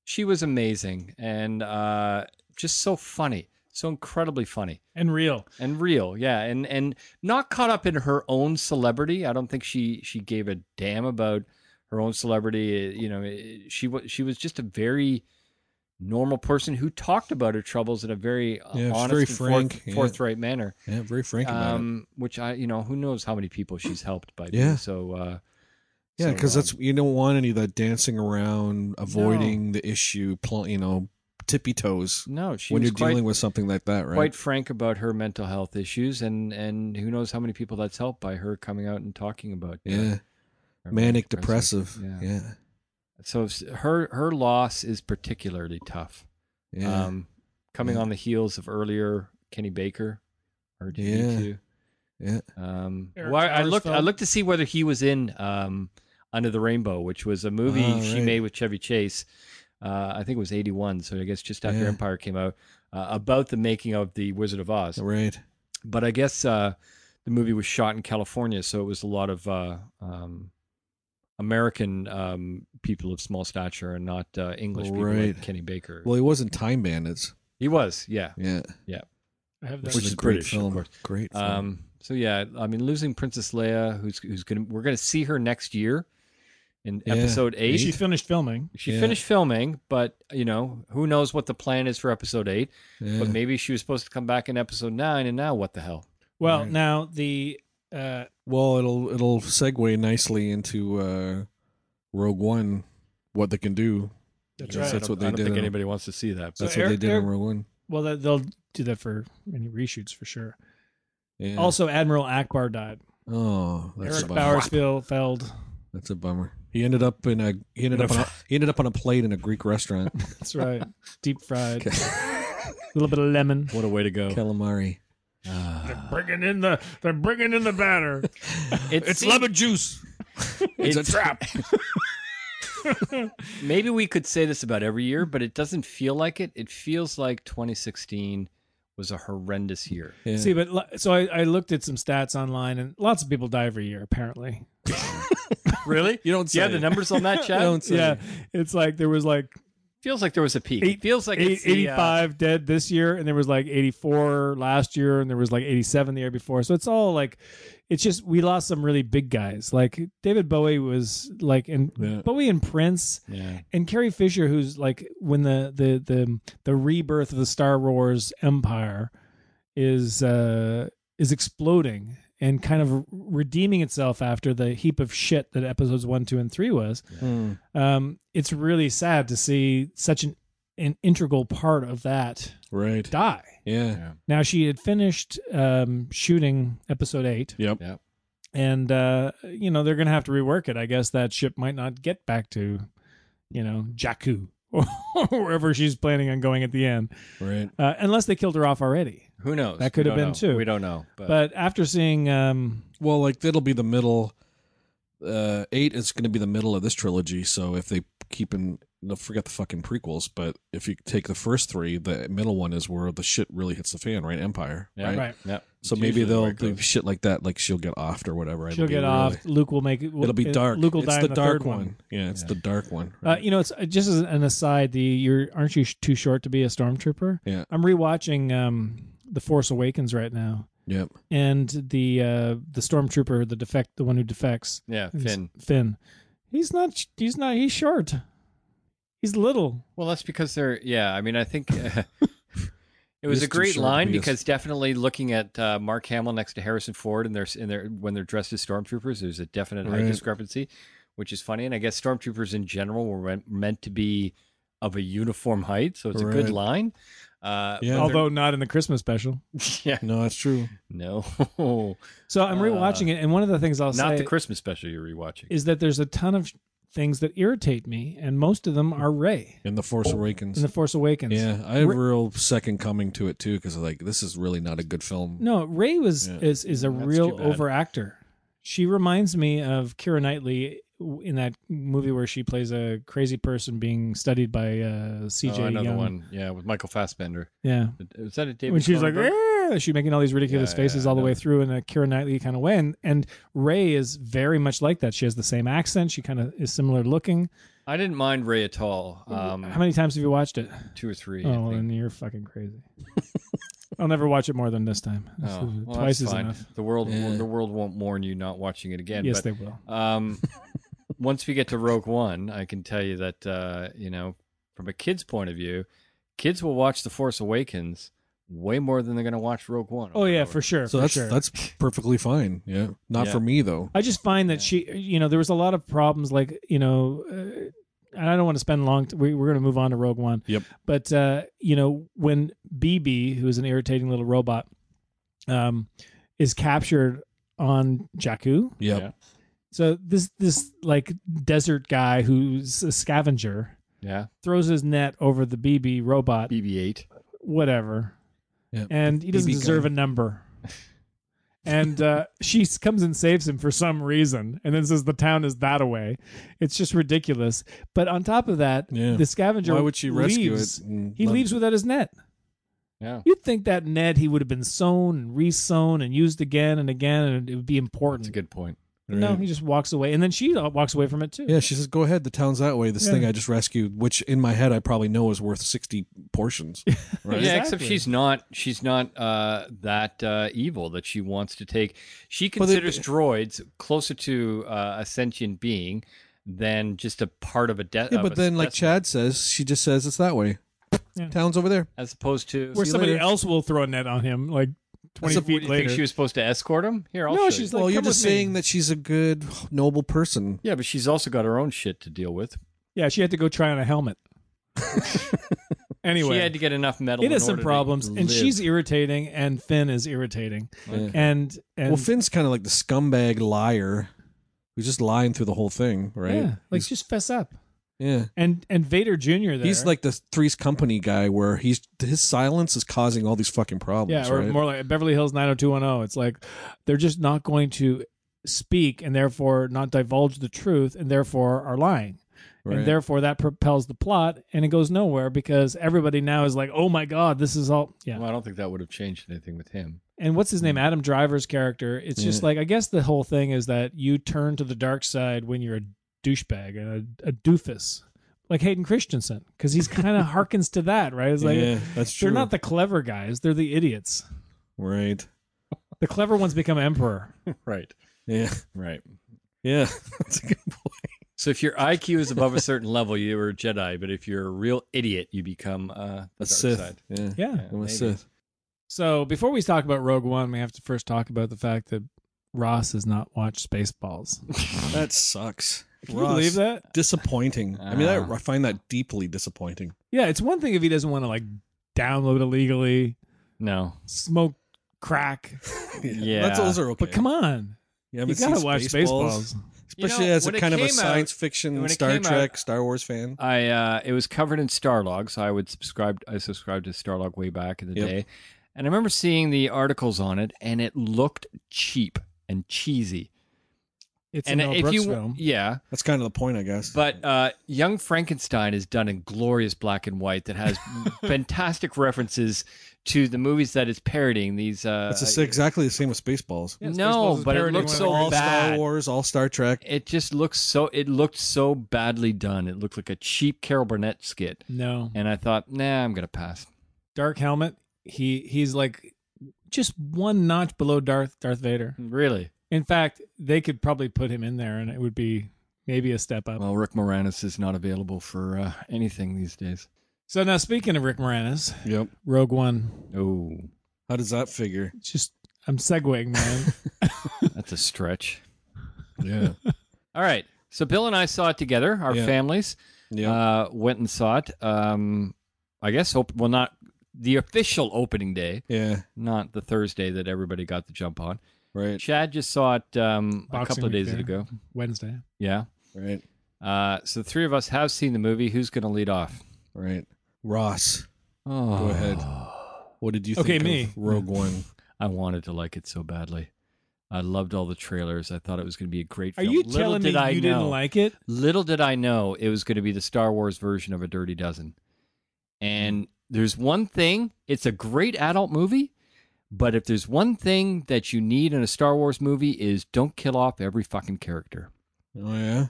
Speaker 4: She was amazing and uh, just so funny, so incredibly funny
Speaker 3: And real.
Speaker 4: and real. Yeah, and and not caught up in her own celebrity. I don't think she she gave a Uh, eh, damn about her own celebrity. You know, she was she was just a very normal person who talked about her troubles in a very uh,
Speaker 2: Yeah, it's
Speaker 4: honest,
Speaker 2: very
Speaker 4: and forth-
Speaker 2: frank, yeah.
Speaker 4: forthright manner.
Speaker 2: Yeah, very frank about it.
Speaker 4: Um, which I, you know, who knows how many people she's helped by.
Speaker 2: Yeah.
Speaker 4: Yeah. So, uh,
Speaker 2: Yeah,
Speaker 4: so,
Speaker 2: because
Speaker 4: um,
Speaker 2: that's you don't want any of that dancing around, avoiding the issue, pl- you know, tippy toes
Speaker 4: no, she
Speaker 2: when
Speaker 4: was
Speaker 2: you're
Speaker 4: quite,
Speaker 2: dealing with something like that, right?
Speaker 4: quite frank about her mental health issues, and and who knows how many people that's helped by her coming out and talking about. uh,
Speaker 2: yeah,
Speaker 4: her
Speaker 2: manic
Speaker 4: depressive-
Speaker 2: depressive. Yeah, yeah.
Speaker 4: So s- her her loss is particularly tough. Um, coming
Speaker 2: Yeah.
Speaker 4: on the heels of earlier Kenny Baker, or
Speaker 2: Yeah. Yeah.
Speaker 4: Um,
Speaker 3: Eric
Speaker 4: well, I- I looked. I
Speaker 3: Sarsfield.
Speaker 4: looked to see whether he was in um, Under the Rainbow, which was a movie
Speaker 2: Ah,
Speaker 4: she
Speaker 2: right.
Speaker 4: made with Chevy Chase. Uh, I think it was '81, so I guess just after
Speaker 2: Yeah.
Speaker 4: Empire came out, uh, about the making of the Wizard of Oz.
Speaker 2: right.
Speaker 4: But I guess uh, the movie was shot in California, so it was a lot of uh, um, American um, people of small stature and not uh, English people
Speaker 2: Right.
Speaker 4: like Kenny Baker.
Speaker 2: Well, he wasn't Time Bandits.
Speaker 4: he was, yeah,
Speaker 2: Yeah,
Speaker 3: I have that.
Speaker 4: Which is
Speaker 2: a great
Speaker 4: British, of
Speaker 2: film.
Speaker 4: course.
Speaker 2: Great. Film.
Speaker 4: Um, so yeah, I mean, losing Princess Leia, who's who's gonna we're gonna see her next year in
Speaker 2: Yeah.
Speaker 4: episode eight.
Speaker 3: she
Speaker 4: She,
Speaker 3: finished filming.
Speaker 2: Yeah.
Speaker 4: finished filming, but you know who knows what the plan is for episode eight.
Speaker 2: yeah.
Speaker 4: But maybe she was supposed to come back in episode nine, and now what the hell?
Speaker 3: Well,
Speaker 2: Right.
Speaker 3: now the uh,
Speaker 2: well, it'll it'll segue nicely into uh, Rogue One, what they can do.
Speaker 3: that's
Speaker 2: Yes,
Speaker 3: right.
Speaker 2: that's
Speaker 4: I don't-
Speaker 2: what they
Speaker 4: I don't
Speaker 2: did
Speaker 4: think
Speaker 2: in-
Speaker 4: anybody wants to see that.
Speaker 3: So
Speaker 2: That's what they
Speaker 3: Eric-
Speaker 2: did
Speaker 3: Eric-
Speaker 2: in Rogue One.
Speaker 3: well, that, they'll do that for any reshoots for sure.
Speaker 2: Yeah.
Speaker 3: Also, Admiral Akbar died.
Speaker 2: oh, that's a
Speaker 3: Eric
Speaker 2: bummer.
Speaker 3: Bowersfield Feld.
Speaker 2: That's a bummer. He ended up in a he ended up on a, he ended up on a plate in a Greek restaurant.
Speaker 3: That's right. Deep fried. A little bit of lemon.
Speaker 4: what a way to
Speaker 3: Oh.
Speaker 4: go!
Speaker 2: Calamari.
Speaker 3: Bringing in the they're bringing in the batter.
Speaker 4: It's,
Speaker 2: juice.
Speaker 4: It's a trap. Maybe we could say this about every year, but it doesn't feel like it. It feels like 2016 was a horrendous year.
Speaker 2: Yeah.
Speaker 3: See, but li- so I, I looked at some stats online, and lots of people die every year. Apparently,
Speaker 4: Really?
Speaker 2: you don't say
Speaker 4: Yeah, the
Speaker 2: it.
Speaker 4: numbers on that
Speaker 2: You
Speaker 4: chat.
Speaker 2: don't say
Speaker 3: yeah,
Speaker 2: it.
Speaker 3: it's like there was like
Speaker 4: Feels like there was a peak.
Speaker 3: Eight-
Speaker 4: It feels like
Speaker 3: eight-
Speaker 4: it's the, uh,
Speaker 3: 85 dead this year, and there was like 84 last year, and there was like 87 the year before. So it's all like, it's just we lost some really big guys. Like David Bowie was like, and
Speaker 2: Yeah.
Speaker 3: Bowie and Prince,
Speaker 4: yeah.
Speaker 3: and Carrie Fisher, who's like when the the the the rebirth of the Star Wars empire is uh is exploding and kind of redeeming itself after the heap of shit that episodes one, two, and three was.
Speaker 2: Hmm.
Speaker 3: Um, it's really sad to see such an an integral part of that
Speaker 2: Right.
Speaker 3: die.
Speaker 2: Yeah.
Speaker 3: Now she had finished um, shooting episode eight,
Speaker 2: Yep.
Speaker 4: Yep.
Speaker 3: and uh, you know they're gonna have to rework it. I guess that ship might not get back to, you know, Jakku or wherever she's planning on going at the end,
Speaker 2: Right.
Speaker 3: uh, unless they killed her off already.
Speaker 4: Who knows?
Speaker 3: That could
Speaker 4: We
Speaker 3: have
Speaker 4: don't
Speaker 3: been
Speaker 4: know.
Speaker 3: too.
Speaker 4: We don't know. But,
Speaker 3: But after seeing, um,
Speaker 2: Well, like that'll be the middle. Uh, eight is going to be the middle of this trilogy. So if they keep in, no, forget the fucking prequels. But if you take the first three, the middle one is where the shit really hits the fan, right? Empire,
Speaker 4: yeah,
Speaker 2: right?
Speaker 3: right.
Speaker 4: Yep.
Speaker 2: So
Speaker 4: It's
Speaker 2: maybe
Speaker 4: usually where
Speaker 2: they'll
Speaker 4: it goes.
Speaker 2: do shit like that. Like she'll get offed or whatever.
Speaker 3: she'll
Speaker 2: It'll be
Speaker 3: get
Speaker 2: really-
Speaker 3: off. Luke will make it.
Speaker 2: It'll be dark.
Speaker 3: Luke will
Speaker 2: it's
Speaker 3: die
Speaker 2: the,
Speaker 3: in the
Speaker 2: dark
Speaker 3: third one.
Speaker 2: Yeah, it's the dark one.
Speaker 3: Uh,
Speaker 2: right?
Speaker 3: you know, it's uh, just as an aside. The you're aren't you sh- too short to be a stormtrooper?
Speaker 2: Yeah.
Speaker 3: I'm rewatching um, the Force Awakens right now,
Speaker 2: yep.
Speaker 3: and the uh, the stormtrooper, the defect, the one who defects,
Speaker 4: Yeah,
Speaker 3: is
Speaker 4: Finn.
Speaker 3: Finn. He's not. sh- He's not. He's short. He's little.
Speaker 4: Well, that's because they're. Yeah, I mean, I think uh, it was
Speaker 2: He's
Speaker 4: a
Speaker 2: too short
Speaker 4: great
Speaker 2: to
Speaker 4: line
Speaker 2: be a-
Speaker 4: because definitely looking at uh, Mark Hamill next to Harrison Ford and they're in their when they're dressed as stormtroopers, there's a definite height
Speaker 2: Right.
Speaker 4: discrepancy, which is funny. And I guess stormtroopers in general were meant- meant to be of a uniform height, so it's a
Speaker 2: Right.
Speaker 4: good line. Uh,
Speaker 2: Yeah.
Speaker 4: but
Speaker 3: Although not in the Christmas special.
Speaker 4: they're- yeah,
Speaker 2: No, that's true.
Speaker 4: no,
Speaker 3: So I'm rewatching it, and one of the things I'll
Speaker 4: not
Speaker 3: say
Speaker 4: the Christmas special you're rewatching.
Speaker 3: is that there's a ton of things that irritate me, and most of them are Ray
Speaker 2: In the Force Awakens.
Speaker 3: Oh. in the Force Awakens.
Speaker 2: yeah, I have a real second coming to it too because like this is really not a good film.
Speaker 3: No, Ray was
Speaker 2: Yeah.
Speaker 3: is is a
Speaker 4: That's
Speaker 3: real
Speaker 4: too bad.
Speaker 3: over actor. She reminds me of Kira Knightley in that movie where she plays a crazy person being studied by uh,
Speaker 4: Oh,
Speaker 3: CJ
Speaker 4: another
Speaker 3: Young.
Speaker 4: one, yeah, with Michael Fassbender.
Speaker 3: Yeah,
Speaker 4: Is that a David?
Speaker 3: when she's like,
Speaker 4: Cronenberg?
Speaker 3: "Ah," she's making all these ridiculous
Speaker 4: Yeah,
Speaker 3: faces
Speaker 4: yeah,
Speaker 3: all the
Speaker 4: I
Speaker 3: way
Speaker 4: know.
Speaker 3: through in a Kira Knightley kind of way, and and Ray is very much like that. She has the same accent. She kind of is similar looking.
Speaker 4: I didn't mind Ray at all. Um,
Speaker 3: "Eh?" How many times have you watched it?
Speaker 4: two or three. I
Speaker 3: Oh, well,
Speaker 4: think.
Speaker 3: then you're fucking crazy. I'll never watch it more than this time. This
Speaker 4: Oh,
Speaker 3: is-
Speaker 4: well,
Speaker 3: twice
Speaker 4: that's
Speaker 3: is
Speaker 4: fine.
Speaker 3: enough.
Speaker 4: The world,
Speaker 2: Yeah.
Speaker 4: the world won't warn you not watching it again.
Speaker 3: yes,
Speaker 4: but,
Speaker 3: they will.
Speaker 4: Um, once we get to Rogue One, I can tell you that uh, you know, from a kid's point of view, kids will watch The Force Awakens way more than they're going to watch Rogue One.
Speaker 3: Oh yeah, for sure.
Speaker 2: So
Speaker 3: for
Speaker 2: that's
Speaker 3: sure.
Speaker 2: that's perfectly fine. Yeah, not
Speaker 4: Yeah.
Speaker 2: for me though.
Speaker 3: I just find that she, you know, there was a lot of problems. Like, you know, uh, and I don't want to spend long. T- we, we're going to move on to Rogue One.
Speaker 2: Yep.
Speaker 3: But uh, you know, when BB, who is an irritating little robot, um, is captured on Jakku.
Speaker 2: Yep.
Speaker 4: Yeah.
Speaker 3: So this this like desert guy who's a scavenger
Speaker 4: Yeah,
Speaker 3: throws his net over the BB robot,
Speaker 4: BB-8.
Speaker 3: whatever,
Speaker 2: Yeah.
Speaker 3: and he doesn't
Speaker 2: BB
Speaker 3: deserve
Speaker 2: gun.
Speaker 3: a number. and uh, she s- comes and saves him for some reason, and then says the town is that away. It's just ridiculous. But on top of that,
Speaker 2: Yeah.
Speaker 3: the scavenger
Speaker 2: Why would she rescue
Speaker 3: leaves.
Speaker 2: it? and
Speaker 3: He
Speaker 2: let-
Speaker 3: leaves without his net.
Speaker 4: Yeah,
Speaker 3: You'd think that net he would have been sewn and re-sewn and used again and again, and it would be
Speaker 4: that's a
Speaker 3: important.
Speaker 4: good point.
Speaker 3: No, he just walks away, and then she uh, walks away from it too.
Speaker 2: Yeah, she says, "Go ahead. The town's that way. This
Speaker 3: Yeah.
Speaker 2: thing I just rescued, which in my head I probably know is worth sixty portions." Right?
Speaker 4: Yeah, except
Speaker 3: Exactly.
Speaker 4: she's not. She's not uh, that uh, evil that she wants to take. She
Speaker 2: Well, they-
Speaker 4: considers droids closer to uh, a sentient being than just a part of a death.
Speaker 2: Yeah, but then, like Chad says, she just says it's that way.
Speaker 3: Yeah.
Speaker 2: Town's over there.
Speaker 4: as opposed to
Speaker 3: Where
Speaker 2: See you
Speaker 3: somebody
Speaker 2: later.
Speaker 3: else will throw a net on him, like twenty
Speaker 4: So,
Speaker 3: feet
Speaker 4: you
Speaker 3: later.
Speaker 4: Think she was supposed to escort him here. I'll
Speaker 3: No,
Speaker 4: show
Speaker 3: she's
Speaker 4: you.
Speaker 3: like,
Speaker 2: well, you're
Speaker 3: "Come
Speaker 2: just
Speaker 3: with me."
Speaker 2: saying that she's a good, noble person.
Speaker 4: yeah, but she's also got her own shit to deal with.
Speaker 3: Yeah, she had to go try on a helmet. anyway,
Speaker 4: she had to get enough metal. in order
Speaker 3: innocent
Speaker 4: to
Speaker 3: problems, and
Speaker 4: live.
Speaker 3: she's irritating, and Finn is irritating,
Speaker 2: Okay.
Speaker 3: and and
Speaker 2: well, Finn's kind of like the scumbag liar who's just lying through the whole thing, right?
Speaker 3: yeah, like
Speaker 2: He's-
Speaker 3: just fess up.
Speaker 2: yeah.
Speaker 3: And and Vader Junior, there,
Speaker 2: He's like the Three's Company guy, where he's his silence is causing all these fucking problems.
Speaker 3: yeah, or
Speaker 2: right?
Speaker 3: more like Beverly Hills nine hundred two one zero. It's like they're just not going to speak, and therefore not divulge the truth, and therefore are lying.
Speaker 2: Right.
Speaker 3: And therefore, that propels the plot, and it goes nowhere because everybody now is like, "Oh my god, this is all." Yeah,
Speaker 4: Well, I don't think that would have changed anything with him.
Speaker 3: and what's his name adam driver's character it's just
Speaker 2: Hmm. Yeah.
Speaker 3: like i guess the whole thing is that you turn to the dark side when you're a douchebag and a, a doofus like hayden christensen because he's kind of harkens to that right it's like
Speaker 2: yeah, that's true.
Speaker 3: they're not the clever guys they're the idiots
Speaker 2: right.
Speaker 3: the clever ones become emperor
Speaker 4: Right.
Speaker 2: Yeah,
Speaker 4: Right.
Speaker 2: yeah, that's a good point.
Speaker 4: So if your IQ is above a certain level, you are a Jedi. But if you're a real idiot, you become uh, the
Speaker 2: A
Speaker 4: dark
Speaker 2: Sith.
Speaker 4: side.
Speaker 2: Yeah,
Speaker 3: yeah,
Speaker 4: Yeah,
Speaker 2: I'm a
Speaker 4: maybe.
Speaker 2: Sith.
Speaker 3: so before we talk about rogue one we have to first talk about the fact that ross has not watched spaceballs
Speaker 2: That sucks.
Speaker 3: can you believe that
Speaker 2: Disappointing. I mean, I,
Speaker 4: Ah.
Speaker 2: I find that deeply disappointing.
Speaker 3: yeah it's one thing if he doesn't want to like download illegally
Speaker 4: No.
Speaker 3: smoke crack
Speaker 4: Yeah.
Speaker 2: that's those are okay.
Speaker 3: but come on
Speaker 2: yeah,
Speaker 3: you gotta watch Spaceballs.
Speaker 2: especially
Speaker 4: know,
Speaker 2: as a
Speaker 4: when it
Speaker 2: kind of a
Speaker 4: came out-
Speaker 2: science
Speaker 4: when
Speaker 2: fiction,
Speaker 4: it
Speaker 2: Star
Speaker 4: came out-
Speaker 2: Trek, Star Wars fan.
Speaker 4: I uh, it was covered in Starlog, so I would subscribe. I subscribed to Starlog way back in the
Speaker 2: Yep.
Speaker 4: day, and I remember seeing the articles on it, and it looked cheap and cheesy.
Speaker 3: It's
Speaker 4: and
Speaker 3: an Mel
Speaker 4: if
Speaker 3: Brooks
Speaker 4: you,
Speaker 3: film.
Speaker 4: yeah,
Speaker 2: That's kind of the point, I guess.
Speaker 4: but uh, Young Frankenstein is done in glorious black and white that has fantastic references to the movies that it's parodying. These uh,
Speaker 2: it's just exactly the same with Spaceballs.
Speaker 3: Yeah, Spaceballs
Speaker 4: no,
Speaker 3: is
Speaker 4: but it
Speaker 3: parodying one
Speaker 4: looks
Speaker 3: of
Speaker 4: so
Speaker 3: the
Speaker 2: all Star
Speaker 4: bad.
Speaker 2: Wars, all Star Trek.
Speaker 4: It just looks so. It looked so badly done. It looked like a cheap Carol Burnett skit,
Speaker 3: No.
Speaker 4: and I thought, nah, I'm gonna pass.
Speaker 3: Dark Helmet, he he's like just one notch below Darth Darth Vader.
Speaker 4: Really.
Speaker 3: In fact, they could probably put him in there and it would be maybe a step up.
Speaker 4: Well, Rick Moranis is not available for uh, anything these days.
Speaker 3: so now speaking of Rick Moranis,
Speaker 2: Yep.
Speaker 3: Rogue One.
Speaker 4: Oh,
Speaker 2: How does that figure?
Speaker 3: Just I'm segueing, man.
Speaker 4: that's a stretch.
Speaker 2: Yeah.
Speaker 4: All right. So Bill and I saw it together. Our
Speaker 2: Yeah.
Speaker 4: families
Speaker 2: yeah.
Speaker 4: uh, went and saw it. Um, I guess, op- well, not the official opening day,
Speaker 2: yeah.
Speaker 4: not the Thursday that everybody got to jump on.
Speaker 2: Right.
Speaker 4: Chad just saw it um, a
Speaker 3: Boxing
Speaker 4: couple of
Speaker 3: week
Speaker 4: days
Speaker 3: there.
Speaker 4: ago.
Speaker 3: Wednesday.
Speaker 4: Yeah.
Speaker 2: Right.
Speaker 4: Uh, so the three of us have seen the movie. Who's going to lead off?
Speaker 2: Right. Ross,
Speaker 4: Oh,
Speaker 2: go ahead. What did you think
Speaker 3: Okay,
Speaker 2: of
Speaker 3: me.
Speaker 2: Rogue One?
Speaker 4: I wanted to like it so badly. I loved all the trailers. I thought it was going to be a great
Speaker 3: Are
Speaker 4: film.
Speaker 3: you
Speaker 4: Little
Speaker 3: telling me
Speaker 4: did
Speaker 3: you
Speaker 4: I know,
Speaker 3: didn't like it?
Speaker 4: Little did I know it was going to be the Star Wars version of A Dirty Dozen. And there's one thing, it's a great adult movie, but if there's one thing that you need in a Star Wars movie is don't kill off every fucking character.
Speaker 2: Oh yeah.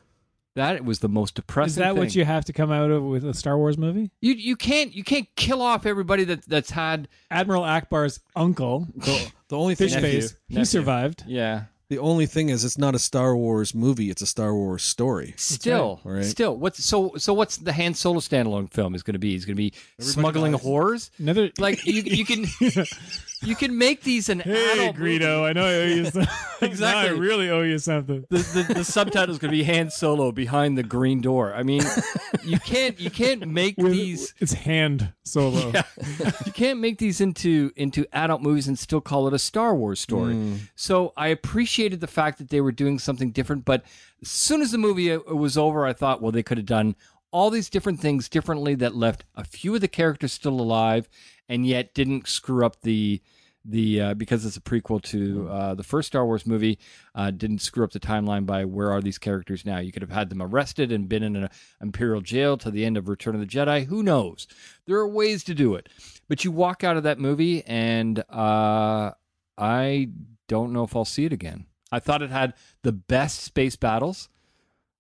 Speaker 4: That was the most depressing
Speaker 3: Is that what
Speaker 4: thing.
Speaker 3: you have to come out of with a Star Wars movie?
Speaker 4: you you can't you can't kill off everybody that that's had
Speaker 3: Admiral Akbar's uncle,
Speaker 2: The, the only thing
Speaker 3: Fish
Speaker 4: Nephew.
Speaker 3: Face, he
Speaker 4: Nephew.
Speaker 3: survived.
Speaker 4: yeah
Speaker 2: The only thing is, it's not a Star Wars movie; it's a Star Wars story.
Speaker 4: Still,
Speaker 2: Right.
Speaker 4: still, what's so so? What's the Han Solo standalone film is going to be? He's going to be smuggling
Speaker 2: dies.
Speaker 4: whores.
Speaker 3: Another
Speaker 4: Like you, you can, you can make these an
Speaker 3: Hey,
Speaker 4: adult movie.
Speaker 3: Greedo, I know I owe you something.
Speaker 4: Exactly.
Speaker 3: I really owe you something.
Speaker 4: the, the, the subtitle's going to be Han Solo behind the green door. I mean, you can't you can't make
Speaker 3: With-
Speaker 4: these
Speaker 3: It's hand solo.
Speaker 4: Yeah. you can't make these into into adult movies and still call it a Star Wars story. So I appreciated the fact that they were doing something different. But as soon as the movie uh, was over, I thought, well, they could have done all these different things differently that left a few of the characters still alive and yet didn't screw up the the uh, because it's a prequel to uh, the first Star Wars movie uh, didn't screw up the timeline by where are these characters now. You could have had them arrested and been in an imperial jail to the end of Return of the Jedi. Who knows? There are ways to do it, but you walk out of that movie and uh, I don't know if I'll see it again. I thought it had the best space battles.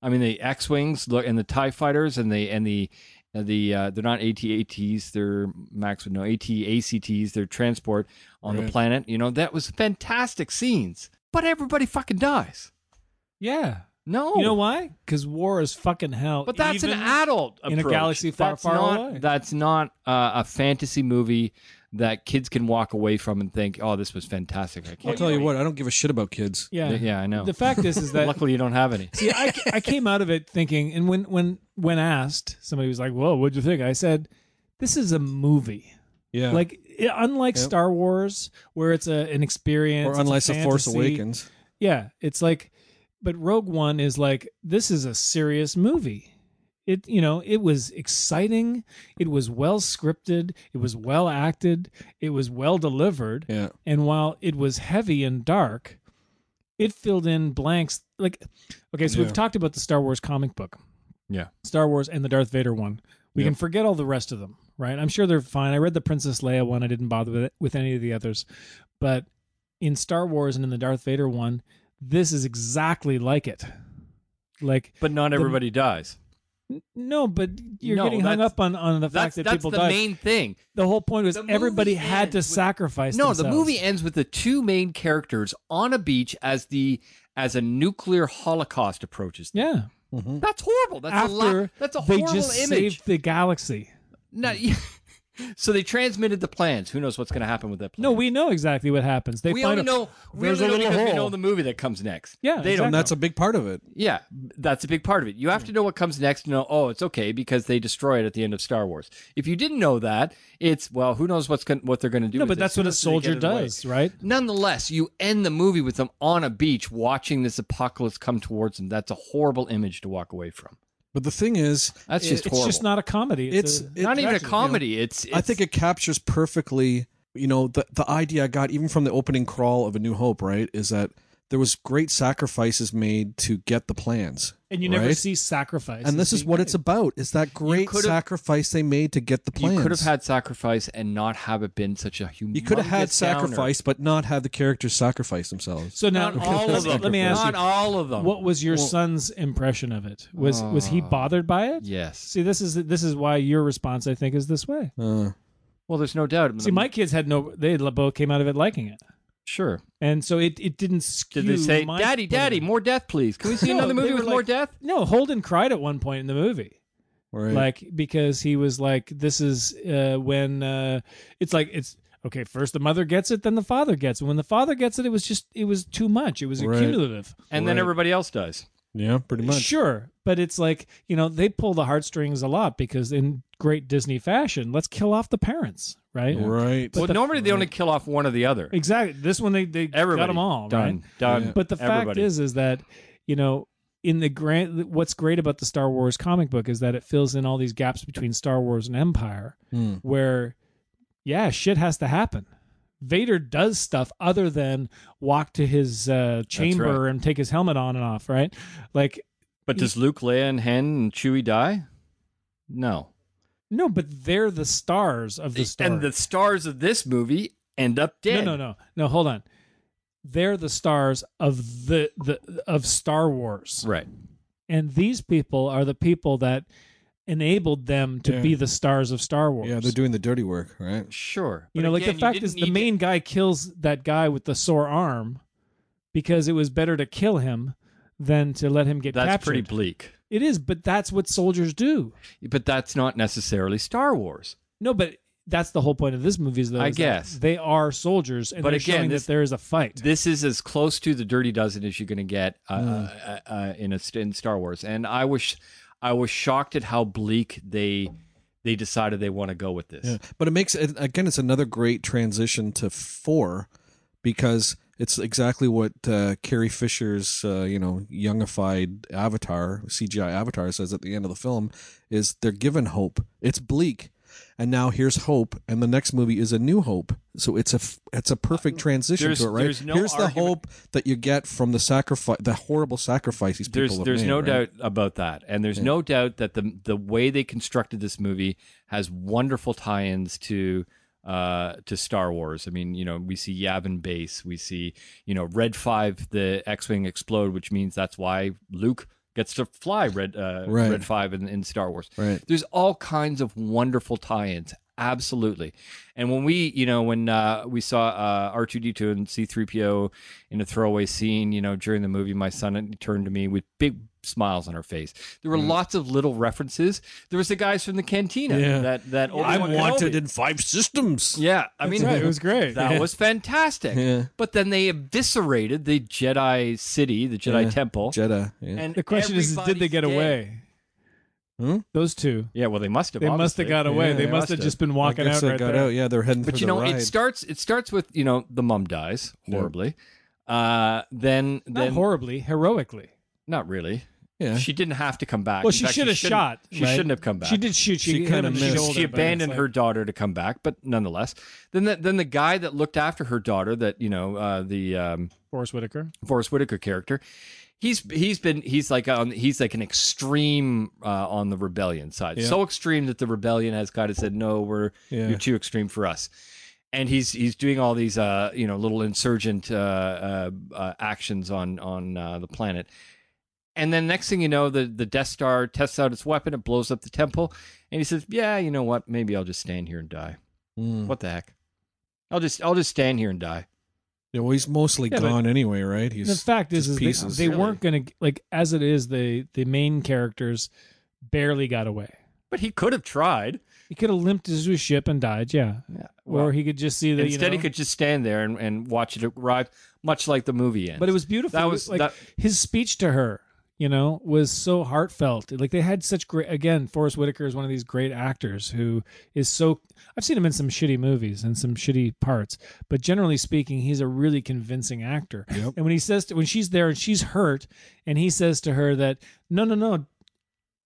Speaker 4: I mean, the X wings look and the Tie fighters and the and the and the uh, they're not ATATs. They're Max would know ATACTs. They're transport on the
Speaker 2: Right.
Speaker 4: planet. You know that was fantastic scenes. But everybody fucking dies.
Speaker 3: yeah.
Speaker 4: No,
Speaker 3: You know why? Because war is fucking hell.
Speaker 4: Oh. But that's
Speaker 3: even-
Speaker 4: an adult
Speaker 3: in a
Speaker 4: approach.
Speaker 3: galaxy far,
Speaker 4: that's
Speaker 3: far
Speaker 4: not,
Speaker 3: away.
Speaker 4: That's not uh, a fantasy movie that kids can walk away from and think, "Oh, this was fantastic." I can't.
Speaker 2: I'll tell you what; I don't give a shit about kids.
Speaker 3: Yeah.
Speaker 4: Yeah, I know.
Speaker 3: The fact is, is that
Speaker 4: Luckily, you don't have any.
Speaker 3: See, I, I came out of it thinking, and when when when asked, somebody was like, "Whoa, what'd you think?" I said, "This is a movie.
Speaker 2: Yeah,
Speaker 3: Like, i- unlike Star Wars, where it's a an experience,
Speaker 2: or
Speaker 3: it's a
Speaker 2: unless the Force
Speaker 3: fantasy.
Speaker 2: Awakens.
Speaker 3: Yeah, it's like, but Rogue One is like this is a serious movie. It you know it was exciting, it was well scripted, it was well acted, it was well delivered,
Speaker 2: Yeah,
Speaker 3: and while it was heavy and dark, it filled in blanks. Like, okay, so
Speaker 2: Yeah.
Speaker 3: we've talked about the Star Wars comic book.
Speaker 4: Yeah.
Speaker 3: Star Wars and the Darth Vader one. We can forget all the rest of them, right? I'm sure they're fine. I read the Princess Leia one. I didn't bother with, it, with any of the others. But in Star Wars and in the Darth Vader one, this is exactly like it. Like,
Speaker 4: But not everybody dies.
Speaker 3: no, but you're
Speaker 4: No,
Speaker 3: getting hung
Speaker 4: that's-
Speaker 3: up on, on the fact
Speaker 4: That's
Speaker 3: that
Speaker 4: that's
Speaker 3: people
Speaker 4: the
Speaker 3: died.
Speaker 4: main thing.
Speaker 3: the whole point was
Speaker 4: The movie
Speaker 3: everybody had
Speaker 4: ends
Speaker 3: to
Speaker 4: with-
Speaker 3: sacrifice
Speaker 4: No, the
Speaker 3: themselves.
Speaker 4: movie ends with the two main characters on a beach as the as a nuclear holocaust approaches. them.
Speaker 3: Yeah.
Speaker 4: That's horrible. That's
Speaker 3: after
Speaker 4: a la- that's a
Speaker 3: they
Speaker 4: horrible
Speaker 3: just
Speaker 4: image.
Speaker 3: saved the galaxy.
Speaker 4: No, so they transmitted the plans. Who knows what's going to happen with that? Plan?
Speaker 3: No, we know exactly what happens. They
Speaker 4: we
Speaker 3: find a-
Speaker 4: only know we
Speaker 3: there's
Speaker 4: only
Speaker 3: a
Speaker 4: know
Speaker 3: little
Speaker 4: because we
Speaker 3: hole.
Speaker 4: know the movie that comes next.
Speaker 3: Yeah,
Speaker 4: they don't.
Speaker 2: and that's a big part of it.
Speaker 4: Yeah, that's a big part of it. You have to know what comes next to know. Oh, it's okay because they destroy it at the end of Star Wars. If you didn't know that, it's well, who knows what's going what they're going to do.
Speaker 3: No,
Speaker 4: with
Speaker 3: but
Speaker 4: it as
Speaker 3: that's what
Speaker 4: soon
Speaker 3: a
Speaker 4: as they get
Speaker 3: soldier
Speaker 4: it away.
Speaker 3: does, right?
Speaker 4: Nonetheless, you end the movie with them on a beach watching this apocalypse come towards them. That's a horrible image to walk away from.
Speaker 2: But the thing is,
Speaker 4: That's
Speaker 3: It-
Speaker 4: just
Speaker 3: it's
Speaker 4: horrible.
Speaker 3: just not a comedy.
Speaker 2: it's,
Speaker 3: It's, a-
Speaker 2: it-
Speaker 4: not even a
Speaker 2: actually, you know,
Speaker 4: comedy. it's,
Speaker 2: I think it captures perfectly, you know, the the idea I got even from the opening crawl of A New Hope, right? Is that there was great sacrifices made to get the plans.
Speaker 3: and you never
Speaker 2: right?
Speaker 3: see sacrifice.
Speaker 2: And this is what it's about. Is that great
Speaker 4: could've-
Speaker 2: sacrifice they made to get the plans?
Speaker 4: you could have had sacrifice and not have it been such a humongous
Speaker 2: You could have had
Speaker 4: downer.
Speaker 2: sacrifice, but not have the characters sacrifice themselves.
Speaker 3: So now,
Speaker 4: Not all of them.
Speaker 3: let me ask
Speaker 4: Not
Speaker 3: you,
Speaker 4: all of them.
Speaker 3: what was your son's impression of it? Was was he bothered by it?
Speaker 4: Yes.
Speaker 3: See, this is this is why your response, I think, is this way.
Speaker 2: Uh,
Speaker 4: Well, there's no doubt.
Speaker 3: See, my kids had no; they both came out of it liking it,
Speaker 4: Sure.
Speaker 3: and so it, it didn't skew.
Speaker 4: Did they say,
Speaker 3: my
Speaker 4: "Daddy, Daddy, more death, please"? Can we see
Speaker 3: No,
Speaker 4: another
Speaker 3: they
Speaker 4: movie
Speaker 3: were
Speaker 4: with more
Speaker 3: like-
Speaker 4: death?
Speaker 3: No, Holden cried at one point in the movie.
Speaker 2: right.
Speaker 3: like because he was like this is uh, when uh, it's like it's okay first the mother gets it then the father gets it when the father gets it it was just it was too much it was
Speaker 2: Right.
Speaker 3: accumulative
Speaker 4: And then
Speaker 2: Right.
Speaker 4: everybody else dies.
Speaker 2: yeah, pretty much.
Speaker 3: sure but it's like you know they pull the heartstrings a lot because in great disney fashion let's kill off the parents right
Speaker 2: Right.
Speaker 4: well, normally they only kill off one or the other.
Speaker 3: exactly this one they they
Speaker 4: Everybody
Speaker 3: got them all right?
Speaker 4: done, done.
Speaker 2: Yeah.
Speaker 3: But the fact
Speaker 4: Everybody.
Speaker 3: is, is that you know, in the grand, what's great about the Star Wars comic book is that it fills in all these gaps between Star Wars and Empire,
Speaker 2: Hmm.
Speaker 3: where, yeah, shit has to happen. Vader does stuff other than walk to his uh, chamber and take his helmet on and off, right? Like,
Speaker 4: but does Luke, Leia, and Han and Chewie die? No.
Speaker 3: no, but they're the stars of the story.
Speaker 4: And the stars of this movie end up dead.
Speaker 3: No, no, no, no. Hold on, they're the stars of the the of Star Wars.
Speaker 4: Right.
Speaker 3: and these people are the people that enabled them to
Speaker 2: Yeah.
Speaker 3: be the stars of Star Wars.
Speaker 2: Yeah, they're doing the dirty work, right?
Speaker 4: Sure.
Speaker 3: you
Speaker 4: But
Speaker 3: know, like
Speaker 4: again,
Speaker 3: the
Speaker 4: you
Speaker 3: fact
Speaker 4: didn't
Speaker 3: is, the
Speaker 4: need to-
Speaker 3: main guy kills that guy with the sore arm, because it was better to kill him than to let him get
Speaker 4: That's
Speaker 3: captured.
Speaker 4: pretty bleak.
Speaker 3: it is, but that's what soldiers do.
Speaker 4: But that's not necessarily Star Wars.
Speaker 3: No, but that's the whole point of this movie. Is though
Speaker 4: I
Speaker 3: is that
Speaker 4: guess.
Speaker 3: they are soldiers, and
Speaker 4: But
Speaker 3: they're
Speaker 4: again,
Speaker 3: showing
Speaker 4: this-
Speaker 3: that there is a fight.
Speaker 4: This is as close to the Dirty Dozen as you're going to get uh,
Speaker 3: Hmm.
Speaker 4: uh, uh, uh, in a, in Star Wars, and I was I was shocked at how bleak they they decided they want to go with this.
Speaker 2: Yeah, but it makes it again. It's another great transition to four because it's exactly what uh, Carrie Fisher's uh, you know youngified avatar CGI avatar says at the end of the film is they're given hope. It's bleak, and now here's hope, and the next movie is a new hope. So it's a f- it's a perfect transition
Speaker 4: Uh, there's-
Speaker 2: to it, right?
Speaker 4: there's no
Speaker 2: here's the
Speaker 4: argument-
Speaker 2: hope that you get from the sacrifice, the horrible sacrifice these people
Speaker 4: There's
Speaker 2: have
Speaker 4: there's
Speaker 2: made,
Speaker 4: no
Speaker 2: right?
Speaker 4: doubt about that, and there's no doubt that the the way they constructed this movie has wonderful tie-ins to uh to Star Wars. I mean, you know, we see Yavin Base, we see you know Red Five, the X-wing explode, which means that's why Luke gets to fly Red uh,
Speaker 2: Right.
Speaker 4: Red Five in, in Star Wars.
Speaker 2: Right.
Speaker 4: There's all kinds of wonderful tie-ins. Absolutely. And when we, you know, when uh, we saw uh, R2D2 and C3PO in a throwaway scene, you know, during the movie, my son turned to me with big smiles on her face. There were
Speaker 3: Mm.
Speaker 4: lots of little references. There was the guys from the cantina that, that
Speaker 2: I
Speaker 4: Obi-Wan
Speaker 2: wanted
Speaker 4: Kenobi-
Speaker 2: in five systems.
Speaker 4: Yeah, I mean,
Speaker 3: right, it was great.
Speaker 4: That was fantastic.
Speaker 2: Yeah.
Speaker 4: But then they eviscerated the Jedi city, the Jedi
Speaker 2: Yeah.
Speaker 4: temple.
Speaker 2: Jedi. Yeah.
Speaker 4: and
Speaker 3: the question is, is, did they
Speaker 4: everybody's
Speaker 3: get
Speaker 4: dead.
Speaker 3: away?
Speaker 2: Hmm?
Speaker 3: Those two.
Speaker 4: Yeah, well, they must have.
Speaker 3: They must have
Speaker 4: obviously.
Speaker 3: got away.
Speaker 2: Yeah,
Speaker 3: they
Speaker 2: they
Speaker 3: must have just been walking
Speaker 2: I guess
Speaker 3: out
Speaker 2: they
Speaker 3: right
Speaker 2: got
Speaker 3: there.
Speaker 2: out. Yeah, they're heading. for
Speaker 4: but you
Speaker 2: the
Speaker 4: know
Speaker 2: ride.
Speaker 4: it starts it starts with you know the mum dies horribly uh then
Speaker 3: Not
Speaker 4: then
Speaker 3: horribly, heroically.
Speaker 4: not really
Speaker 2: Yeah.
Speaker 4: she didn't have to come back
Speaker 3: Well,
Speaker 4: In
Speaker 3: she
Speaker 4: fact,
Speaker 3: should have
Speaker 4: shouldn't-
Speaker 3: shot.
Speaker 4: she
Speaker 3: right?
Speaker 4: shouldn't have come back
Speaker 3: She did shoot. She,
Speaker 2: She
Speaker 3: hit
Speaker 2: kinda
Speaker 3: him in the
Speaker 2: missed.
Speaker 3: shoulder,
Speaker 4: she
Speaker 3: but it's
Speaker 4: abandoned
Speaker 3: like-
Speaker 4: her daughter to come back but nonetheless then the, then the guy that looked after her daughter that you know uh the um
Speaker 3: Forrest Whitaker.
Speaker 4: Forrest Whitaker character. He's he's been he's like on he's like an extreme uh, on the rebellion side, so extreme that the rebellion has kind of said no, we're
Speaker 2: Yeah.
Speaker 4: you're too extreme for us. And he's he's doing all these uh, you know little insurgent uh, uh, uh, actions on on uh, the planet. And then next thing you know, the the Death Star tests out its weapon, it blows up the temple, and he says, "Yeah, you know what? Maybe I'll just stand here and die.
Speaker 2: Mm.
Speaker 4: What the heck? I'll just I'll just stand here and die."
Speaker 2: Yeah, well, he's mostly
Speaker 3: Yeah, but-
Speaker 2: gone anyway, right? He's
Speaker 3: the fact is,
Speaker 2: just
Speaker 3: is
Speaker 2: pieces.
Speaker 3: they, they
Speaker 4: Really?
Speaker 3: weren't going to like as it is. The the main characters barely got away.
Speaker 4: But he could have tried.
Speaker 3: He could have limped to his ship and died. Yeah,
Speaker 4: well,
Speaker 3: or he could just see the
Speaker 4: Instead,
Speaker 3: you know,
Speaker 4: he could just stand there and, and watch it arrive, much like the movie ends.
Speaker 3: But it was beautiful.
Speaker 4: That
Speaker 3: It
Speaker 4: was-
Speaker 3: like
Speaker 4: that-
Speaker 3: his speech to her, you know, was so heartfelt. Like they had such great. Again, Forrest Whitaker is one of these great actors who is so. I've seen him in some shitty movies and some shitty parts, but generally speaking, he's a really convincing actor. And when he says to, when she's there and she's hurt, and he says to her that no, no, no,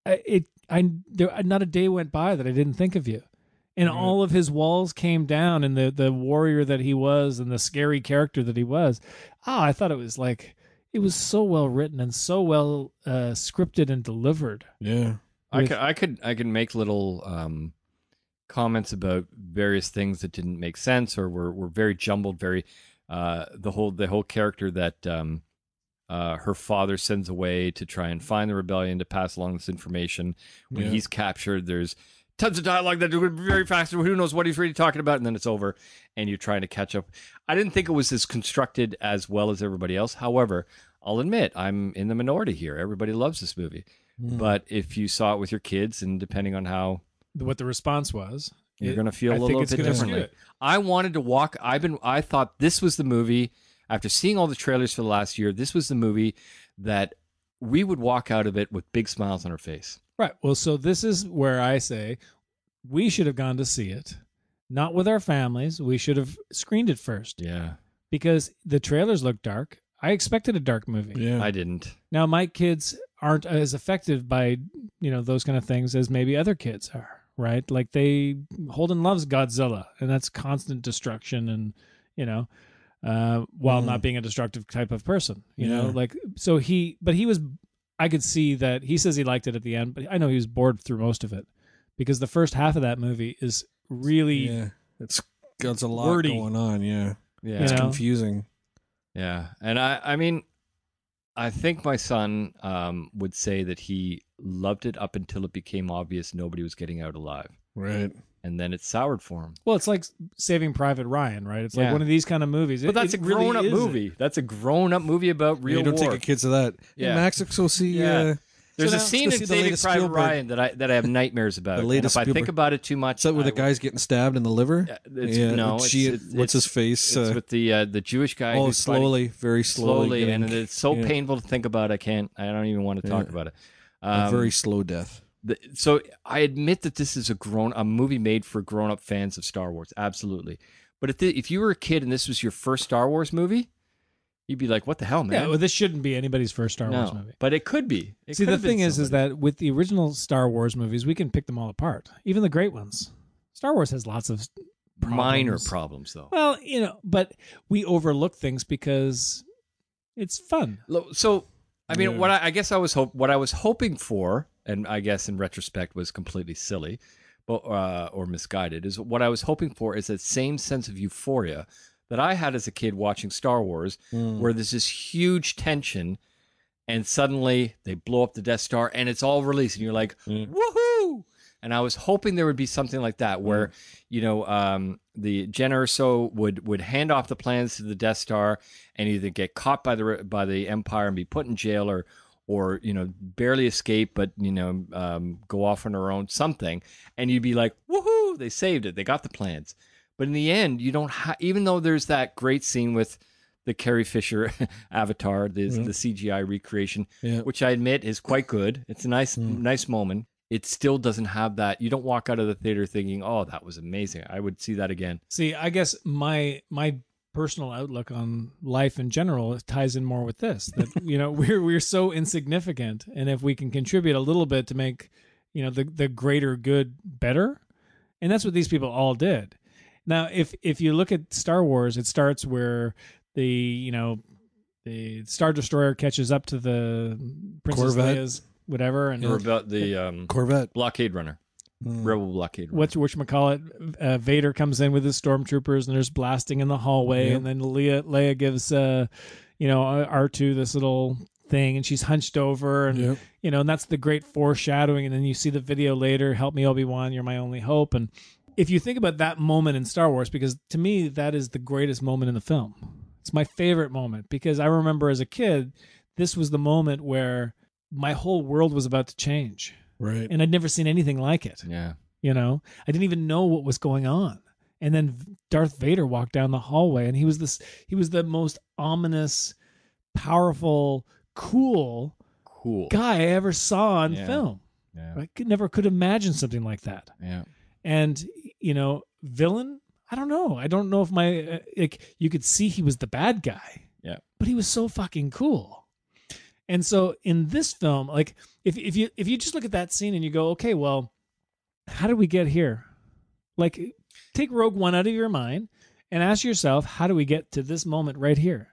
Speaker 3: I, it, I, there, not a day went by that I didn't think of you. And all of his walls came down, and the the warrior that he was, and the scary character that he was. Ah, I thought it was like it was so well written and so well uh, scripted and delivered.
Speaker 2: yeah,
Speaker 4: I
Speaker 3: with-
Speaker 4: could, I could, I could make little um, comments about various things that didn't make sense or were, were very jumbled. Very uh, the whole the whole character that um, uh, her father sends away to try and find the rebellion to pass along this information. When
Speaker 2: Yeah.
Speaker 4: he's captured, there's tons of dialogue that would be very fast. and Who knows what he's really talking about? And then it's over, and you're trying to catch up. I didn't think it was as constructed as well as everybody else. However, I'll admit I'm in the minority here. Everybody loves this movie. But if you saw it with your kids, and depending on how
Speaker 3: What the response was,
Speaker 4: you're
Speaker 3: it-
Speaker 4: going to feel
Speaker 3: I
Speaker 4: a
Speaker 3: think
Speaker 4: little
Speaker 3: it's
Speaker 4: bit
Speaker 3: gonna skew
Speaker 4: differently.
Speaker 3: it.
Speaker 4: I wanted to walk. I've been. I thought this was the movie. After seeing all the trailers for the last year, this was the movie that we would walk out of it with big smiles on our face.
Speaker 3: Right. Well, so this is where I say we should have gone to see it, not with our families. We should have screened it first
Speaker 4: Yeah,
Speaker 3: because the trailers looked dark. I expected a dark movie.
Speaker 2: yeah.
Speaker 4: I didn't.
Speaker 3: Now my kids aren't as affected by you know those kind of things as maybe other kids are, right? Like they Holden loves Godzilla, and that's constant destruction, and you know, uh, while
Speaker 2: Mm.
Speaker 3: not being a destructive type of person, you know,
Speaker 2: Yeah.
Speaker 3: like so he, but he was, I could see that he says he liked it at the end, but I know he was bored through most of it because the first half of that movie is really
Speaker 2: yeah. It's got a lot
Speaker 3: Wordy.
Speaker 2: going on. Yeah,
Speaker 4: Yeah,
Speaker 3: You know?
Speaker 2: confusing.
Speaker 4: yeah. And I, I mean, I think my son um, would say that he loved it up until it became obvious nobody was getting out alive.
Speaker 2: Right.
Speaker 4: and then it's soured for him.
Speaker 3: Well, it's like Saving Private Ryan, right? It's like
Speaker 4: Yeah.
Speaker 3: one of these kind of movies.
Speaker 4: But that's a grown up movie. That's a grown up movie about
Speaker 2: Yeah,
Speaker 4: real
Speaker 2: you don't
Speaker 4: war.
Speaker 2: take your kids to that. Yeah,
Speaker 4: Yeah.
Speaker 2: Max, let's go see.
Speaker 4: Yeah.
Speaker 2: Uh,
Speaker 4: There's
Speaker 2: so
Speaker 4: a
Speaker 2: now- let's
Speaker 4: scene in
Speaker 2: go see the
Speaker 4: Saving
Speaker 2: latest
Speaker 4: Private
Speaker 2: Spielberg.
Speaker 4: Ryan that I that I have nightmares about.
Speaker 2: The
Speaker 4: And
Speaker 2: latest
Speaker 4: if I think
Speaker 2: Spielberg.
Speaker 4: about it too much,
Speaker 2: Is that where the
Speaker 4: I-
Speaker 2: guy's getting stabbed in the liver?
Speaker 4: Yeah, it's-
Speaker 2: yeah,
Speaker 4: no,
Speaker 2: and she-
Speaker 4: it's- it's-
Speaker 2: what's his
Speaker 4: it's-
Speaker 2: face?
Speaker 4: it's
Speaker 2: Uh,
Speaker 4: with the uh, the Jewish guy.
Speaker 2: oh,
Speaker 4: who's fighting-
Speaker 2: slowly, very slowly,
Speaker 4: slowly,
Speaker 2: getting
Speaker 4: and it's so
Speaker 2: yeah.
Speaker 4: painful to think about. I can't. I don't even want to talk
Speaker 2: Yeah.
Speaker 4: about it.
Speaker 2: a
Speaker 4: Um,
Speaker 2: very slow death.
Speaker 4: the- so I admit that this is a grown a movie made for grown up fans of Star Wars, absolutely. But if the, if you were a kid and this was your first Star Wars movie, you'd be like, "What the hell, man?"
Speaker 3: Yeah, well, this shouldn't be anybody's first Star
Speaker 4: no,
Speaker 3: Wars movie.
Speaker 4: but it could be. It
Speaker 3: See,
Speaker 4: could
Speaker 3: the
Speaker 4: have been
Speaker 3: thing is, is
Speaker 4: somebody.
Speaker 3: that with the original Star Wars movies, we can pick them all apart, even the great ones. Star Wars has lots of problems.
Speaker 4: minor problems though.
Speaker 3: Well, you know, but we overlook things because it's fun.
Speaker 4: Lo- So, I mean,
Speaker 3: Yeah.
Speaker 4: what I, I guess I was hope what I was hoping for, and I guess in retrospect was completely silly, but uh, or misguided. Is what I was hoping for is that same sense of euphoria that I had as a kid watching Star Wars, where there's this huge tension, and suddenly they blow up the Death Star, and it's all released, and you're like, woohoo! And I was hoping there would be something like that, where you know um, the Jen Erso would would hand off the plans to the Death Star, and either get caught by the by the Empire and be put in jail, or or you know barely escape, but you know um, go off on her own, something. And you'd be like, woohoo! They saved it. They got the plans. But in the end, you don't. Ha- even though there's that great scene with the Carrie Fisher avatar, the, the CGI recreation,
Speaker 2: Mm-hmm. Yeah. Mm.
Speaker 4: which I admit is quite good. It's a nice, nice moment. It still doesn't have that. You don't walk out of the theater thinking, "Oh, that was amazing. I would see that again."
Speaker 3: See, I guess my my personal outlook on life in general ties in more with this that you know we're we're so insignificant, and if we can contribute a little bit to make you know the the greater good better, and that's what these people all did. Now, if if you look at Star Wars, it starts where the you know the Star Destroyer catches up to the Princess
Speaker 2: Corvette.
Speaker 3: Leia's whatever, and
Speaker 4: Or about the um,
Speaker 2: Corvette.
Speaker 4: blockade runner,
Speaker 2: Mm.
Speaker 4: rebel blockade runner.
Speaker 3: what's which uh, Vader comes in with his stormtroopers and there's blasting in the hallway, and then Leia Leia gives uh, you know R two this little thing, and she's hunched over, and
Speaker 2: Yep.
Speaker 3: you know, and that's the great foreshadowing, and then you see the video later, "Help me, Obi Wan, you're my only hope," and if you think about that moment in Star Wars, because to me that is the greatest moment in the film. It's my favorite moment because I remember as a kid, this was the moment where my whole world was about to change,
Speaker 2: Right.
Speaker 3: and I'd never seen anything like it
Speaker 4: Yeah.
Speaker 3: you know i didn't even know what was going on and then darth vader walked down the hallway and he was this he was the most ominous powerful cool
Speaker 4: Cool.
Speaker 3: guy i ever saw on
Speaker 4: Yeah.
Speaker 3: film
Speaker 4: Yeah.
Speaker 3: i could never could imagine something like that
Speaker 4: Yeah.
Speaker 3: and you know villain i don't know i don't know if my uh, like you could see he was the bad guy
Speaker 4: Yeah.
Speaker 3: but he was so fucking cool and so in this film like if if you if you just look at that scene and you go okay well how did we get here like take rogue one out of your mind and ask yourself how do we get to this moment right here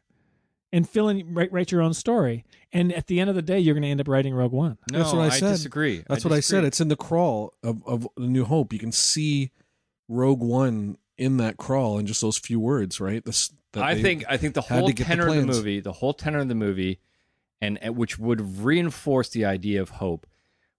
Speaker 3: and fill in write, write your own story and at the end of the day you're going to end up writing rogue one
Speaker 4: No,
Speaker 2: That's what I said.
Speaker 4: disagree.
Speaker 2: That's what I said.
Speaker 4: disagree.
Speaker 2: It's in the crawl of, of the New Hope. You can see Rogue One in that crawl in just those few words, right? This, that
Speaker 4: I
Speaker 2: they-
Speaker 4: think oh, I think the
Speaker 2: had
Speaker 4: whole
Speaker 2: to get the
Speaker 4: tenor of the
Speaker 2: plans.
Speaker 4: movie, the whole tenor of the movie, and, and which would reinforce the idea of hope,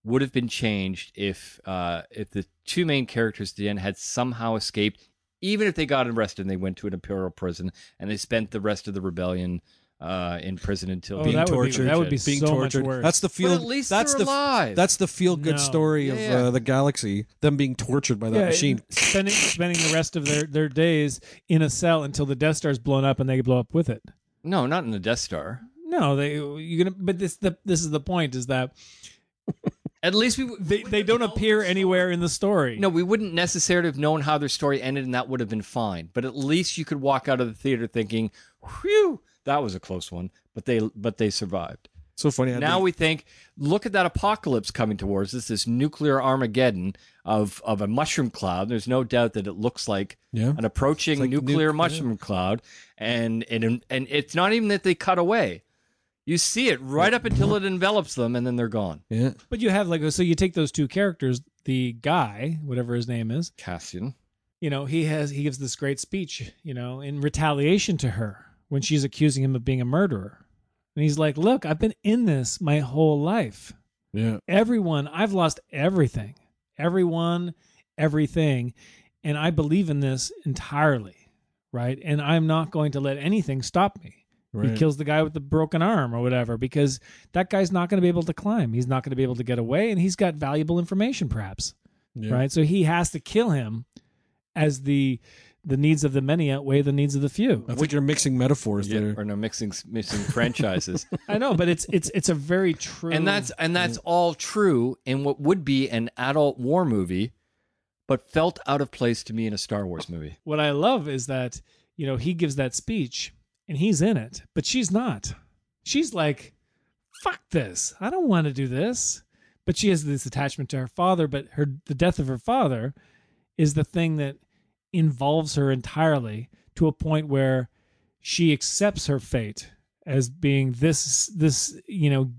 Speaker 4: would have been changed if uh, if the two main characters at the end had somehow escaped, even if they got arrested and they went to an imperial prison and they spent the rest of the rebellion uh, in prison until
Speaker 3: Oh,
Speaker 4: they
Speaker 2: being
Speaker 3: that would be-
Speaker 2: tortured.
Speaker 3: that would be
Speaker 2: being
Speaker 3: so much
Speaker 2: tortured.
Speaker 3: worse.
Speaker 2: That's the feel.
Speaker 4: But at least
Speaker 2: that's
Speaker 4: they're
Speaker 2: the
Speaker 4: alive.
Speaker 2: that's the feel good
Speaker 3: No.
Speaker 2: story of
Speaker 4: Yeah.
Speaker 2: uh, the galaxy. Them being tortured by that
Speaker 3: Yeah,
Speaker 2: machine.
Speaker 3: spending spending the rest of their, their days in a cell until the Death Star's blown up and they blow up with it.
Speaker 4: no, not in the Death Star.
Speaker 3: No, they you're gonna. But this the this is the point is that
Speaker 4: At least we
Speaker 3: they, they don't appear anywhere in the story.
Speaker 4: No, we wouldn't necessarily have known how their story ended, and that would have been fine. But at least you could walk out of the theater thinking, "Whew, that was a close one." But they, but they survived.
Speaker 2: So funny. I
Speaker 4: now
Speaker 2: think-
Speaker 4: we think, look at that apocalypse coming towards us, this nuclear Armageddon of of a mushroom cloud. There's no doubt that it looks like
Speaker 2: Yeah.
Speaker 4: an approaching
Speaker 2: like
Speaker 4: nuclear
Speaker 2: nuc-
Speaker 4: mushroom cloud, and and and it's not even that they cut away. You see it right up until it envelops them, and then they're gone.
Speaker 2: yeah.
Speaker 3: But you have like so you take those two characters. The guy, whatever his name is,
Speaker 4: Cassian,
Speaker 3: you know, he has he gives this great speech, you know, in retaliation to her when she's accusing him of being a murderer, and he's like, "Look, I've been in this my whole life."
Speaker 2: Yeah.
Speaker 3: everyone i've lost everything everyone everything. And I believe in this entirely, right? And I'm not going to let anything stop me. He
Speaker 2: Right.
Speaker 3: kills the guy with the broken arm or whatever because that guy's not going to be able to climb. He's not going to be able to get away and he's got valuable information perhaps.
Speaker 2: Yeah.
Speaker 3: Right? So he has to kill him as the the needs of the many outweigh the needs of the few.
Speaker 2: I think you're mixing metaphors there.
Speaker 4: Or no mixing mixing franchises.
Speaker 3: I know, but it's it's it's a very true Mm.
Speaker 4: and that's and that's all true in what would be an adult war movie, but felt out of place to me in a Star Wars movie.
Speaker 3: what I love is that you know he gives that speech and he's in it, but she's not. She's like, "Fuck this! I don't want to do this." But she has this attachment to her father. But her the death of her father is the thing that involves her entirely to a point where she accepts her fate as being this this you know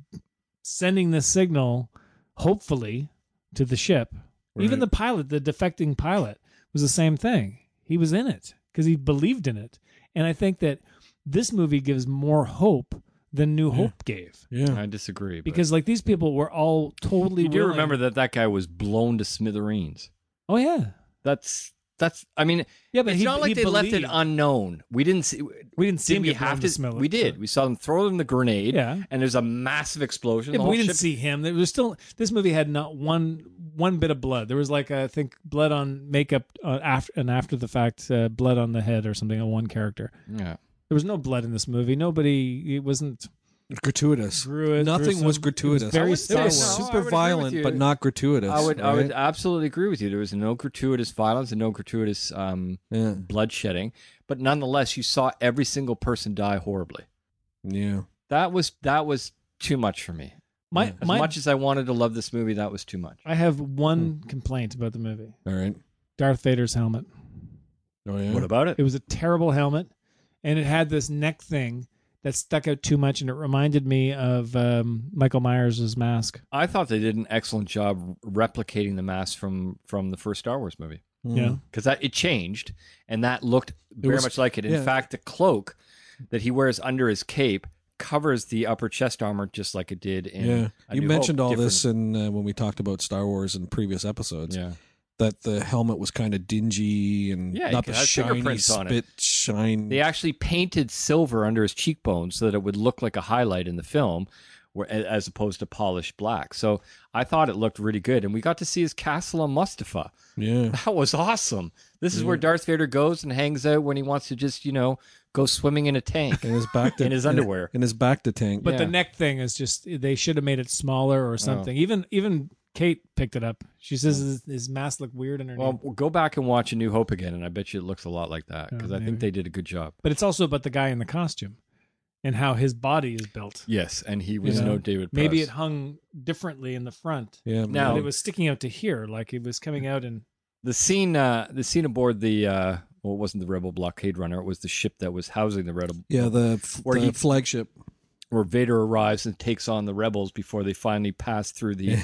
Speaker 3: sending this signal hopefully to the ship even
Speaker 2: Right.
Speaker 3: the pilot the defecting pilot was the same thing he was in it because he believed in it and i think that this movie gives more hope than new hope gave
Speaker 2: Yeah.
Speaker 4: I disagree. but-
Speaker 3: because like these people were all totally
Speaker 4: you do
Speaker 3: willing-
Speaker 4: remember that that guy was blown to smithereens.
Speaker 3: oh yeah
Speaker 4: That's that's. I mean,
Speaker 3: yeah but
Speaker 4: it's
Speaker 3: he,
Speaker 4: not like
Speaker 3: he
Speaker 4: they left
Speaker 3: believed.
Speaker 4: it unknown. We didn't see.
Speaker 3: we didn't see
Speaker 4: Did
Speaker 3: him
Speaker 4: we
Speaker 3: get blown
Speaker 4: have
Speaker 3: to
Speaker 4: to?
Speaker 3: smell it.
Speaker 4: we did. We saw them throw them the grenade.
Speaker 3: Yeah.
Speaker 4: And there's a massive explosion.
Speaker 3: Yeah,
Speaker 4: The
Speaker 3: but we
Speaker 4: whole
Speaker 3: didn't
Speaker 4: ship-
Speaker 3: see him. There was still this movie had not one one bit of blood. There was like I think blood on makeup uh, after and after the fact uh, blood on the head or something on one character.
Speaker 4: Yeah.
Speaker 3: There was no blood in this movie. Nobody. It wasn't.
Speaker 2: Gratuitous.
Speaker 3: Gruis-
Speaker 2: Nothing was
Speaker 3: gruesome. It was
Speaker 2: gratuitous.
Speaker 3: very
Speaker 2: I would say
Speaker 3: Star
Speaker 2: was
Speaker 3: Wars.
Speaker 4: No, I would
Speaker 2: super
Speaker 4: agree with
Speaker 2: violent,
Speaker 4: you.
Speaker 2: but not gratuitous.
Speaker 4: I would, I
Speaker 2: right?
Speaker 4: would absolutely agree with you. There was no gratuitous violence and no gratuitous um,
Speaker 2: Yeah.
Speaker 4: bloodshedding, but nonetheless, you saw every single person die horribly.
Speaker 2: Yeah.
Speaker 4: That was that was too much for me.
Speaker 3: My
Speaker 4: As
Speaker 3: my.
Speaker 4: much as Hmm. I wanted to love this movie, that was too much.
Speaker 3: I have one complaint about the movie.
Speaker 2: All right.
Speaker 3: Darth Vader's helmet.
Speaker 2: Oh yeah.
Speaker 4: about
Speaker 3: It was a terrible helmet, and it had this neck thing that stuck out too much, and it reminded me of um, Michael Myers' mask.
Speaker 4: I thought they did an excellent job replicating the mask from from the first Star Wars movie
Speaker 2: Mm.
Speaker 3: Yeah.
Speaker 4: because that it changed and that looked very
Speaker 2: was-
Speaker 4: much like it. In
Speaker 2: yeah.
Speaker 4: fact, the cloak that he wears under his cape covers the upper chest armor just like it did in.
Speaker 2: Yeah.
Speaker 4: A
Speaker 2: You
Speaker 4: New
Speaker 2: mentioned
Speaker 4: Hope,
Speaker 2: all
Speaker 4: different-
Speaker 2: this in uh, when we talked about Star Wars in previous episodes.
Speaker 4: Yeah.
Speaker 2: That the helmet was kind of dingy and
Speaker 4: Yeah,
Speaker 2: not
Speaker 4: it
Speaker 2: the
Speaker 4: has
Speaker 2: shiny
Speaker 4: fingerprints on it.
Speaker 2: spit shine.
Speaker 4: They actually painted silver under his cheekbones so that it would look like a highlight in the film, where, a- as opposed to polished black. So I thought it looked really good, and we got to see his castle on Mustafa.
Speaker 2: Yeah.
Speaker 4: That was awesome. This is
Speaker 3: Mm-hmm.
Speaker 4: where Darth Vader goes and hangs out when he wants to just you know go swimming in a tank.
Speaker 2: In his back to,
Speaker 4: In his underwear.
Speaker 2: In, his back to tank.
Speaker 3: But the
Speaker 4: Yeah. Oh.
Speaker 3: neck thing is just they should have made it smaller or something. Even even Kate picked it up. She says his, his mask looked weird underneath.
Speaker 4: well, go back and watch A New Hope again, and I bet you it looks a lot like
Speaker 3: Oh,
Speaker 4: that because I think they did a good job.
Speaker 3: but it's also about the guy in the costume and how his body is built.
Speaker 4: Yes, and he was
Speaker 3: know,
Speaker 4: no David.
Speaker 3: Maybe
Speaker 4: Prowse.
Speaker 3: it hung differently in the front.
Speaker 2: yeah.
Speaker 4: Now-
Speaker 3: But
Speaker 4: Oh.
Speaker 3: it was sticking out to here, like it was coming out and
Speaker 4: the scene uh the scene aboard the uh well it wasn't the rebel blockade runner it was the ship that was housing the rebel
Speaker 2: yeah, the, f-
Speaker 4: Or
Speaker 2: the
Speaker 4: he-
Speaker 2: flagship.
Speaker 4: where vader arrives and takes on the rebels before they finally pass through the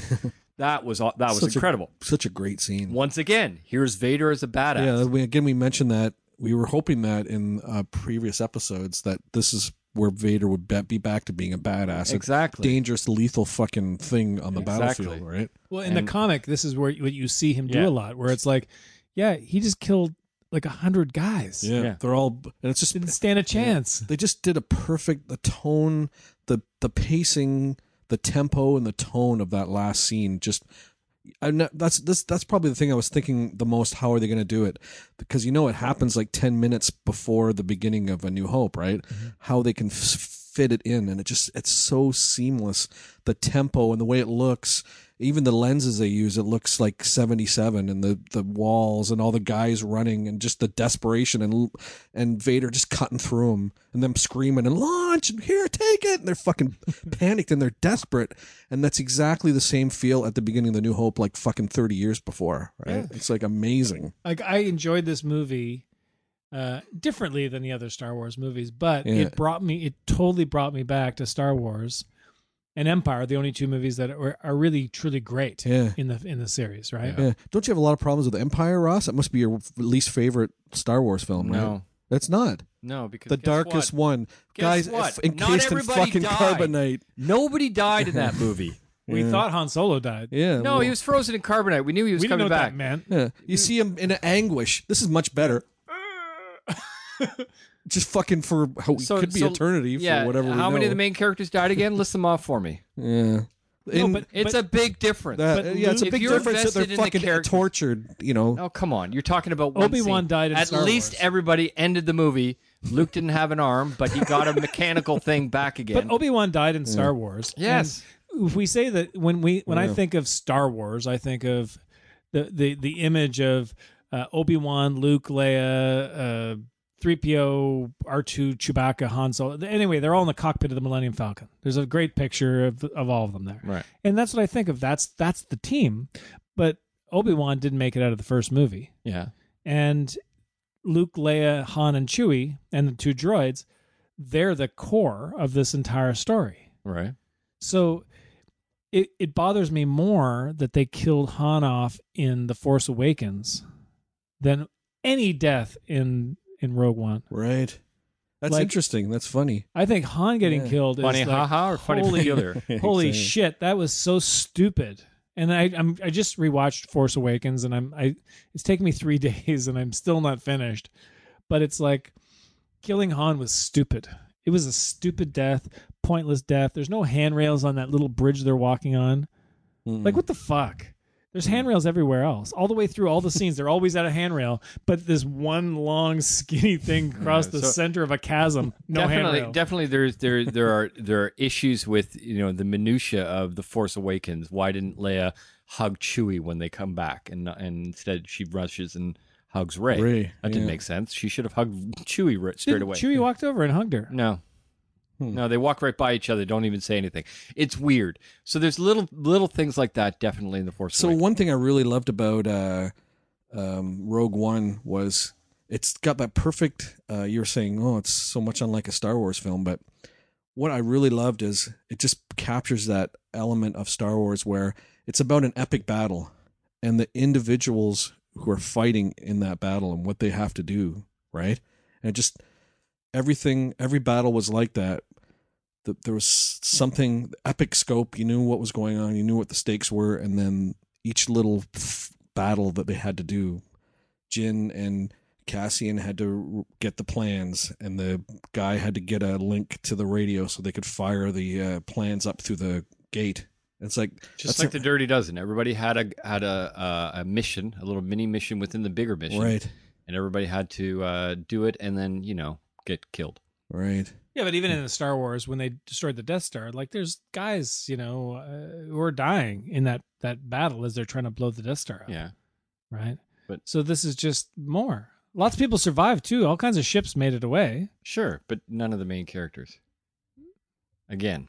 Speaker 4: that was aw- that was
Speaker 2: Such a-
Speaker 4: incredible
Speaker 2: Such a great scene.
Speaker 4: once again here's vader as a badass
Speaker 2: Yeah, we, again, we mentioned that we were hoping that in uh, previous episodes that this is where Vader would be, be back to being a badass, a
Speaker 4: exactly
Speaker 2: dangerous, lethal fucking thing on the
Speaker 4: Exactly.
Speaker 2: battlefield, right?
Speaker 3: well in
Speaker 4: And-
Speaker 3: the comic this is where you, what you see him do
Speaker 4: Yeah.
Speaker 3: a lot where it's like yeah he just killed like a hundred guys
Speaker 2: Yeah,
Speaker 4: Yeah.
Speaker 2: they're all, and it's just
Speaker 3: didn't stand a chance
Speaker 2: they just did a perfect the tone, the the pacing, the tempo, and the tone of that last scene just I'm not, that's this that's probably the thing I was thinking the most. How are they going to do it? Because you know it happens like ten minutes before the beginning of A New Hope, right? How they can f- fit it in, and it just it's so seamless. The tempo and the way it looks, even the lenses they use, it looks like seventy seven, and the the walls and all the guys running, and just the desperation and and Vader just cutting through them, and them screaming and launch and here take it, and they're fucking panicked and they're desperate, and that's exactly the same feel at the beginning of the New Hope, like fucking thirty years before, right? It's like amazing.
Speaker 3: like I enjoyed this movie uh differently than the other Star Wars movies, but
Speaker 2: Yeah.
Speaker 3: it brought me it totally brought me back to Star Wars and Empire, the only two movies that are, are really truly great
Speaker 2: Yeah.
Speaker 3: in the in the series, right?
Speaker 2: Yeah. Don't you have a lot of problems with Empire, Ross? That must be your least favorite Star Wars film, right?
Speaker 4: no
Speaker 2: That's not.
Speaker 4: no because
Speaker 2: The
Speaker 4: guess
Speaker 2: darkest
Speaker 4: what?
Speaker 2: one. Guys,
Speaker 4: Guess what?
Speaker 2: if-
Speaker 4: Not
Speaker 2: encased in
Speaker 4: everybody
Speaker 2: fucking
Speaker 4: died.
Speaker 2: carbonite.
Speaker 4: nobody died in that movie
Speaker 3: We
Speaker 2: Yeah.
Speaker 3: thought Han Solo died.
Speaker 2: Yeah.
Speaker 4: No,
Speaker 2: well,
Speaker 4: he was frozen in carbonite. We knew he was
Speaker 3: we didn't know
Speaker 4: coming
Speaker 3: what
Speaker 4: back.
Speaker 3: that meant.
Speaker 2: yeah. You see him in anguish. This is much better. Just fucking for how it could be eternity
Speaker 4: yeah,
Speaker 2: for whatever. we
Speaker 4: How many
Speaker 2: know.
Speaker 4: of the main characters died again? List them off for me.
Speaker 2: Yeah. In
Speaker 3: but-
Speaker 4: It's a big difference.
Speaker 2: that-
Speaker 3: but
Speaker 2: yeah, it's a
Speaker 4: Luke-
Speaker 2: big
Speaker 4: if you're
Speaker 2: difference that
Speaker 4: invested
Speaker 2: they're
Speaker 4: in the
Speaker 2: fucking
Speaker 4: character-
Speaker 2: tortured, you know.
Speaker 4: oh come on! You're talking about one
Speaker 3: Obi-Wan
Speaker 4: scene.
Speaker 3: died in
Speaker 4: At
Speaker 3: Star
Speaker 4: least
Speaker 3: Wars.
Speaker 4: everybody ended the movie. Luke didn't have an arm, but he got a mechanical thing back again.
Speaker 3: But Obi Wan died in Star Wars.
Speaker 4: Yes.
Speaker 3: And if we say that when we when I think of Star Wars, I think of the the the image of uh, Obi Wan, Luke, Leia, uh, three PO, R two, Chewbacca, Han Solo. Anyway, they're all in the cockpit of the Millennium Falcon. There's a great picture of of all of them there.
Speaker 4: Right.
Speaker 3: And that's what I think of. That's that's the team. But Obi Wan didn't make it out of the first movie,
Speaker 4: yeah.
Speaker 3: and Luke, Leia, Han, and Chewie, and the two droids. They're the core of this entire story.
Speaker 4: Right.
Speaker 3: So it it bothers me more that they killed Han off in The Force Awakens than any death in in Rogue One.
Speaker 2: Right. That's
Speaker 3: Like-
Speaker 2: interesting. That's funny.
Speaker 3: I think Han getting
Speaker 2: Yeah.
Speaker 3: killed is
Speaker 4: Funny
Speaker 3: like,
Speaker 4: haha or funny
Speaker 3: holy,
Speaker 4: peculiar?
Speaker 3: holy
Speaker 2: Exactly.
Speaker 3: shit, that was so stupid. And I I'm, I just rewatched Force Awakens and I'm I it's taken me 3 days and I'm still not finished. But it's like killing Han was stupid. It was a stupid death, pointless death. There's no handrails on that little bridge they're walking on.
Speaker 2: Mm.
Speaker 3: Like what the fuck? There's handrails everywhere else. All the way through all the scenes, they're always at a handrail, but this one long skinny thing across the
Speaker 4: so-
Speaker 3: center of a chasm. No
Speaker 4: definitely,
Speaker 3: handrail.
Speaker 4: definitely. There's there there are there are issues with you know the minutia of the Force Awakens. Why didn't Leia hug Chewie when they come back, and and instead she rushes and hugs Ray?
Speaker 2: Rey,
Speaker 4: that didn't
Speaker 2: yeah.
Speaker 4: make sense. She should have hugged Chewie ri- straight
Speaker 3: Didn't-
Speaker 4: away.
Speaker 3: Chewie walked over and hugged her.
Speaker 4: No. No, they walk right by each other. Don't even say anything. It's weird. So there's little little things like that definitely in the Force.
Speaker 2: So
Speaker 4: Awakens.
Speaker 2: one thing I really loved about uh, um, Rogue One was it's got that perfect. Uh, you were saying, oh, it's so much unlike a Star Wars film, but what I really loved is it just captures that element of Star Wars where it's about an epic battle and the individuals who are fighting in that battle and what they have to do, right? And it just everything, every battle was like that. The, there was something epic scope. You knew what was going on. You knew what the stakes were, and then each little f- battle that they had to do. Jin and Cassian had to r- get the plans, and the guy had to get a link to the radio so they could fire the uh, plans up through the gate. It's like that's
Speaker 4: just like
Speaker 2: a-
Speaker 4: the Dirty Dozen, everybody had a had a uh, a mission, a little mini mission within the bigger mission,
Speaker 2: right,
Speaker 4: and everybody had to uh, do it, and then you know get killed.
Speaker 2: right.
Speaker 3: Yeah, but even in the Star Wars, when they destroyed the Death Star, like there's guys, you know, uh, who are dying in that that battle as they're trying to blow the Death Star up.
Speaker 4: Yeah,
Speaker 3: Right.
Speaker 4: But-
Speaker 3: so this is just more. Lots of people survived too. All kinds of ships made it away.
Speaker 4: sure, but none of the main characters. Again,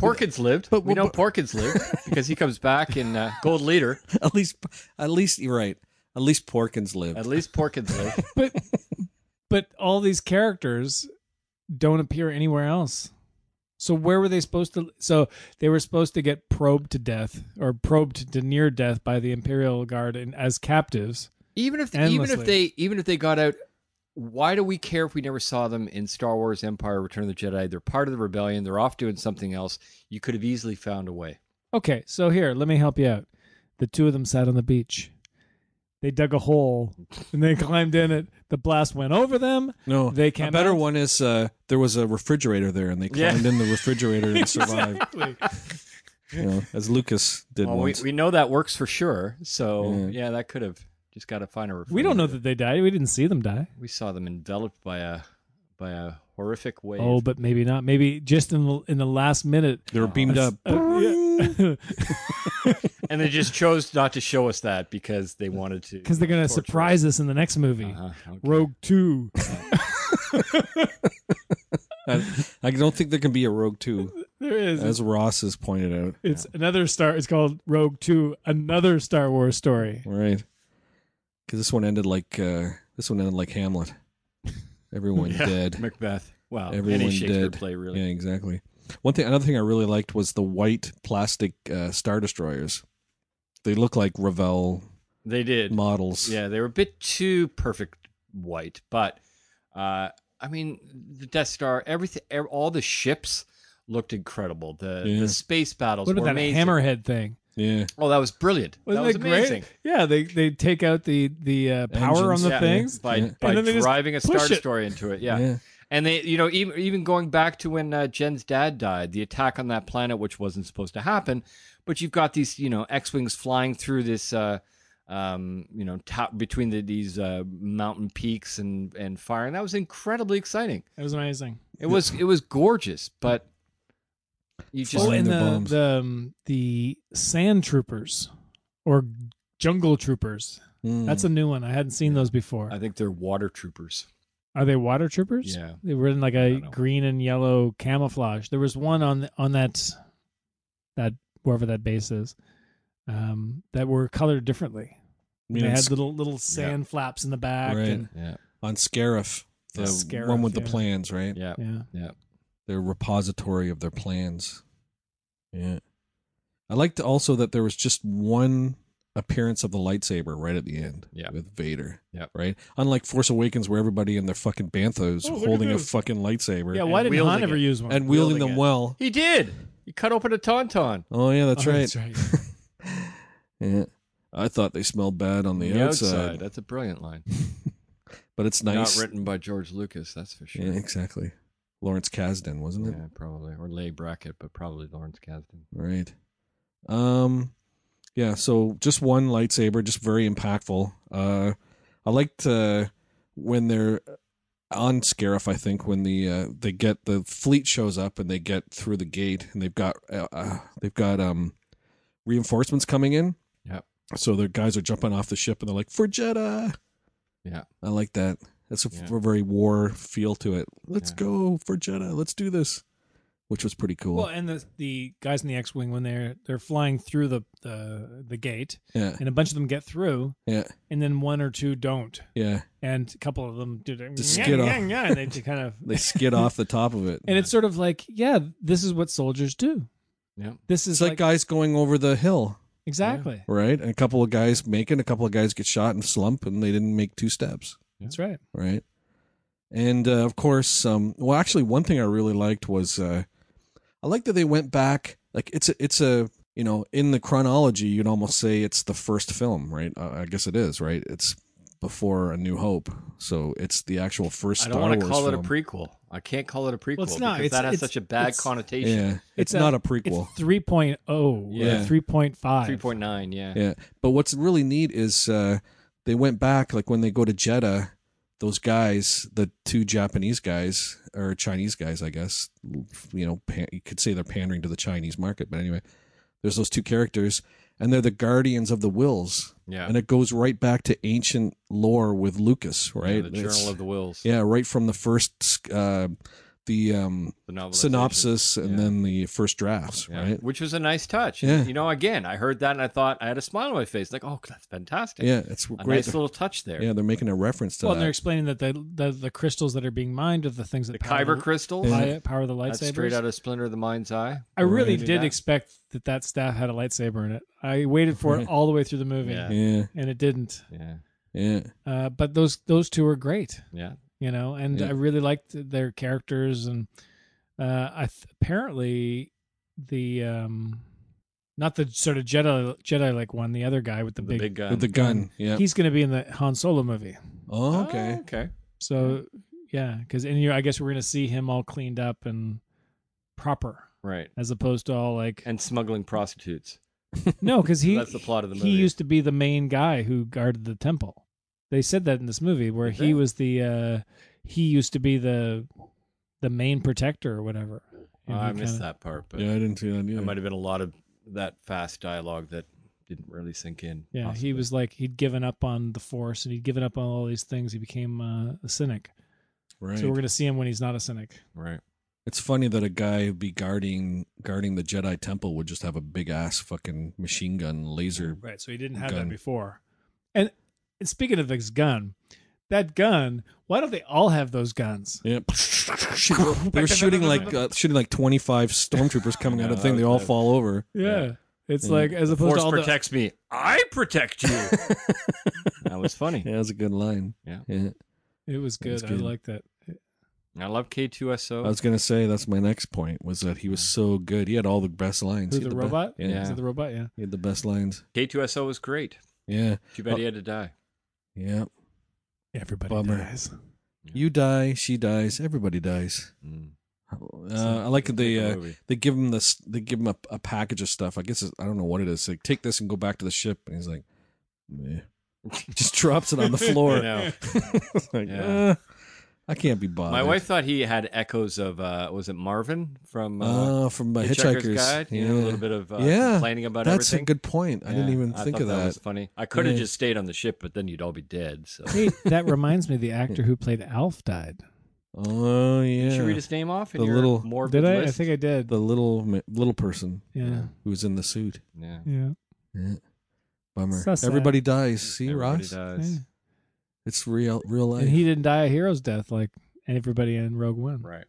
Speaker 4: Porkins lived.
Speaker 2: But-
Speaker 4: we know
Speaker 2: but-
Speaker 4: Porkins lived because he comes back in uh, Gold Leader.
Speaker 2: At least, at least you're right. At least Porkins lived.
Speaker 4: At least Porkins lived.
Speaker 3: But but all these characters don't appear anywhere else. So where were they supposed to so they were supposed to get probed to death or probed to near death by the Imperial Guard and as captives.
Speaker 4: Even if even
Speaker 3: Endlessly.
Speaker 4: if they even if they got out, why do we care if we never saw them in Star Wars Empire Return of the Jedi? They're part of the rebellion. They're off doing something else. You could have easily found a way.
Speaker 3: Okay, so here, let me help you out. The two of them sat on the beach. They dug a hole and they climbed in it. The blast went over them.
Speaker 2: No,
Speaker 3: They
Speaker 2: A
Speaker 3: can't
Speaker 2: better
Speaker 3: mount?
Speaker 2: one is uh, there was a refrigerator there, and they
Speaker 4: Yeah.
Speaker 2: climbed in the refrigerator and survived,
Speaker 3: Exactly.
Speaker 2: you know, as Lucas did
Speaker 4: Well, we,
Speaker 2: once.
Speaker 4: we know that works for sure. So
Speaker 2: Yeah.
Speaker 4: yeah, that could have just got to find a.
Speaker 3: We don't know that they died. We didn't see them die.
Speaker 4: We saw them enveloped by a by a horrific wave.
Speaker 3: Oh, but maybe not. Maybe just in the in the last minute.
Speaker 2: they were beamed up.
Speaker 4: and they just chose not to show us that because they wanted to.
Speaker 3: Because they're going to surprise us in the next movie.
Speaker 4: Uh-huh, okay.
Speaker 3: Rogue Two.
Speaker 2: I, I don't think there can be a Rogue Two,
Speaker 3: there is.
Speaker 2: as Ross has pointed out.
Speaker 3: it's another Star. It's called Rogue Two. Another Star Wars story.
Speaker 2: Right? Because this one ended like uh, this one ended like Hamlet. Everyone
Speaker 4: Yeah,
Speaker 2: dead.
Speaker 4: Macbeth. Wow,
Speaker 2: Everyone
Speaker 4: any Shakespeare
Speaker 2: dead.
Speaker 4: play really.
Speaker 2: Yeah, exactly. One thing, another thing I really liked was the white plastic uh, star destroyers. They look like Ravel
Speaker 4: They did.
Speaker 2: models.
Speaker 4: Yeah, they were a bit too perfect white, but uh, I mean, the Death Star, everything, ev- all the ships, looked incredible. The
Speaker 2: Yeah.
Speaker 4: the space battles
Speaker 3: What
Speaker 4: were
Speaker 3: about that
Speaker 4: amazing.
Speaker 3: hammerhead thing?
Speaker 2: Yeah.
Speaker 4: Oh, that was brilliant.
Speaker 3: Wasn't
Speaker 4: that was
Speaker 3: that
Speaker 4: amazing.
Speaker 3: great? Yeah, they they take out the the uh, power
Speaker 2: Engines.
Speaker 3: on the
Speaker 4: Yeah.
Speaker 3: things.
Speaker 4: by
Speaker 2: Yeah.
Speaker 4: by
Speaker 3: And then they just
Speaker 4: driving a star
Speaker 3: push it.
Speaker 4: destroyer into it. Yeah.
Speaker 2: Yeah.
Speaker 4: and they you know even even going back to when uh, Jen's dad died, the attack on that planet, which wasn't supposed to happen, but you've got these you know X wings flying through this. Uh, um, you know, top between the, these uh, mountain peaks and and fire, and that was incredibly exciting.
Speaker 3: It was amazing.
Speaker 4: It was it was gorgeous, but you just
Speaker 3: oh,
Speaker 2: Flying
Speaker 3: and
Speaker 2: their
Speaker 3: the
Speaker 2: bombs.
Speaker 3: the, um, the sand troopers or jungle troopers.
Speaker 2: Mm.
Speaker 3: That's a new one. I hadn't seen those before.
Speaker 4: I think they're water troopers.
Speaker 3: Are they water troopers?
Speaker 4: Yeah.
Speaker 3: They were in like
Speaker 4: I
Speaker 3: a
Speaker 4: don't know.
Speaker 3: green and yellow camouflage. There was one on on that that wherever that base is um, that were colored differently.
Speaker 2: I mean,
Speaker 3: they
Speaker 2: on,
Speaker 3: had
Speaker 2: Sc-
Speaker 3: little little sand flaps in the back.
Speaker 2: Right.
Speaker 3: And,
Speaker 4: Yeah,
Speaker 2: on Scarif, the
Speaker 3: Yeah, Scarif,
Speaker 2: one with the
Speaker 3: yeah.
Speaker 2: plans, right?
Speaker 4: yeah.
Speaker 3: yeah.
Speaker 2: their repository of their plans. Yeah. I liked also that there was just one appearance of the lightsaber right at the end
Speaker 4: Yeah.
Speaker 2: with Vader.
Speaker 4: Yeah.
Speaker 2: Right? Unlike Force Awakens where everybody in their fucking banthos
Speaker 3: Oh, look at
Speaker 2: holding a
Speaker 3: this.
Speaker 2: fucking lightsaber
Speaker 3: Yeah, why
Speaker 4: And
Speaker 3: didn't Han
Speaker 4: wielding
Speaker 3: ever
Speaker 4: it.
Speaker 3: use one?
Speaker 2: and wielding,
Speaker 4: Wielding
Speaker 2: them
Speaker 4: it.
Speaker 2: well.
Speaker 4: He did. He cut open a tauntaun.
Speaker 2: Oh yeah, that's
Speaker 3: Oh,
Speaker 2: right.
Speaker 3: That's right.
Speaker 2: Yeah. I thought they smelled bad on the, outside,
Speaker 4: That's a brilliant line.
Speaker 2: but it's nice.
Speaker 4: Not written by George Lucas, that's for sure.
Speaker 2: yeah, exactly. Lawrence Kasdan, wasn't it?
Speaker 4: Yeah, probably. Or Lay Brackett, but probably Lawrence Kasdan.
Speaker 2: Right. Um yeah, so just one lightsaber, just very impactful. Uh I liked uh when they're on Scarif, I think when the uh, they get the fleet shows up and they get through the gate and they've got uh, uh, they've got um reinforcements coming in.
Speaker 4: Yep.
Speaker 2: So the guys are jumping off the ship and they're like for Jeddah.
Speaker 4: Yeah.
Speaker 2: I like that. That's a,
Speaker 4: Yeah.
Speaker 2: a very war feel to it. Let's
Speaker 4: Yeah.
Speaker 2: go for Jeddah. Let's do this, which was pretty cool.
Speaker 3: Well, and the the guys in the X-wing when they're they're flying through the the, the gate,
Speaker 2: yeah,
Speaker 3: and a bunch of them get through,
Speaker 2: yeah,
Speaker 3: and then one or two don't,
Speaker 2: yeah.
Speaker 3: and a couple of them do the
Speaker 2: Just skid off.
Speaker 3: yeah, and they just kind of
Speaker 2: They skid off the top of it.
Speaker 3: and it's sort of like yeah, this is what soldiers do.
Speaker 4: Yeah.
Speaker 3: This
Speaker 2: It's
Speaker 3: is
Speaker 2: like,
Speaker 3: like,
Speaker 2: guys going over the hill,
Speaker 3: exactly
Speaker 2: right? And a couple of guys make it, a couple of guys get shot and slump, and they didn't make two steps,
Speaker 3: that's right.
Speaker 2: right? And uh, of course, um, well, actually, one thing I really liked was uh, I like that they went back. Like it's a, it's a you know in the chronology, you'd almost say it's the first film, right? Uh, I guess it is, right? It's before A New Hope, so it's the actual first.
Speaker 4: I
Speaker 2: Star
Speaker 4: don't want to
Speaker 2: Wars
Speaker 4: call
Speaker 2: film.
Speaker 4: it a prequel. I can't call it a prequel
Speaker 3: it's not.
Speaker 4: because
Speaker 3: It's-
Speaker 4: that has
Speaker 3: it's-
Speaker 4: such a bad
Speaker 3: it's-
Speaker 4: connotation.
Speaker 2: Yeah, it's,
Speaker 3: It's a-
Speaker 2: not a
Speaker 3: It's
Speaker 2: prequel.
Speaker 3: 3.0 or
Speaker 4: Yeah.
Speaker 3: 3.5.
Speaker 4: 3.9, yeah.
Speaker 2: Yeah. But what's really neat is uh, they went back, like when they go to Jeddah, those guys, the two Japanese guys, or Chinese guys, I guess, you know, pan- you could say they're pandering to the Chinese market. But anyway, there's those two characters, and they're the guardians of the wills.
Speaker 4: Yeah.
Speaker 2: And it goes right back to ancient lore with Lucas, right?
Speaker 4: Yeah, the Journal
Speaker 2: It's-
Speaker 4: of the Wills.
Speaker 2: yeah, right from the first, uh, the um,
Speaker 4: The novelization.
Speaker 2: synopsis and
Speaker 4: Yeah.
Speaker 2: then the first drafts,
Speaker 4: Yeah.
Speaker 2: right?
Speaker 4: Which was a nice touch.
Speaker 2: Yeah.
Speaker 4: You know, again, I heard that and I thought I had a smile on my face. Like, oh, that's fantastic.
Speaker 2: Yeah, it's
Speaker 4: A
Speaker 2: great.
Speaker 4: nice little touch there.
Speaker 2: yeah, they're making a reference to
Speaker 3: Well,
Speaker 2: that.
Speaker 3: and they're explaining that the, the the crystals that are being mined are the things that
Speaker 4: The
Speaker 3: power
Speaker 4: kyber crystals.
Speaker 3: power, power the
Speaker 4: That's straight
Speaker 3: lightsabers.
Speaker 4: out of Splinter of the Mind's Eye.
Speaker 3: I really
Speaker 4: Right.
Speaker 3: did
Speaker 4: Yeah.
Speaker 3: expect that that staff had a lightsaber in it. I waited for it all the way through the movie,
Speaker 4: Yeah.
Speaker 2: yeah,
Speaker 3: and it didn't.
Speaker 4: Yeah.
Speaker 2: yeah.
Speaker 3: Uh, but those those two were great,
Speaker 4: Yeah.
Speaker 3: you know, and
Speaker 2: Yeah.
Speaker 3: I really liked their characters. And uh, I th- apparently the um, not the sort of Jedi Jedi like one, the other guy with the,
Speaker 4: The
Speaker 3: big,
Speaker 4: big gun.
Speaker 2: With the gun. Yeah.
Speaker 3: he's going to be in the Han Solo movie.
Speaker 2: Oh,
Speaker 4: Oh,
Speaker 2: okay.
Speaker 4: okay.
Speaker 3: So yeah, because and you, I guess we're gonna see him all cleaned up and proper,
Speaker 4: Right.
Speaker 3: as opposed to all like
Speaker 4: And smuggling prostitutes.
Speaker 3: no, because he
Speaker 4: That's the plot of the movie.
Speaker 3: he used to be the main guy who guarded the temple. They said that in this movie where
Speaker 4: Did
Speaker 3: he
Speaker 4: they?
Speaker 3: was the uh he used to be the the main protector or whatever.
Speaker 4: Oh,
Speaker 3: And
Speaker 4: I
Speaker 3: he
Speaker 4: missed
Speaker 3: kinda-
Speaker 4: that part, but
Speaker 2: Yeah, I didn't see that either.
Speaker 4: there might have been a lot of that fast dialogue that didn't really sink in.
Speaker 3: Yeah,
Speaker 4: possibly.
Speaker 3: he was like he'd given up on the force and he'd given up on all these things. He became uh, a cynic.
Speaker 2: right.
Speaker 3: So we're gonna see him when he's not a cynic.
Speaker 4: right.
Speaker 2: it's funny that a guy who'd be guarding guarding the Jedi Temple would just have a big ass fucking machine gun laser.
Speaker 3: Right. So he didn't have
Speaker 2: Gun.
Speaker 3: that before. And, and speaking of this gun, that gun, why don't they all have those guns?
Speaker 2: Yeah. they were shooting like uh, shooting like twenty five stormtroopers coming out of the thing. They all fall over.
Speaker 3: Yeah. It's
Speaker 2: Yeah.
Speaker 3: like as opposed
Speaker 4: Force
Speaker 3: to all
Speaker 4: protects me. I protect you. that was funny.
Speaker 2: Yeah, that's a good line.
Speaker 4: Yeah.
Speaker 2: Yeah.
Speaker 3: the It was
Speaker 2: That was
Speaker 3: good. I
Speaker 2: good.
Speaker 3: liked that.
Speaker 4: I love K2SO.
Speaker 2: I was gonna say that's my next point was that he was so good. He had all the best lines.
Speaker 3: Who,
Speaker 2: He
Speaker 3: the
Speaker 2: had be-
Speaker 3: robot?
Speaker 2: yeah,
Speaker 4: Yeah.
Speaker 3: Is it the robot? Yeah.
Speaker 2: he had the best lines.
Speaker 4: K2SO was great.
Speaker 2: Yeah,
Speaker 4: Too bad he had to die.
Speaker 2: yeah.
Speaker 3: Everybody
Speaker 2: Bummer.
Speaker 3: dies.
Speaker 2: You die, she dies, everybody dies.
Speaker 4: Mm.
Speaker 2: Uh, I like that they
Speaker 4: Good
Speaker 2: uh,
Speaker 4: movie.
Speaker 2: they give him this. They give him a, a package of stuff. I guess it's, I don't know what it is. Like take this and go back to the ship. And he's like, Meh. just drops it on the
Speaker 4: I
Speaker 2: floor.
Speaker 4: know.
Speaker 2: It's like,
Speaker 4: Yeah.
Speaker 2: "Uh, I can't be bothered.
Speaker 4: My wife thought he had echoes of uh, was it Marvin from uh,
Speaker 2: Oh, from uh,
Speaker 4: Hitchhiker's,
Speaker 2: Hitchhiker's
Speaker 4: Guide? You
Speaker 2: yeah.
Speaker 4: know, a little bit of uh,
Speaker 2: Yeah.
Speaker 4: complaining about
Speaker 2: That's
Speaker 4: everything.
Speaker 2: a good point. I didn't
Speaker 4: Yeah,
Speaker 2: even
Speaker 4: I
Speaker 2: think
Speaker 4: thought
Speaker 2: of that.
Speaker 4: was funny. I could have
Speaker 2: Yeah.
Speaker 4: just stayed on the ship, but then you'd all be dead. So
Speaker 3: Hey, that reminds me the actor who played Alf died.
Speaker 2: Oh yeah,
Speaker 4: did you read his name off? In
Speaker 2: The
Speaker 4: your
Speaker 2: little-
Speaker 4: morbid
Speaker 3: Did I? I
Speaker 4: list?
Speaker 3: think I did.
Speaker 2: the little ma- little person
Speaker 3: Yeah.
Speaker 2: who was in the suit.
Speaker 4: Yeah.
Speaker 3: Yeah.
Speaker 2: Yeah. Bummer.
Speaker 3: So sad.
Speaker 2: Everybody dies. See,
Speaker 4: Everybody
Speaker 2: Ross,
Speaker 4: dies.
Speaker 3: Yeah.
Speaker 2: it's real real life.
Speaker 3: And he didn't die a hero's death like everybody in Rogue One.
Speaker 4: Right.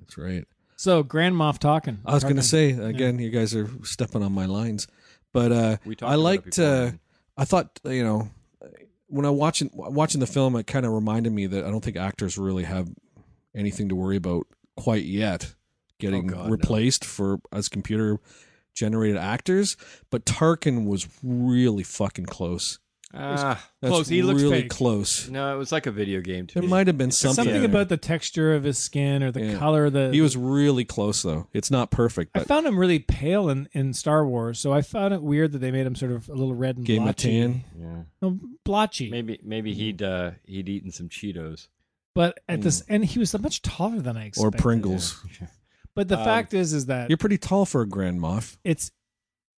Speaker 2: That's right.
Speaker 3: So Grand Moff talking.
Speaker 2: I was going to say again, you guys are stepping on my lines, but uh,
Speaker 4: We talked
Speaker 2: I
Speaker 4: about it
Speaker 2: liked.
Speaker 4: before,
Speaker 2: Uh,
Speaker 4: and
Speaker 2: I thought you know when I watching watching the film, it kind of reminded me that I don't think actors really have anything to worry about quite yet getting
Speaker 4: Oh, God, no.
Speaker 2: replaced for as computer generated actors. But Tarkin was really fucking close.
Speaker 4: ah,
Speaker 2: That's
Speaker 3: Close. He looks
Speaker 2: really
Speaker 3: fake.
Speaker 2: close.
Speaker 4: no, it was like a video game to
Speaker 2: There
Speaker 4: me.
Speaker 2: might have been something.
Speaker 3: Something
Speaker 2: there.
Speaker 3: about the texture of his skin or the
Speaker 2: Yeah.
Speaker 3: color of the
Speaker 2: he was uh, really close though. It's not perfect,
Speaker 3: I
Speaker 2: but
Speaker 3: found him really pale in, in Star Wars, so I found it weird that they made him sort of a little red and
Speaker 2: gave him a
Speaker 3: blotchy.
Speaker 2: tan.
Speaker 4: yeah.
Speaker 3: No, blotchy.
Speaker 4: Maybe maybe he'd uh, he'd eaten some Cheetos.
Speaker 3: But at this, and he was much taller than I
Speaker 2: Mm. Or
Speaker 3: expected.
Speaker 2: Pringles.
Speaker 3: But the
Speaker 4: Um,
Speaker 3: fact is, is that
Speaker 2: You're pretty tall for a Grand Moff.
Speaker 3: it's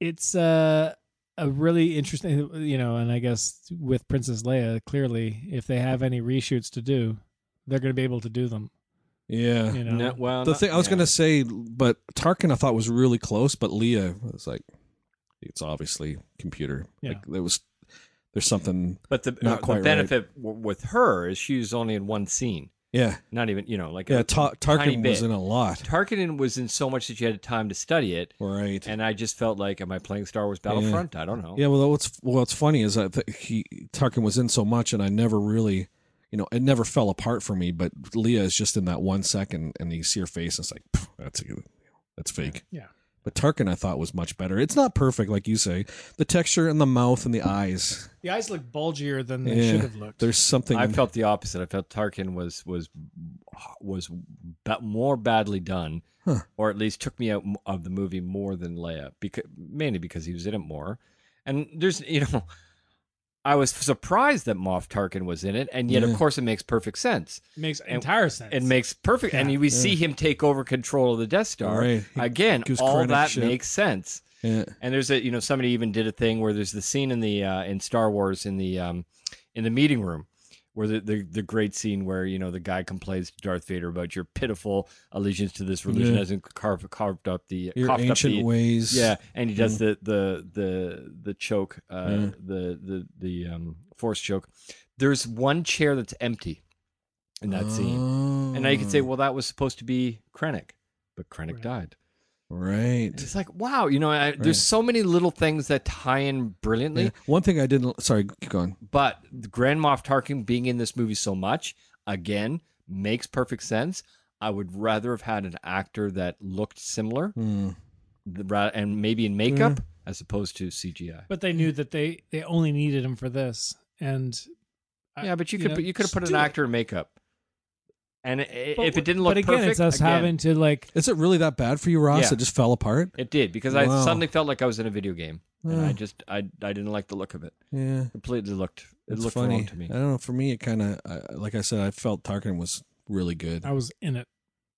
Speaker 3: it's uh, a really interesting, you know, and I guess with Princess Leia, clearly, if they have any reshoots to do, they're going to be able to do them.
Speaker 2: Yeah.
Speaker 3: You know,
Speaker 4: No, well,
Speaker 2: the
Speaker 4: not-
Speaker 2: thing I was
Speaker 4: yeah.
Speaker 2: gonna say, but Tarkin I thought was really close, but Leah was like, it's obviously computer.
Speaker 3: Yeah.
Speaker 2: Like there was, there's something.
Speaker 4: But the,
Speaker 2: Not
Speaker 4: uh,
Speaker 2: quite
Speaker 4: the
Speaker 2: right.
Speaker 4: benefit w- with her is she was only in one scene.
Speaker 2: Yeah,
Speaker 4: Not even, you know, like
Speaker 2: yeah.
Speaker 4: a
Speaker 2: Ta-
Speaker 4: tiny
Speaker 2: Tarkin
Speaker 4: bit.
Speaker 2: was in a lot.
Speaker 4: Tarkin was in so much that you had time to study it,
Speaker 2: Right.
Speaker 4: and I just felt like, am I playing Star Wars Battlefront? I don't know.
Speaker 2: yeah. Well, what's well, what's funny is that th- he Tarkin was in so much, and I never really, you know, it never fell apart for me. But Leah is just in that one second, and you see her face, and it's like "Pff, that's a, that's fake.
Speaker 3: Yeah.
Speaker 2: But Tarkin, I thought was much better. It's not perfect, like you say. The texture and the mouth and the eyes.
Speaker 3: the eyes look bulgier than they
Speaker 2: Yeah.
Speaker 3: should have looked.
Speaker 2: There's something.
Speaker 4: I felt the opposite. I felt Tarkin was was was ba- more badly done,
Speaker 2: Huh.
Speaker 4: or at least took me out m- of the movie more than Leia, because mainly because he was in it more. And there's you know, I was surprised that Moff Tarkin was in it, and yet
Speaker 2: Yeah.
Speaker 4: of course it makes perfect sense.
Speaker 3: makes entire sense.
Speaker 4: It makes perfect, and we see him take over control of the Death Star
Speaker 2: Right. He
Speaker 4: again.
Speaker 2: gives
Speaker 4: All
Speaker 2: credit
Speaker 4: that
Speaker 2: ship.
Speaker 4: makes sense.
Speaker 2: Yeah.
Speaker 4: And there's a you know somebody even did a thing where there's the scene in the uh, in Star Wars in the um, in the meeting room where the, the the great scene where you know the guy complains to Darth Vader about your pitiful allegiance to this religion
Speaker 2: Yeah.
Speaker 4: hasn't carved carved up the
Speaker 2: your
Speaker 4: coughed
Speaker 2: ancient
Speaker 4: up the,
Speaker 2: ways.
Speaker 4: yeah, and he does the the the the choke uh, the the the um, force choke. There's one chair that's empty in that scene, and now you
Speaker 2: Oh.
Speaker 4: can say, well, that was supposed to be Krennic, but Krennic died.
Speaker 2: right.
Speaker 4: It's like, wow, you know, I, there's so many little things that tie in brilliantly.
Speaker 2: Yeah. One thing I didn't. Sorry, keep going.
Speaker 4: But Grand Moff Tarkin being in this movie so much, again, makes perfect sense. I would rather have had an actor that looked similar
Speaker 2: Hmm.
Speaker 4: the ra- and maybe in makeup
Speaker 2: Mm-hmm.
Speaker 4: as opposed to CGI.
Speaker 3: But they knew that they they only needed him for this, and I-
Speaker 4: yeah, but you, could
Speaker 3: know,
Speaker 4: put you could have put
Speaker 3: just
Speaker 4: an
Speaker 3: do it.
Speaker 4: actor in makeup, and i
Speaker 3: But
Speaker 4: if
Speaker 3: w-
Speaker 4: it didn't look
Speaker 3: but again,
Speaker 4: perfect,
Speaker 3: it's us
Speaker 4: again,
Speaker 3: having to like
Speaker 2: Is it really that bad for you, Ross?
Speaker 4: Yeah.
Speaker 2: It just fell apart.
Speaker 4: it did because
Speaker 2: Wow.
Speaker 4: I suddenly felt like I was in a video game, and
Speaker 2: Yeah.
Speaker 4: I just I I didn't like the look of it.
Speaker 2: Yeah.
Speaker 4: Completely looked it
Speaker 2: It's
Speaker 4: looked
Speaker 2: funny.
Speaker 4: wrong to me.
Speaker 2: I don't know. For me, it kind of uh, like I said, I felt Tarkin was really good.
Speaker 3: I was in it.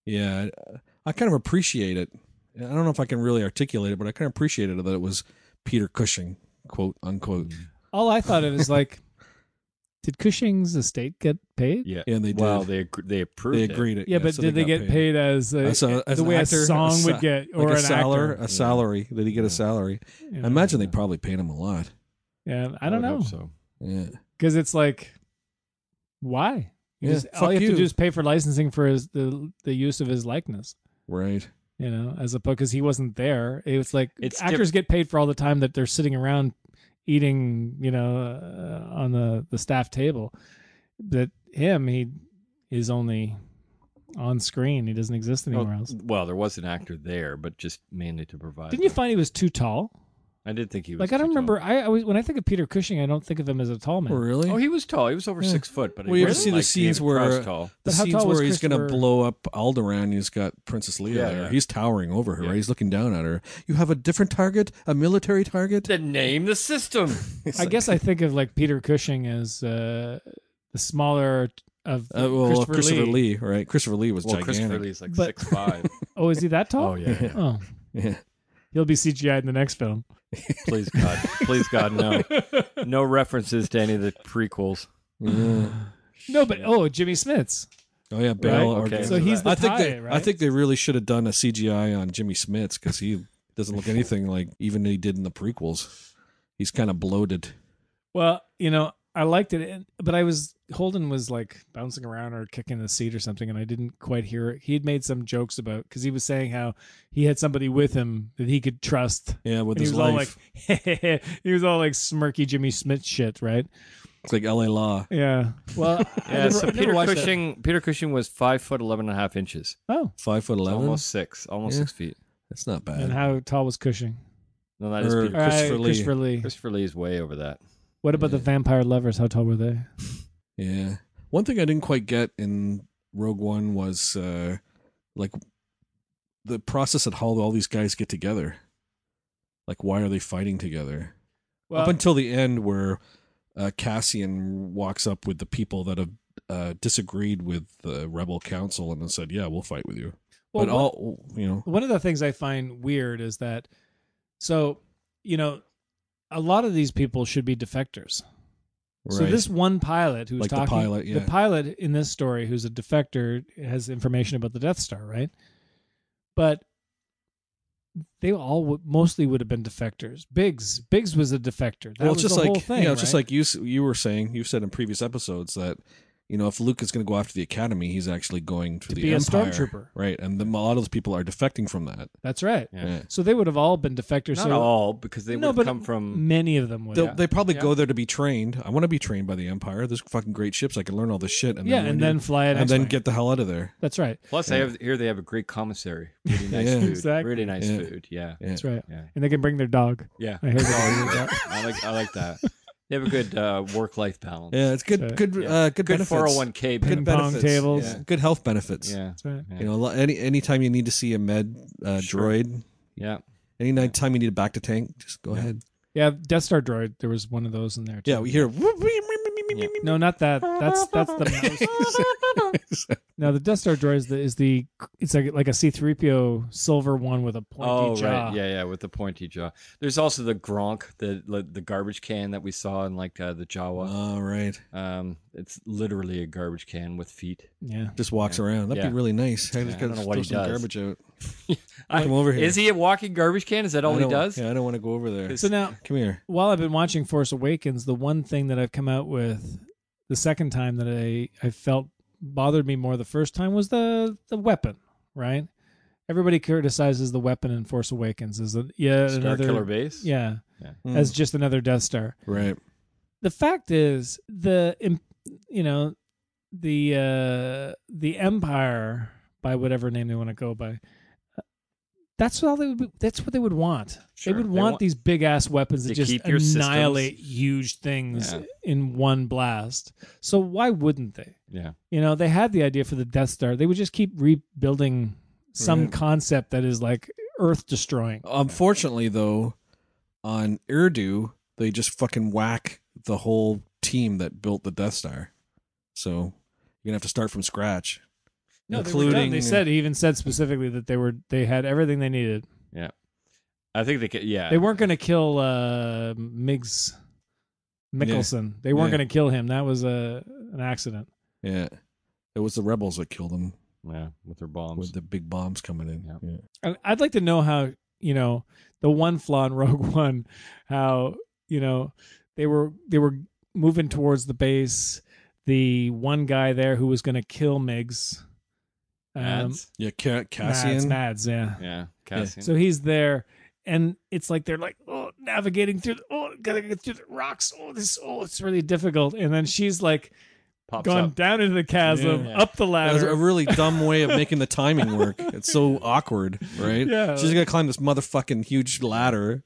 Speaker 2: Yeah, I, I kind of appreciate it. I don't know if I can really articulate it, but I kind of appreciate it that it was Peter Cushing, quote
Speaker 4: Mm.
Speaker 2: unquote.
Speaker 3: All I thought of is like, did Cushing's estate get paid?
Speaker 4: Yeah,
Speaker 2: Yeah, they
Speaker 4: Well,
Speaker 2: did.
Speaker 4: they agr- they approved.
Speaker 2: They
Speaker 4: it.
Speaker 2: agreed it.
Speaker 3: Yeah, but
Speaker 2: so
Speaker 3: did they,
Speaker 2: got
Speaker 3: get paid, as, a,
Speaker 2: As a- as
Speaker 3: the
Speaker 2: an
Speaker 3: way
Speaker 2: actor,
Speaker 3: a song
Speaker 2: a sa-
Speaker 3: would get, or
Speaker 2: like a
Speaker 3: an
Speaker 2: salar-
Speaker 3: actor?
Speaker 2: a salary? Did he get a salary?
Speaker 3: You
Speaker 2: I
Speaker 3: know?
Speaker 2: imagine they probably paid him a lot.
Speaker 3: Yeah, I don't
Speaker 4: would hope
Speaker 3: know
Speaker 4: So
Speaker 2: Yeah.
Speaker 3: because it's like, why? You
Speaker 2: Yeah,
Speaker 3: just,
Speaker 2: fuck
Speaker 3: all you have
Speaker 2: you.
Speaker 3: to do is pay for licensing for his the the use of his likeness.
Speaker 2: Right.
Speaker 3: You know, as opposed because he wasn't there. It was like
Speaker 4: It's
Speaker 3: actors get paid for all the time that they're sitting around eating. You know, uh, on the the staff table. But him, he is only on screen. He doesn't exist
Speaker 2: Oh,
Speaker 3: anywhere
Speaker 4: well,
Speaker 3: else.
Speaker 4: Oh, well, there was an actor there, but just mainly to provide.
Speaker 3: Didn't you find he was too tall?
Speaker 4: I did think he was.
Speaker 3: Like I
Speaker 4: too
Speaker 3: don't
Speaker 4: tall.
Speaker 3: remember. I always when I think of Peter Cushing, I don't think of him as a tall man.
Speaker 2: really?
Speaker 4: Oh, he was tall. He was over six foot. But I
Speaker 2: Well, you ever
Speaker 4: wasn't
Speaker 2: see the
Speaker 4: like
Speaker 2: scenes
Speaker 4: David
Speaker 2: where- uh,
Speaker 4: Cross tall?
Speaker 2: the
Speaker 3: But how
Speaker 2: scenes
Speaker 3: tall was
Speaker 2: where he's going to
Speaker 3: Christopher-
Speaker 2: blow up Alderaan. He's got Princess Leia
Speaker 4: Yeah,
Speaker 2: there.
Speaker 4: yeah.
Speaker 2: He's towering over her.
Speaker 4: Yeah.
Speaker 2: Right? He's looking down at her. You have a different target, a military target.
Speaker 4: Then name the system.
Speaker 3: I guess I think of like Peter Cushing as uh, the smaller of
Speaker 2: Uh, well,
Speaker 3: Christopher,
Speaker 2: Christopher, Lee. right? Christopher Lee was
Speaker 4: well, Christopher
Speaker 2: gigantic.
Speaker 4: Lee's like
Speaker 3: But-
Speaker 4: six five.
Speaker 3: Oh, is he that tall?
Speaker 4: oh yeah, yeah.
Speaker 3: Oh,
Speaker 2: Yeah.
Speaker 3: he'll be CGI in the next film.
Speaker 4: Please God, please God, no, no references to any of the prequels.
Speaker 2: Yeah.
Speaker 3: No, but oh, Jimmy Smith's.
Speaker 2: Oh yeah, Bale.
Speaker 4: Okay.
Speaker 2: Organa.
Speaker 3: So he's the
Speaker 2: I think
Speaker 3: tie,
Speaker 2: they.
Speaker 3: right?
Speaker 2: I think they really should have done a CGI on Jimmy Smits because he doesn't look anything like even he did in the prequels. He's kind of bloated.
Speaker 3: Well, you know, I liked it, and- but I was Holden was like bouncing around or kicking the seat or something, and I didn't quite hear it. He had made some jokes about because he was saying how he had somebody with him that he could trust.
Speaker 2: Yeah, with
Speaker 3: And he
Speaker 2: his
Speaker 3: was
Speaker 2: life.
Speaker 3: all like, he was all like smirky Jimmy Smith shit, right?
Speaker 2: it's like L.A. Law.
Speaker 3: Yeah. Well, I
Speaker 4: Yeah,
Speaker 3: never- I
Speaker 4: so
Speaker 3: never
Speaker 4: Peter
Speaker 3: watched that.
Speaker 4: Cushing, Peter Cushing was five foot eleven and a half inches,
Speaker 3: Oh,
Speaker 2: Five foot eleven.
Speaker 4: almost six, almost
Speaker 2: Yeah.
Speaker 4: six feet.
Speaker 2: That's not
Speaker 3: and
Speaker 2: bad.
Speaker 3: how tall was Cushing?
Speaker 4: No, that is
Speaker 2: Or-
Speaker 4: Peter.
Speaker 2: All right. Christopher
Speaker 4: Cushing.
Speaker 2: Lee.
Speaker 3: Christopher Lee.
Speaker 4: Christopher Lee is way over that.
Speaker 3: What about the vampire lovers? How tall were they?
Speaker 2: Yeah. One thing I didn't quite get in Rogue One was uh like the process at how all these guys get together. Like why are they fighting together?
Speaker 3: Well,
Speaker 2: up until the end where uh, Cassian walks up with the people that have uh, disagreed with the rebel council and then said, "Yeah, we'll fight with you."
Speaker 3: well,
Speaker 2: but
Speaker 3: one-
Speaker 2: all you know,
Speaker 3: one of the things I find weird is that, so you know, a lot of these people should be defectors. So
Speaker 2: right.
Speaker 3: this one pilot who's
Speaker 2: Like the
Speaker 3: talking,
Speaker 2: pilot, yeah.
Speaker 3: the pilot in this story who's a defector has information about the Death Star, right? But they all w- mostly would have been defectors. Biggs, Biggs was a defector. That
Speaker 2: well,
Speaker 3: was
Speaker 2: it's just
Speaker 3: the
Speaker 2: like
Speaker 3: whole thing.
Speaker 2: you know, it's just
Speaker 3: right?
Speaker 2: like you s- you were saying, you've said in previous episodes that you know if Luke is going to go after the academy, he's actually going to, the
Speaker 3: be a
Speaker 2: Empire,
Speaker 3: stormtrooper.
Speaker 2: right? And the, a lot of those people are defecting from that.
Speaker 3: that's right.
Speaker 4: Yeah.
Speaker 2: Yeah.
Speaker 3: So they would have all been defectors.
Speaker 4: Not
Speaker 3: so
Speaker 4: all, because they
Speaker 3: No,
Speaker 4: would
Speaker 3: but-
Speaker 4: have come from.
Speaker 3: many of them would.
Speaker 2: They'll-
Speaker 3: have.
Speaker 2: They probably
Speaker 4: Yeah.
Speaker 2: go there to be trained. I want to be trained by the Empire. There's fucking great ships. I can learn all this shit, and
Speaker 3: yeah,
Speaker 2: then
Speaker 3: and
Speaker 2: when
Speaker 3: then
Speaker 2: you-
Speaker 3: fly it
Speaker 2: and then get the hell out of there.
Speaker 3: That's right.
Speaker 4: Plus, they have here they have a great commissary, really nice
Speaker 2: Yeah.
Speaker 4: food,
Speaker 3: Exactly.
Speaker 4: really nice
Speaker 2: Yeah.
Speaker 4: food. Yeah,
Speaker 2: Yeah.
Speaker 3: That's right.
Speaker 4: yeah,
Speaker 3: And they can bring their dog.
Speaker 4: yeah.
Speaker 3: I heard
Speaker 4: I,
Speaker 3: that.
Speaker 4: like I like that. They have a good uh, work life balance.
Speaker 2: Yeah, it's good,
Speaker 3: That's
Speaker 2: good,
Speaker 4: Yeah.
Speaker 2: uh, good,
Speaker 4: Good
Speaker 2: benefits.
Speaker 4: four hundred one k.
Speaker 3: Ping pong
Speaker 2: benefits.
Speaker 3: tables.
Speaker 4: Yeah.
Speaker 2: good health benefits.
Speaker 4: Yeah,
Speaker 3: That's right.
Speaker 2: You know, lo- any anytime you need to see a med uh,
Speaker 4: Sure.
Speaker 2: droid,
Speaker 4: yeah.
Speaker 2: any night time you need a back to tank, just go ahead.
Speaker 3: Yeah, Death Star droid. There was one of those in there. Too.
Speaker 2: Yeah, we hear.
Speaker 3: No, not that. That's that's the mouse. no, the Death Star droid is the, is the it's like like a C three PO silver one with a pointy
Speaker 4: Oh
Speaker 3: jaw.
Speaker 4: right, yeah, yeah, with the pointy jaw. There's also the Gronk, the like, the garbage can that we saw in like uh, the Jawa.
Speaker 2: All right,
Speaker 4: Um, it's literally a garbage can with feet.
Speaker 3: yeah.
Speaker 2: just walks around. That'd
Speaker 4: Yeah.
Speaker 2: be really nice. I
Speaker 4: Yeah,
Speaker 2: just
Speaker 4: I
Speaker 2: gotta
Speaker 4: don't know
Speaker 2: throw
Speaker 4: what he
Speaker 2: some
Speaker 4: does.
Speaker 2: garbage out.
Speaker 4: I-
Speaker 2: Come over here.
Speaker 4: Is he a walking garbage can? Is that all
Speaker 2: I
Speaker 4: he
Speaker 2: don't-
Speaker 4: does?
Speaker 2: Yeah, I don't want to go over there.
Speaker 3: So now,
Speaker 2: Come here.
Speaker 3: while I've been watching Force Awakens, the one thing that I've come out with the second time that I I felt bothered me more the first time was the the weapon. Right. Everybody criticizes the weapon in Force Awakens. Is that yeah
Speaker 4: Star
Speaker 3: another
Speaker 4: Killer Hmm. Base.
Speaker 3: yeah
Speaker 2: Mm.
Speaker 3: as just another Death Star.
Speaker 2: right.
Speaker 3: the fact is the im- you know the uh the empire by whatever name they want to go by uh, that's all they would be, that's what they would want
Speaker 4: Sure.
Speaker 3: they would
Speaker 4: They
Speaker 3: want
Speaker 4: want-
Speaker 3: these big ass weapons that
Speaker 4: To
Speaker 3: just
Speaker 4: keep your systems.
Speaker 3: annihilate huge things
Speaker 4: Yeah.
Speaker 3: in one blast so why wouldn't they
Speaker 4: yeah.
Speaker 3: you know they had the idea for the death star they would just keep rebuilding some
Speaker 4: Mm-hmm.
Speaker 2: Right.
Speaker 3: concept that is like earth destroying
Speaker 2: Unfortunately, though, on Urdu, they just fucking whack the whole team that built the Death Star. So you're gonna have to start from scratch.
Speaker 3: they, said he even said specifically that they were they had everything they needed
Speaker 4: I think they could. Yeah,
Speaker 3: They weren't going to kill uh, Miggs Mickelson. They weren't
Speaker 2: Yeah.
Speaker 3: going to kill him. That was a an accident.
Speaker 2: Yeah, it was the rebels that killed them
Speaker 4: yeah, with their bombs.
Speaker 2: with the big bombs coming in.
Speaker 4: Yeah.
Speaker 2: Yeah.
Speaker 3: I- I'd like to know how you know the one flaw in Rogue One, how you know they were they were moving towards the base. The one guy there who was going to kill Miggs,
Speaker 4: Ads.
Speaker 2: Yeah, Ca-
Speaker 3: Mads,
Speaker 2: Cassian.
Speaker 3: Mads, yeah.
Speaker 2: um,
Speaker 4: yeah, Cassian.
Speaker 3: So he's there, and it's like they're like, oh, navigating through, the, oh, gotta get through the rocks. Oh, this, oh, it's really difficult. And then she's like,
Speaker 7: pops
Speaker 3: gone
Speaker 7: up.
Speaker 3: down into the chasm, up the
Speaker 2: That was
Speaker 3: ladder.
Speaker 2: a really dumb way of making the timing work. It's so awkward, right?
Speaker 3: Yeah.
Speaker 2: She's gonna climb this motherfucking huge ladder.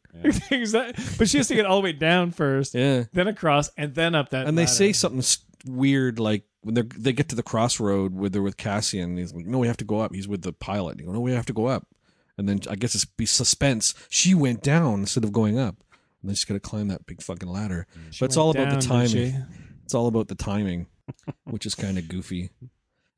Speaker 3: Exactly. But she has to get all the way down first,
Speaker 2: Yeah.
Speaker 3: then across, and then up that.
Speaker 2: And they
Speaker 3: ladder.
Speaker 2: say something s- weird, like when they they get to the crossroad where they're with Cassian. And he's like, "No, we have to go up." He's with the pilot. And you go, "No, we have to go up." And then I guess it's be suspense. She went down instead of going up. And then she's gotta climb that big fucking ladder. but it's all about the
Speaker 3: down, didn't she?
Speaker 2: timing. It's all about the timing, which is kind of goofy.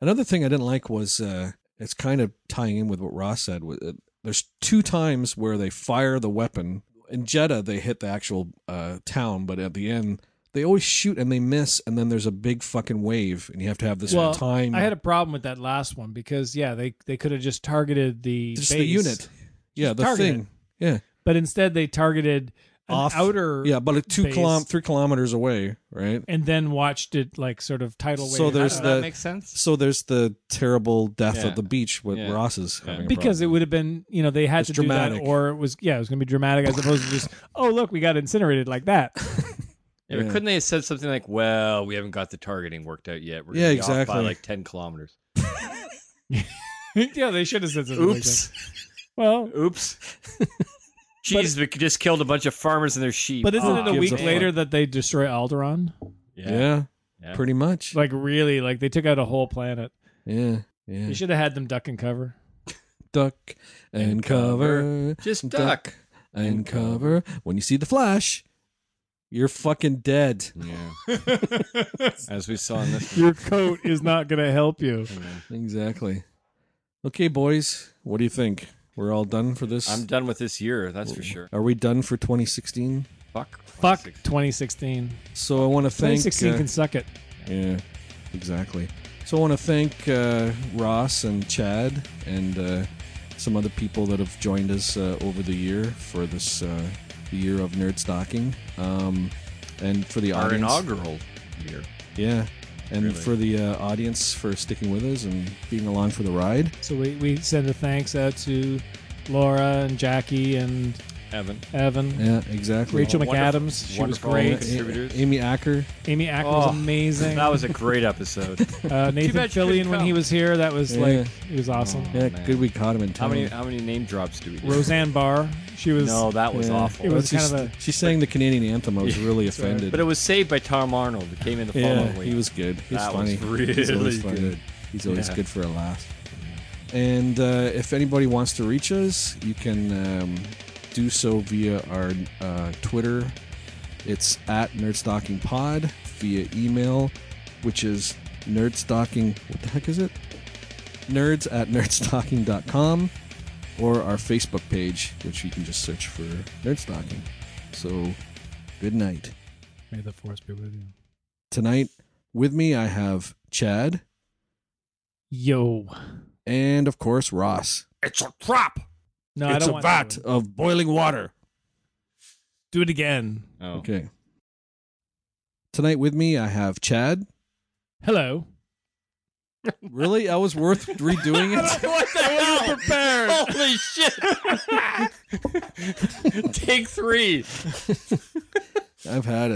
Speaker 2: Another thing I didn't like was uh, it's kind of tying in with what Ross said. wa- uh, There's two times where they fire the weapon. In Jeddah, they hit the actual uh, town, but at the end, they always shoot and they miss, and then there's a big fucking wave, and you have to have this
Speaker 3: Well,
Speaker 2: time.
Speaker 3: I had a problem with that last one because yeah, they they could have just targeted the
Speaker 2: just
Speaker 3: base,
Speaker 2: the unit. Yeah, the
Speaker 3: target
Speaker 2: thing. Yeah.
Speaker 3: but instead they targeted an
Speaker 2: Off-
Speaker 3: outer
Speaker 2: Yeah, but like two
Speaker 3: base
Speaker 2: kilom- three kilometers away, right?
Speaker 3: and then watched it like sort of tidal wave.
Speaker 2: So
Speaker 4: How
Speaker 2: there's
Speaker 4: does
Speaker 2: the-
Speaker 4: that make sense?
Speaker 2: So there's the terrible death
Speaker 4: Yeah.
Speaker 2: at the beach with
Speaker 4: Yeah.
Speaker 2: Ross is having a
Speaker 3: because it
Speaker 2: problem.
Speaker 3: would have been you know they had
Speaker 2: It's
Speaker 3: to do
Speaker 2: dramatic.
Speaker 3: that or it was yeah it was going to be dramatic as opposed to just oh look we got incinerated like that.
Speaker 4: Yeah, but
Speaker 2: Yeah.
Speaker 4: couldn't they have said something like, "Well, we haven't got the targeting worked out yet. We're gonna
Speaker 2: Yeah,
Speaker 4: be off by
Speaker 2: exactly.
Speaker 4: like ten kilometers."
Speaker 3: yeah, they should have said something. like that. Well,
Speaker 4: Oops. Jeez, we just killed a bunch of farmers and their sheep.
Speaker 3: but isn't
Speaker 4: Ah.
Speaker 3: it a
Speaker 2: gives
Speaker 3: week
Speaker 2: a fuck?
Speaker 3: later that they destroy Alderaan?
Speaker 2: yeah,
Speaker 4: Yeah.
Speaker 2: pretty much.
Speaker 3: Like really, like they took out a whole planet.
Speaker 2: Yeah, yeah.
Speaker 3: You should have had them duck and cover.
Speaker 2: duck and, cover.
Speaker 4: Just
Speaker 2: Duck,
Speaker 4: duck.
Speaker 2: and cover. When you see the flash, you're fucking dead.
Speaker 4: Yeah. As we saw in this.
Speaker 3: Your coat is not going to help you.
Speaker 2: Exactly. Okay, boys, what do you think? We're all done for this.
Speaker 4: I'm done with this year, that's for sure.
Speaker 2: Are we done for 2016?
Speaker 4: Fuck.
Speaker 3: Fuck 2016.
Speaker 2: So I want to thank.
Speaker 3: 2016
Speaker 2: uh,
Speaker 3: can suck it.
Speaker 2: yeah, exactly. So I want to thank uh, Ross and Chad and uh, some other people that have joined us uh, over the year for this uh, year of nerd stocking, um, and for the
Speaker 4: Our
Speaker 2: audience.
Speaker 4: inaugural year.
Speaker 2: Yeah. And for the uh, audience for sticking with us and being along for the ride.
Speaker 3: So we, we send a thanks out to Laura and Jackie and
Speaker 4: Evan.
Speaker 3: Evan.
Speaker 2: Yeah, exactly. Oh,
Speaker 3: Rachel
Speaker 4: Wonderful-
Speaker 3: McAdams, she was
Speaker 4: wonderful
Speaker 3: great.
Speaker 4: contributors.
Speaker 2: Amy Acker.
Speaker 3: Amy Ack was
Speaker 4: Oh,
Speaker 3: amazing.
Speaker 4: That was a great episode.
Speaker 3: uh, Nathan
Speaker 4: bad she
Speaker 3: Fillion
Speaker 4: couldn't
Speaker 3: when he
Speaker 4: come.
Speaker 3: was here. That was
Speaker 2: Yeah. Oh.
Speaker 3: like it was awesome.
Speaker 2: Yeah,
Speaker 4: man.
Speaker 2: good we caught him in
Speaker 4: how
Speaker 2: time.
Speaker 4: many how many name drops do we do?
Speaker 3: Roseanne Barr, she was.
Speaker 4: No, that was
Speaker 2: Yeah. Oh,
Speaker 4: awful.
Speaker 3: It was
Speaker 2: Well,
Speaker 3: kind
Speaker 2: she-
Speaker 3: of a-
Speaker 2: She sang the Canadian anthem. I was really
Speaker 3: right.
Speaker 2: offended.
Speaker 4: but it was saved by Tom Arnold. It came in the
Speaker 2: yeah,
Speaker 4: following week.
Speaker 2: he was good. He's
Speaker 4: That
Speaker 2: funny.
Speaker 4: was
Speaker 2: He's always
Speaker 4: really
Speaker 2: funny.
Speaker 4: good.
Speaker 2: He's always
Speaker 4: Yeah.
Speaker 2: good for a laugh. And uh, if anybody wants to reach us, you can um, do so via our uh, Twitter. It's at NerdstockingPod via email, which is nerdstocking. What the heck is it? Nerds at nerdstocking.com or our Facebook page, which you can just search for Nerdstocking. So, good night
Speaker 3: May the force be with you.
Speaker 2: tonight with me i have chad
Speaker 3: Yo,
Speaker 2: and of course ross
Speaker 7: It's a trap.
Speaker 3: no, I
Speaker 2: it's
Speaker 3: don't
Speaker 2: a
Speaker 3: want that
Speaker 2: vat
Speaker 3: one.
Speaker 2: of boiling water
Speaker 3: Do it again.
Speaker 4: Oh.
Speaker 2: okay tonight with me i have chad
Speaker 3: Hello.
Speaker 2: really i was worth redoing it
Speaker 4: What the hell? Holy shit! Take three.
Speaker 2: i've had it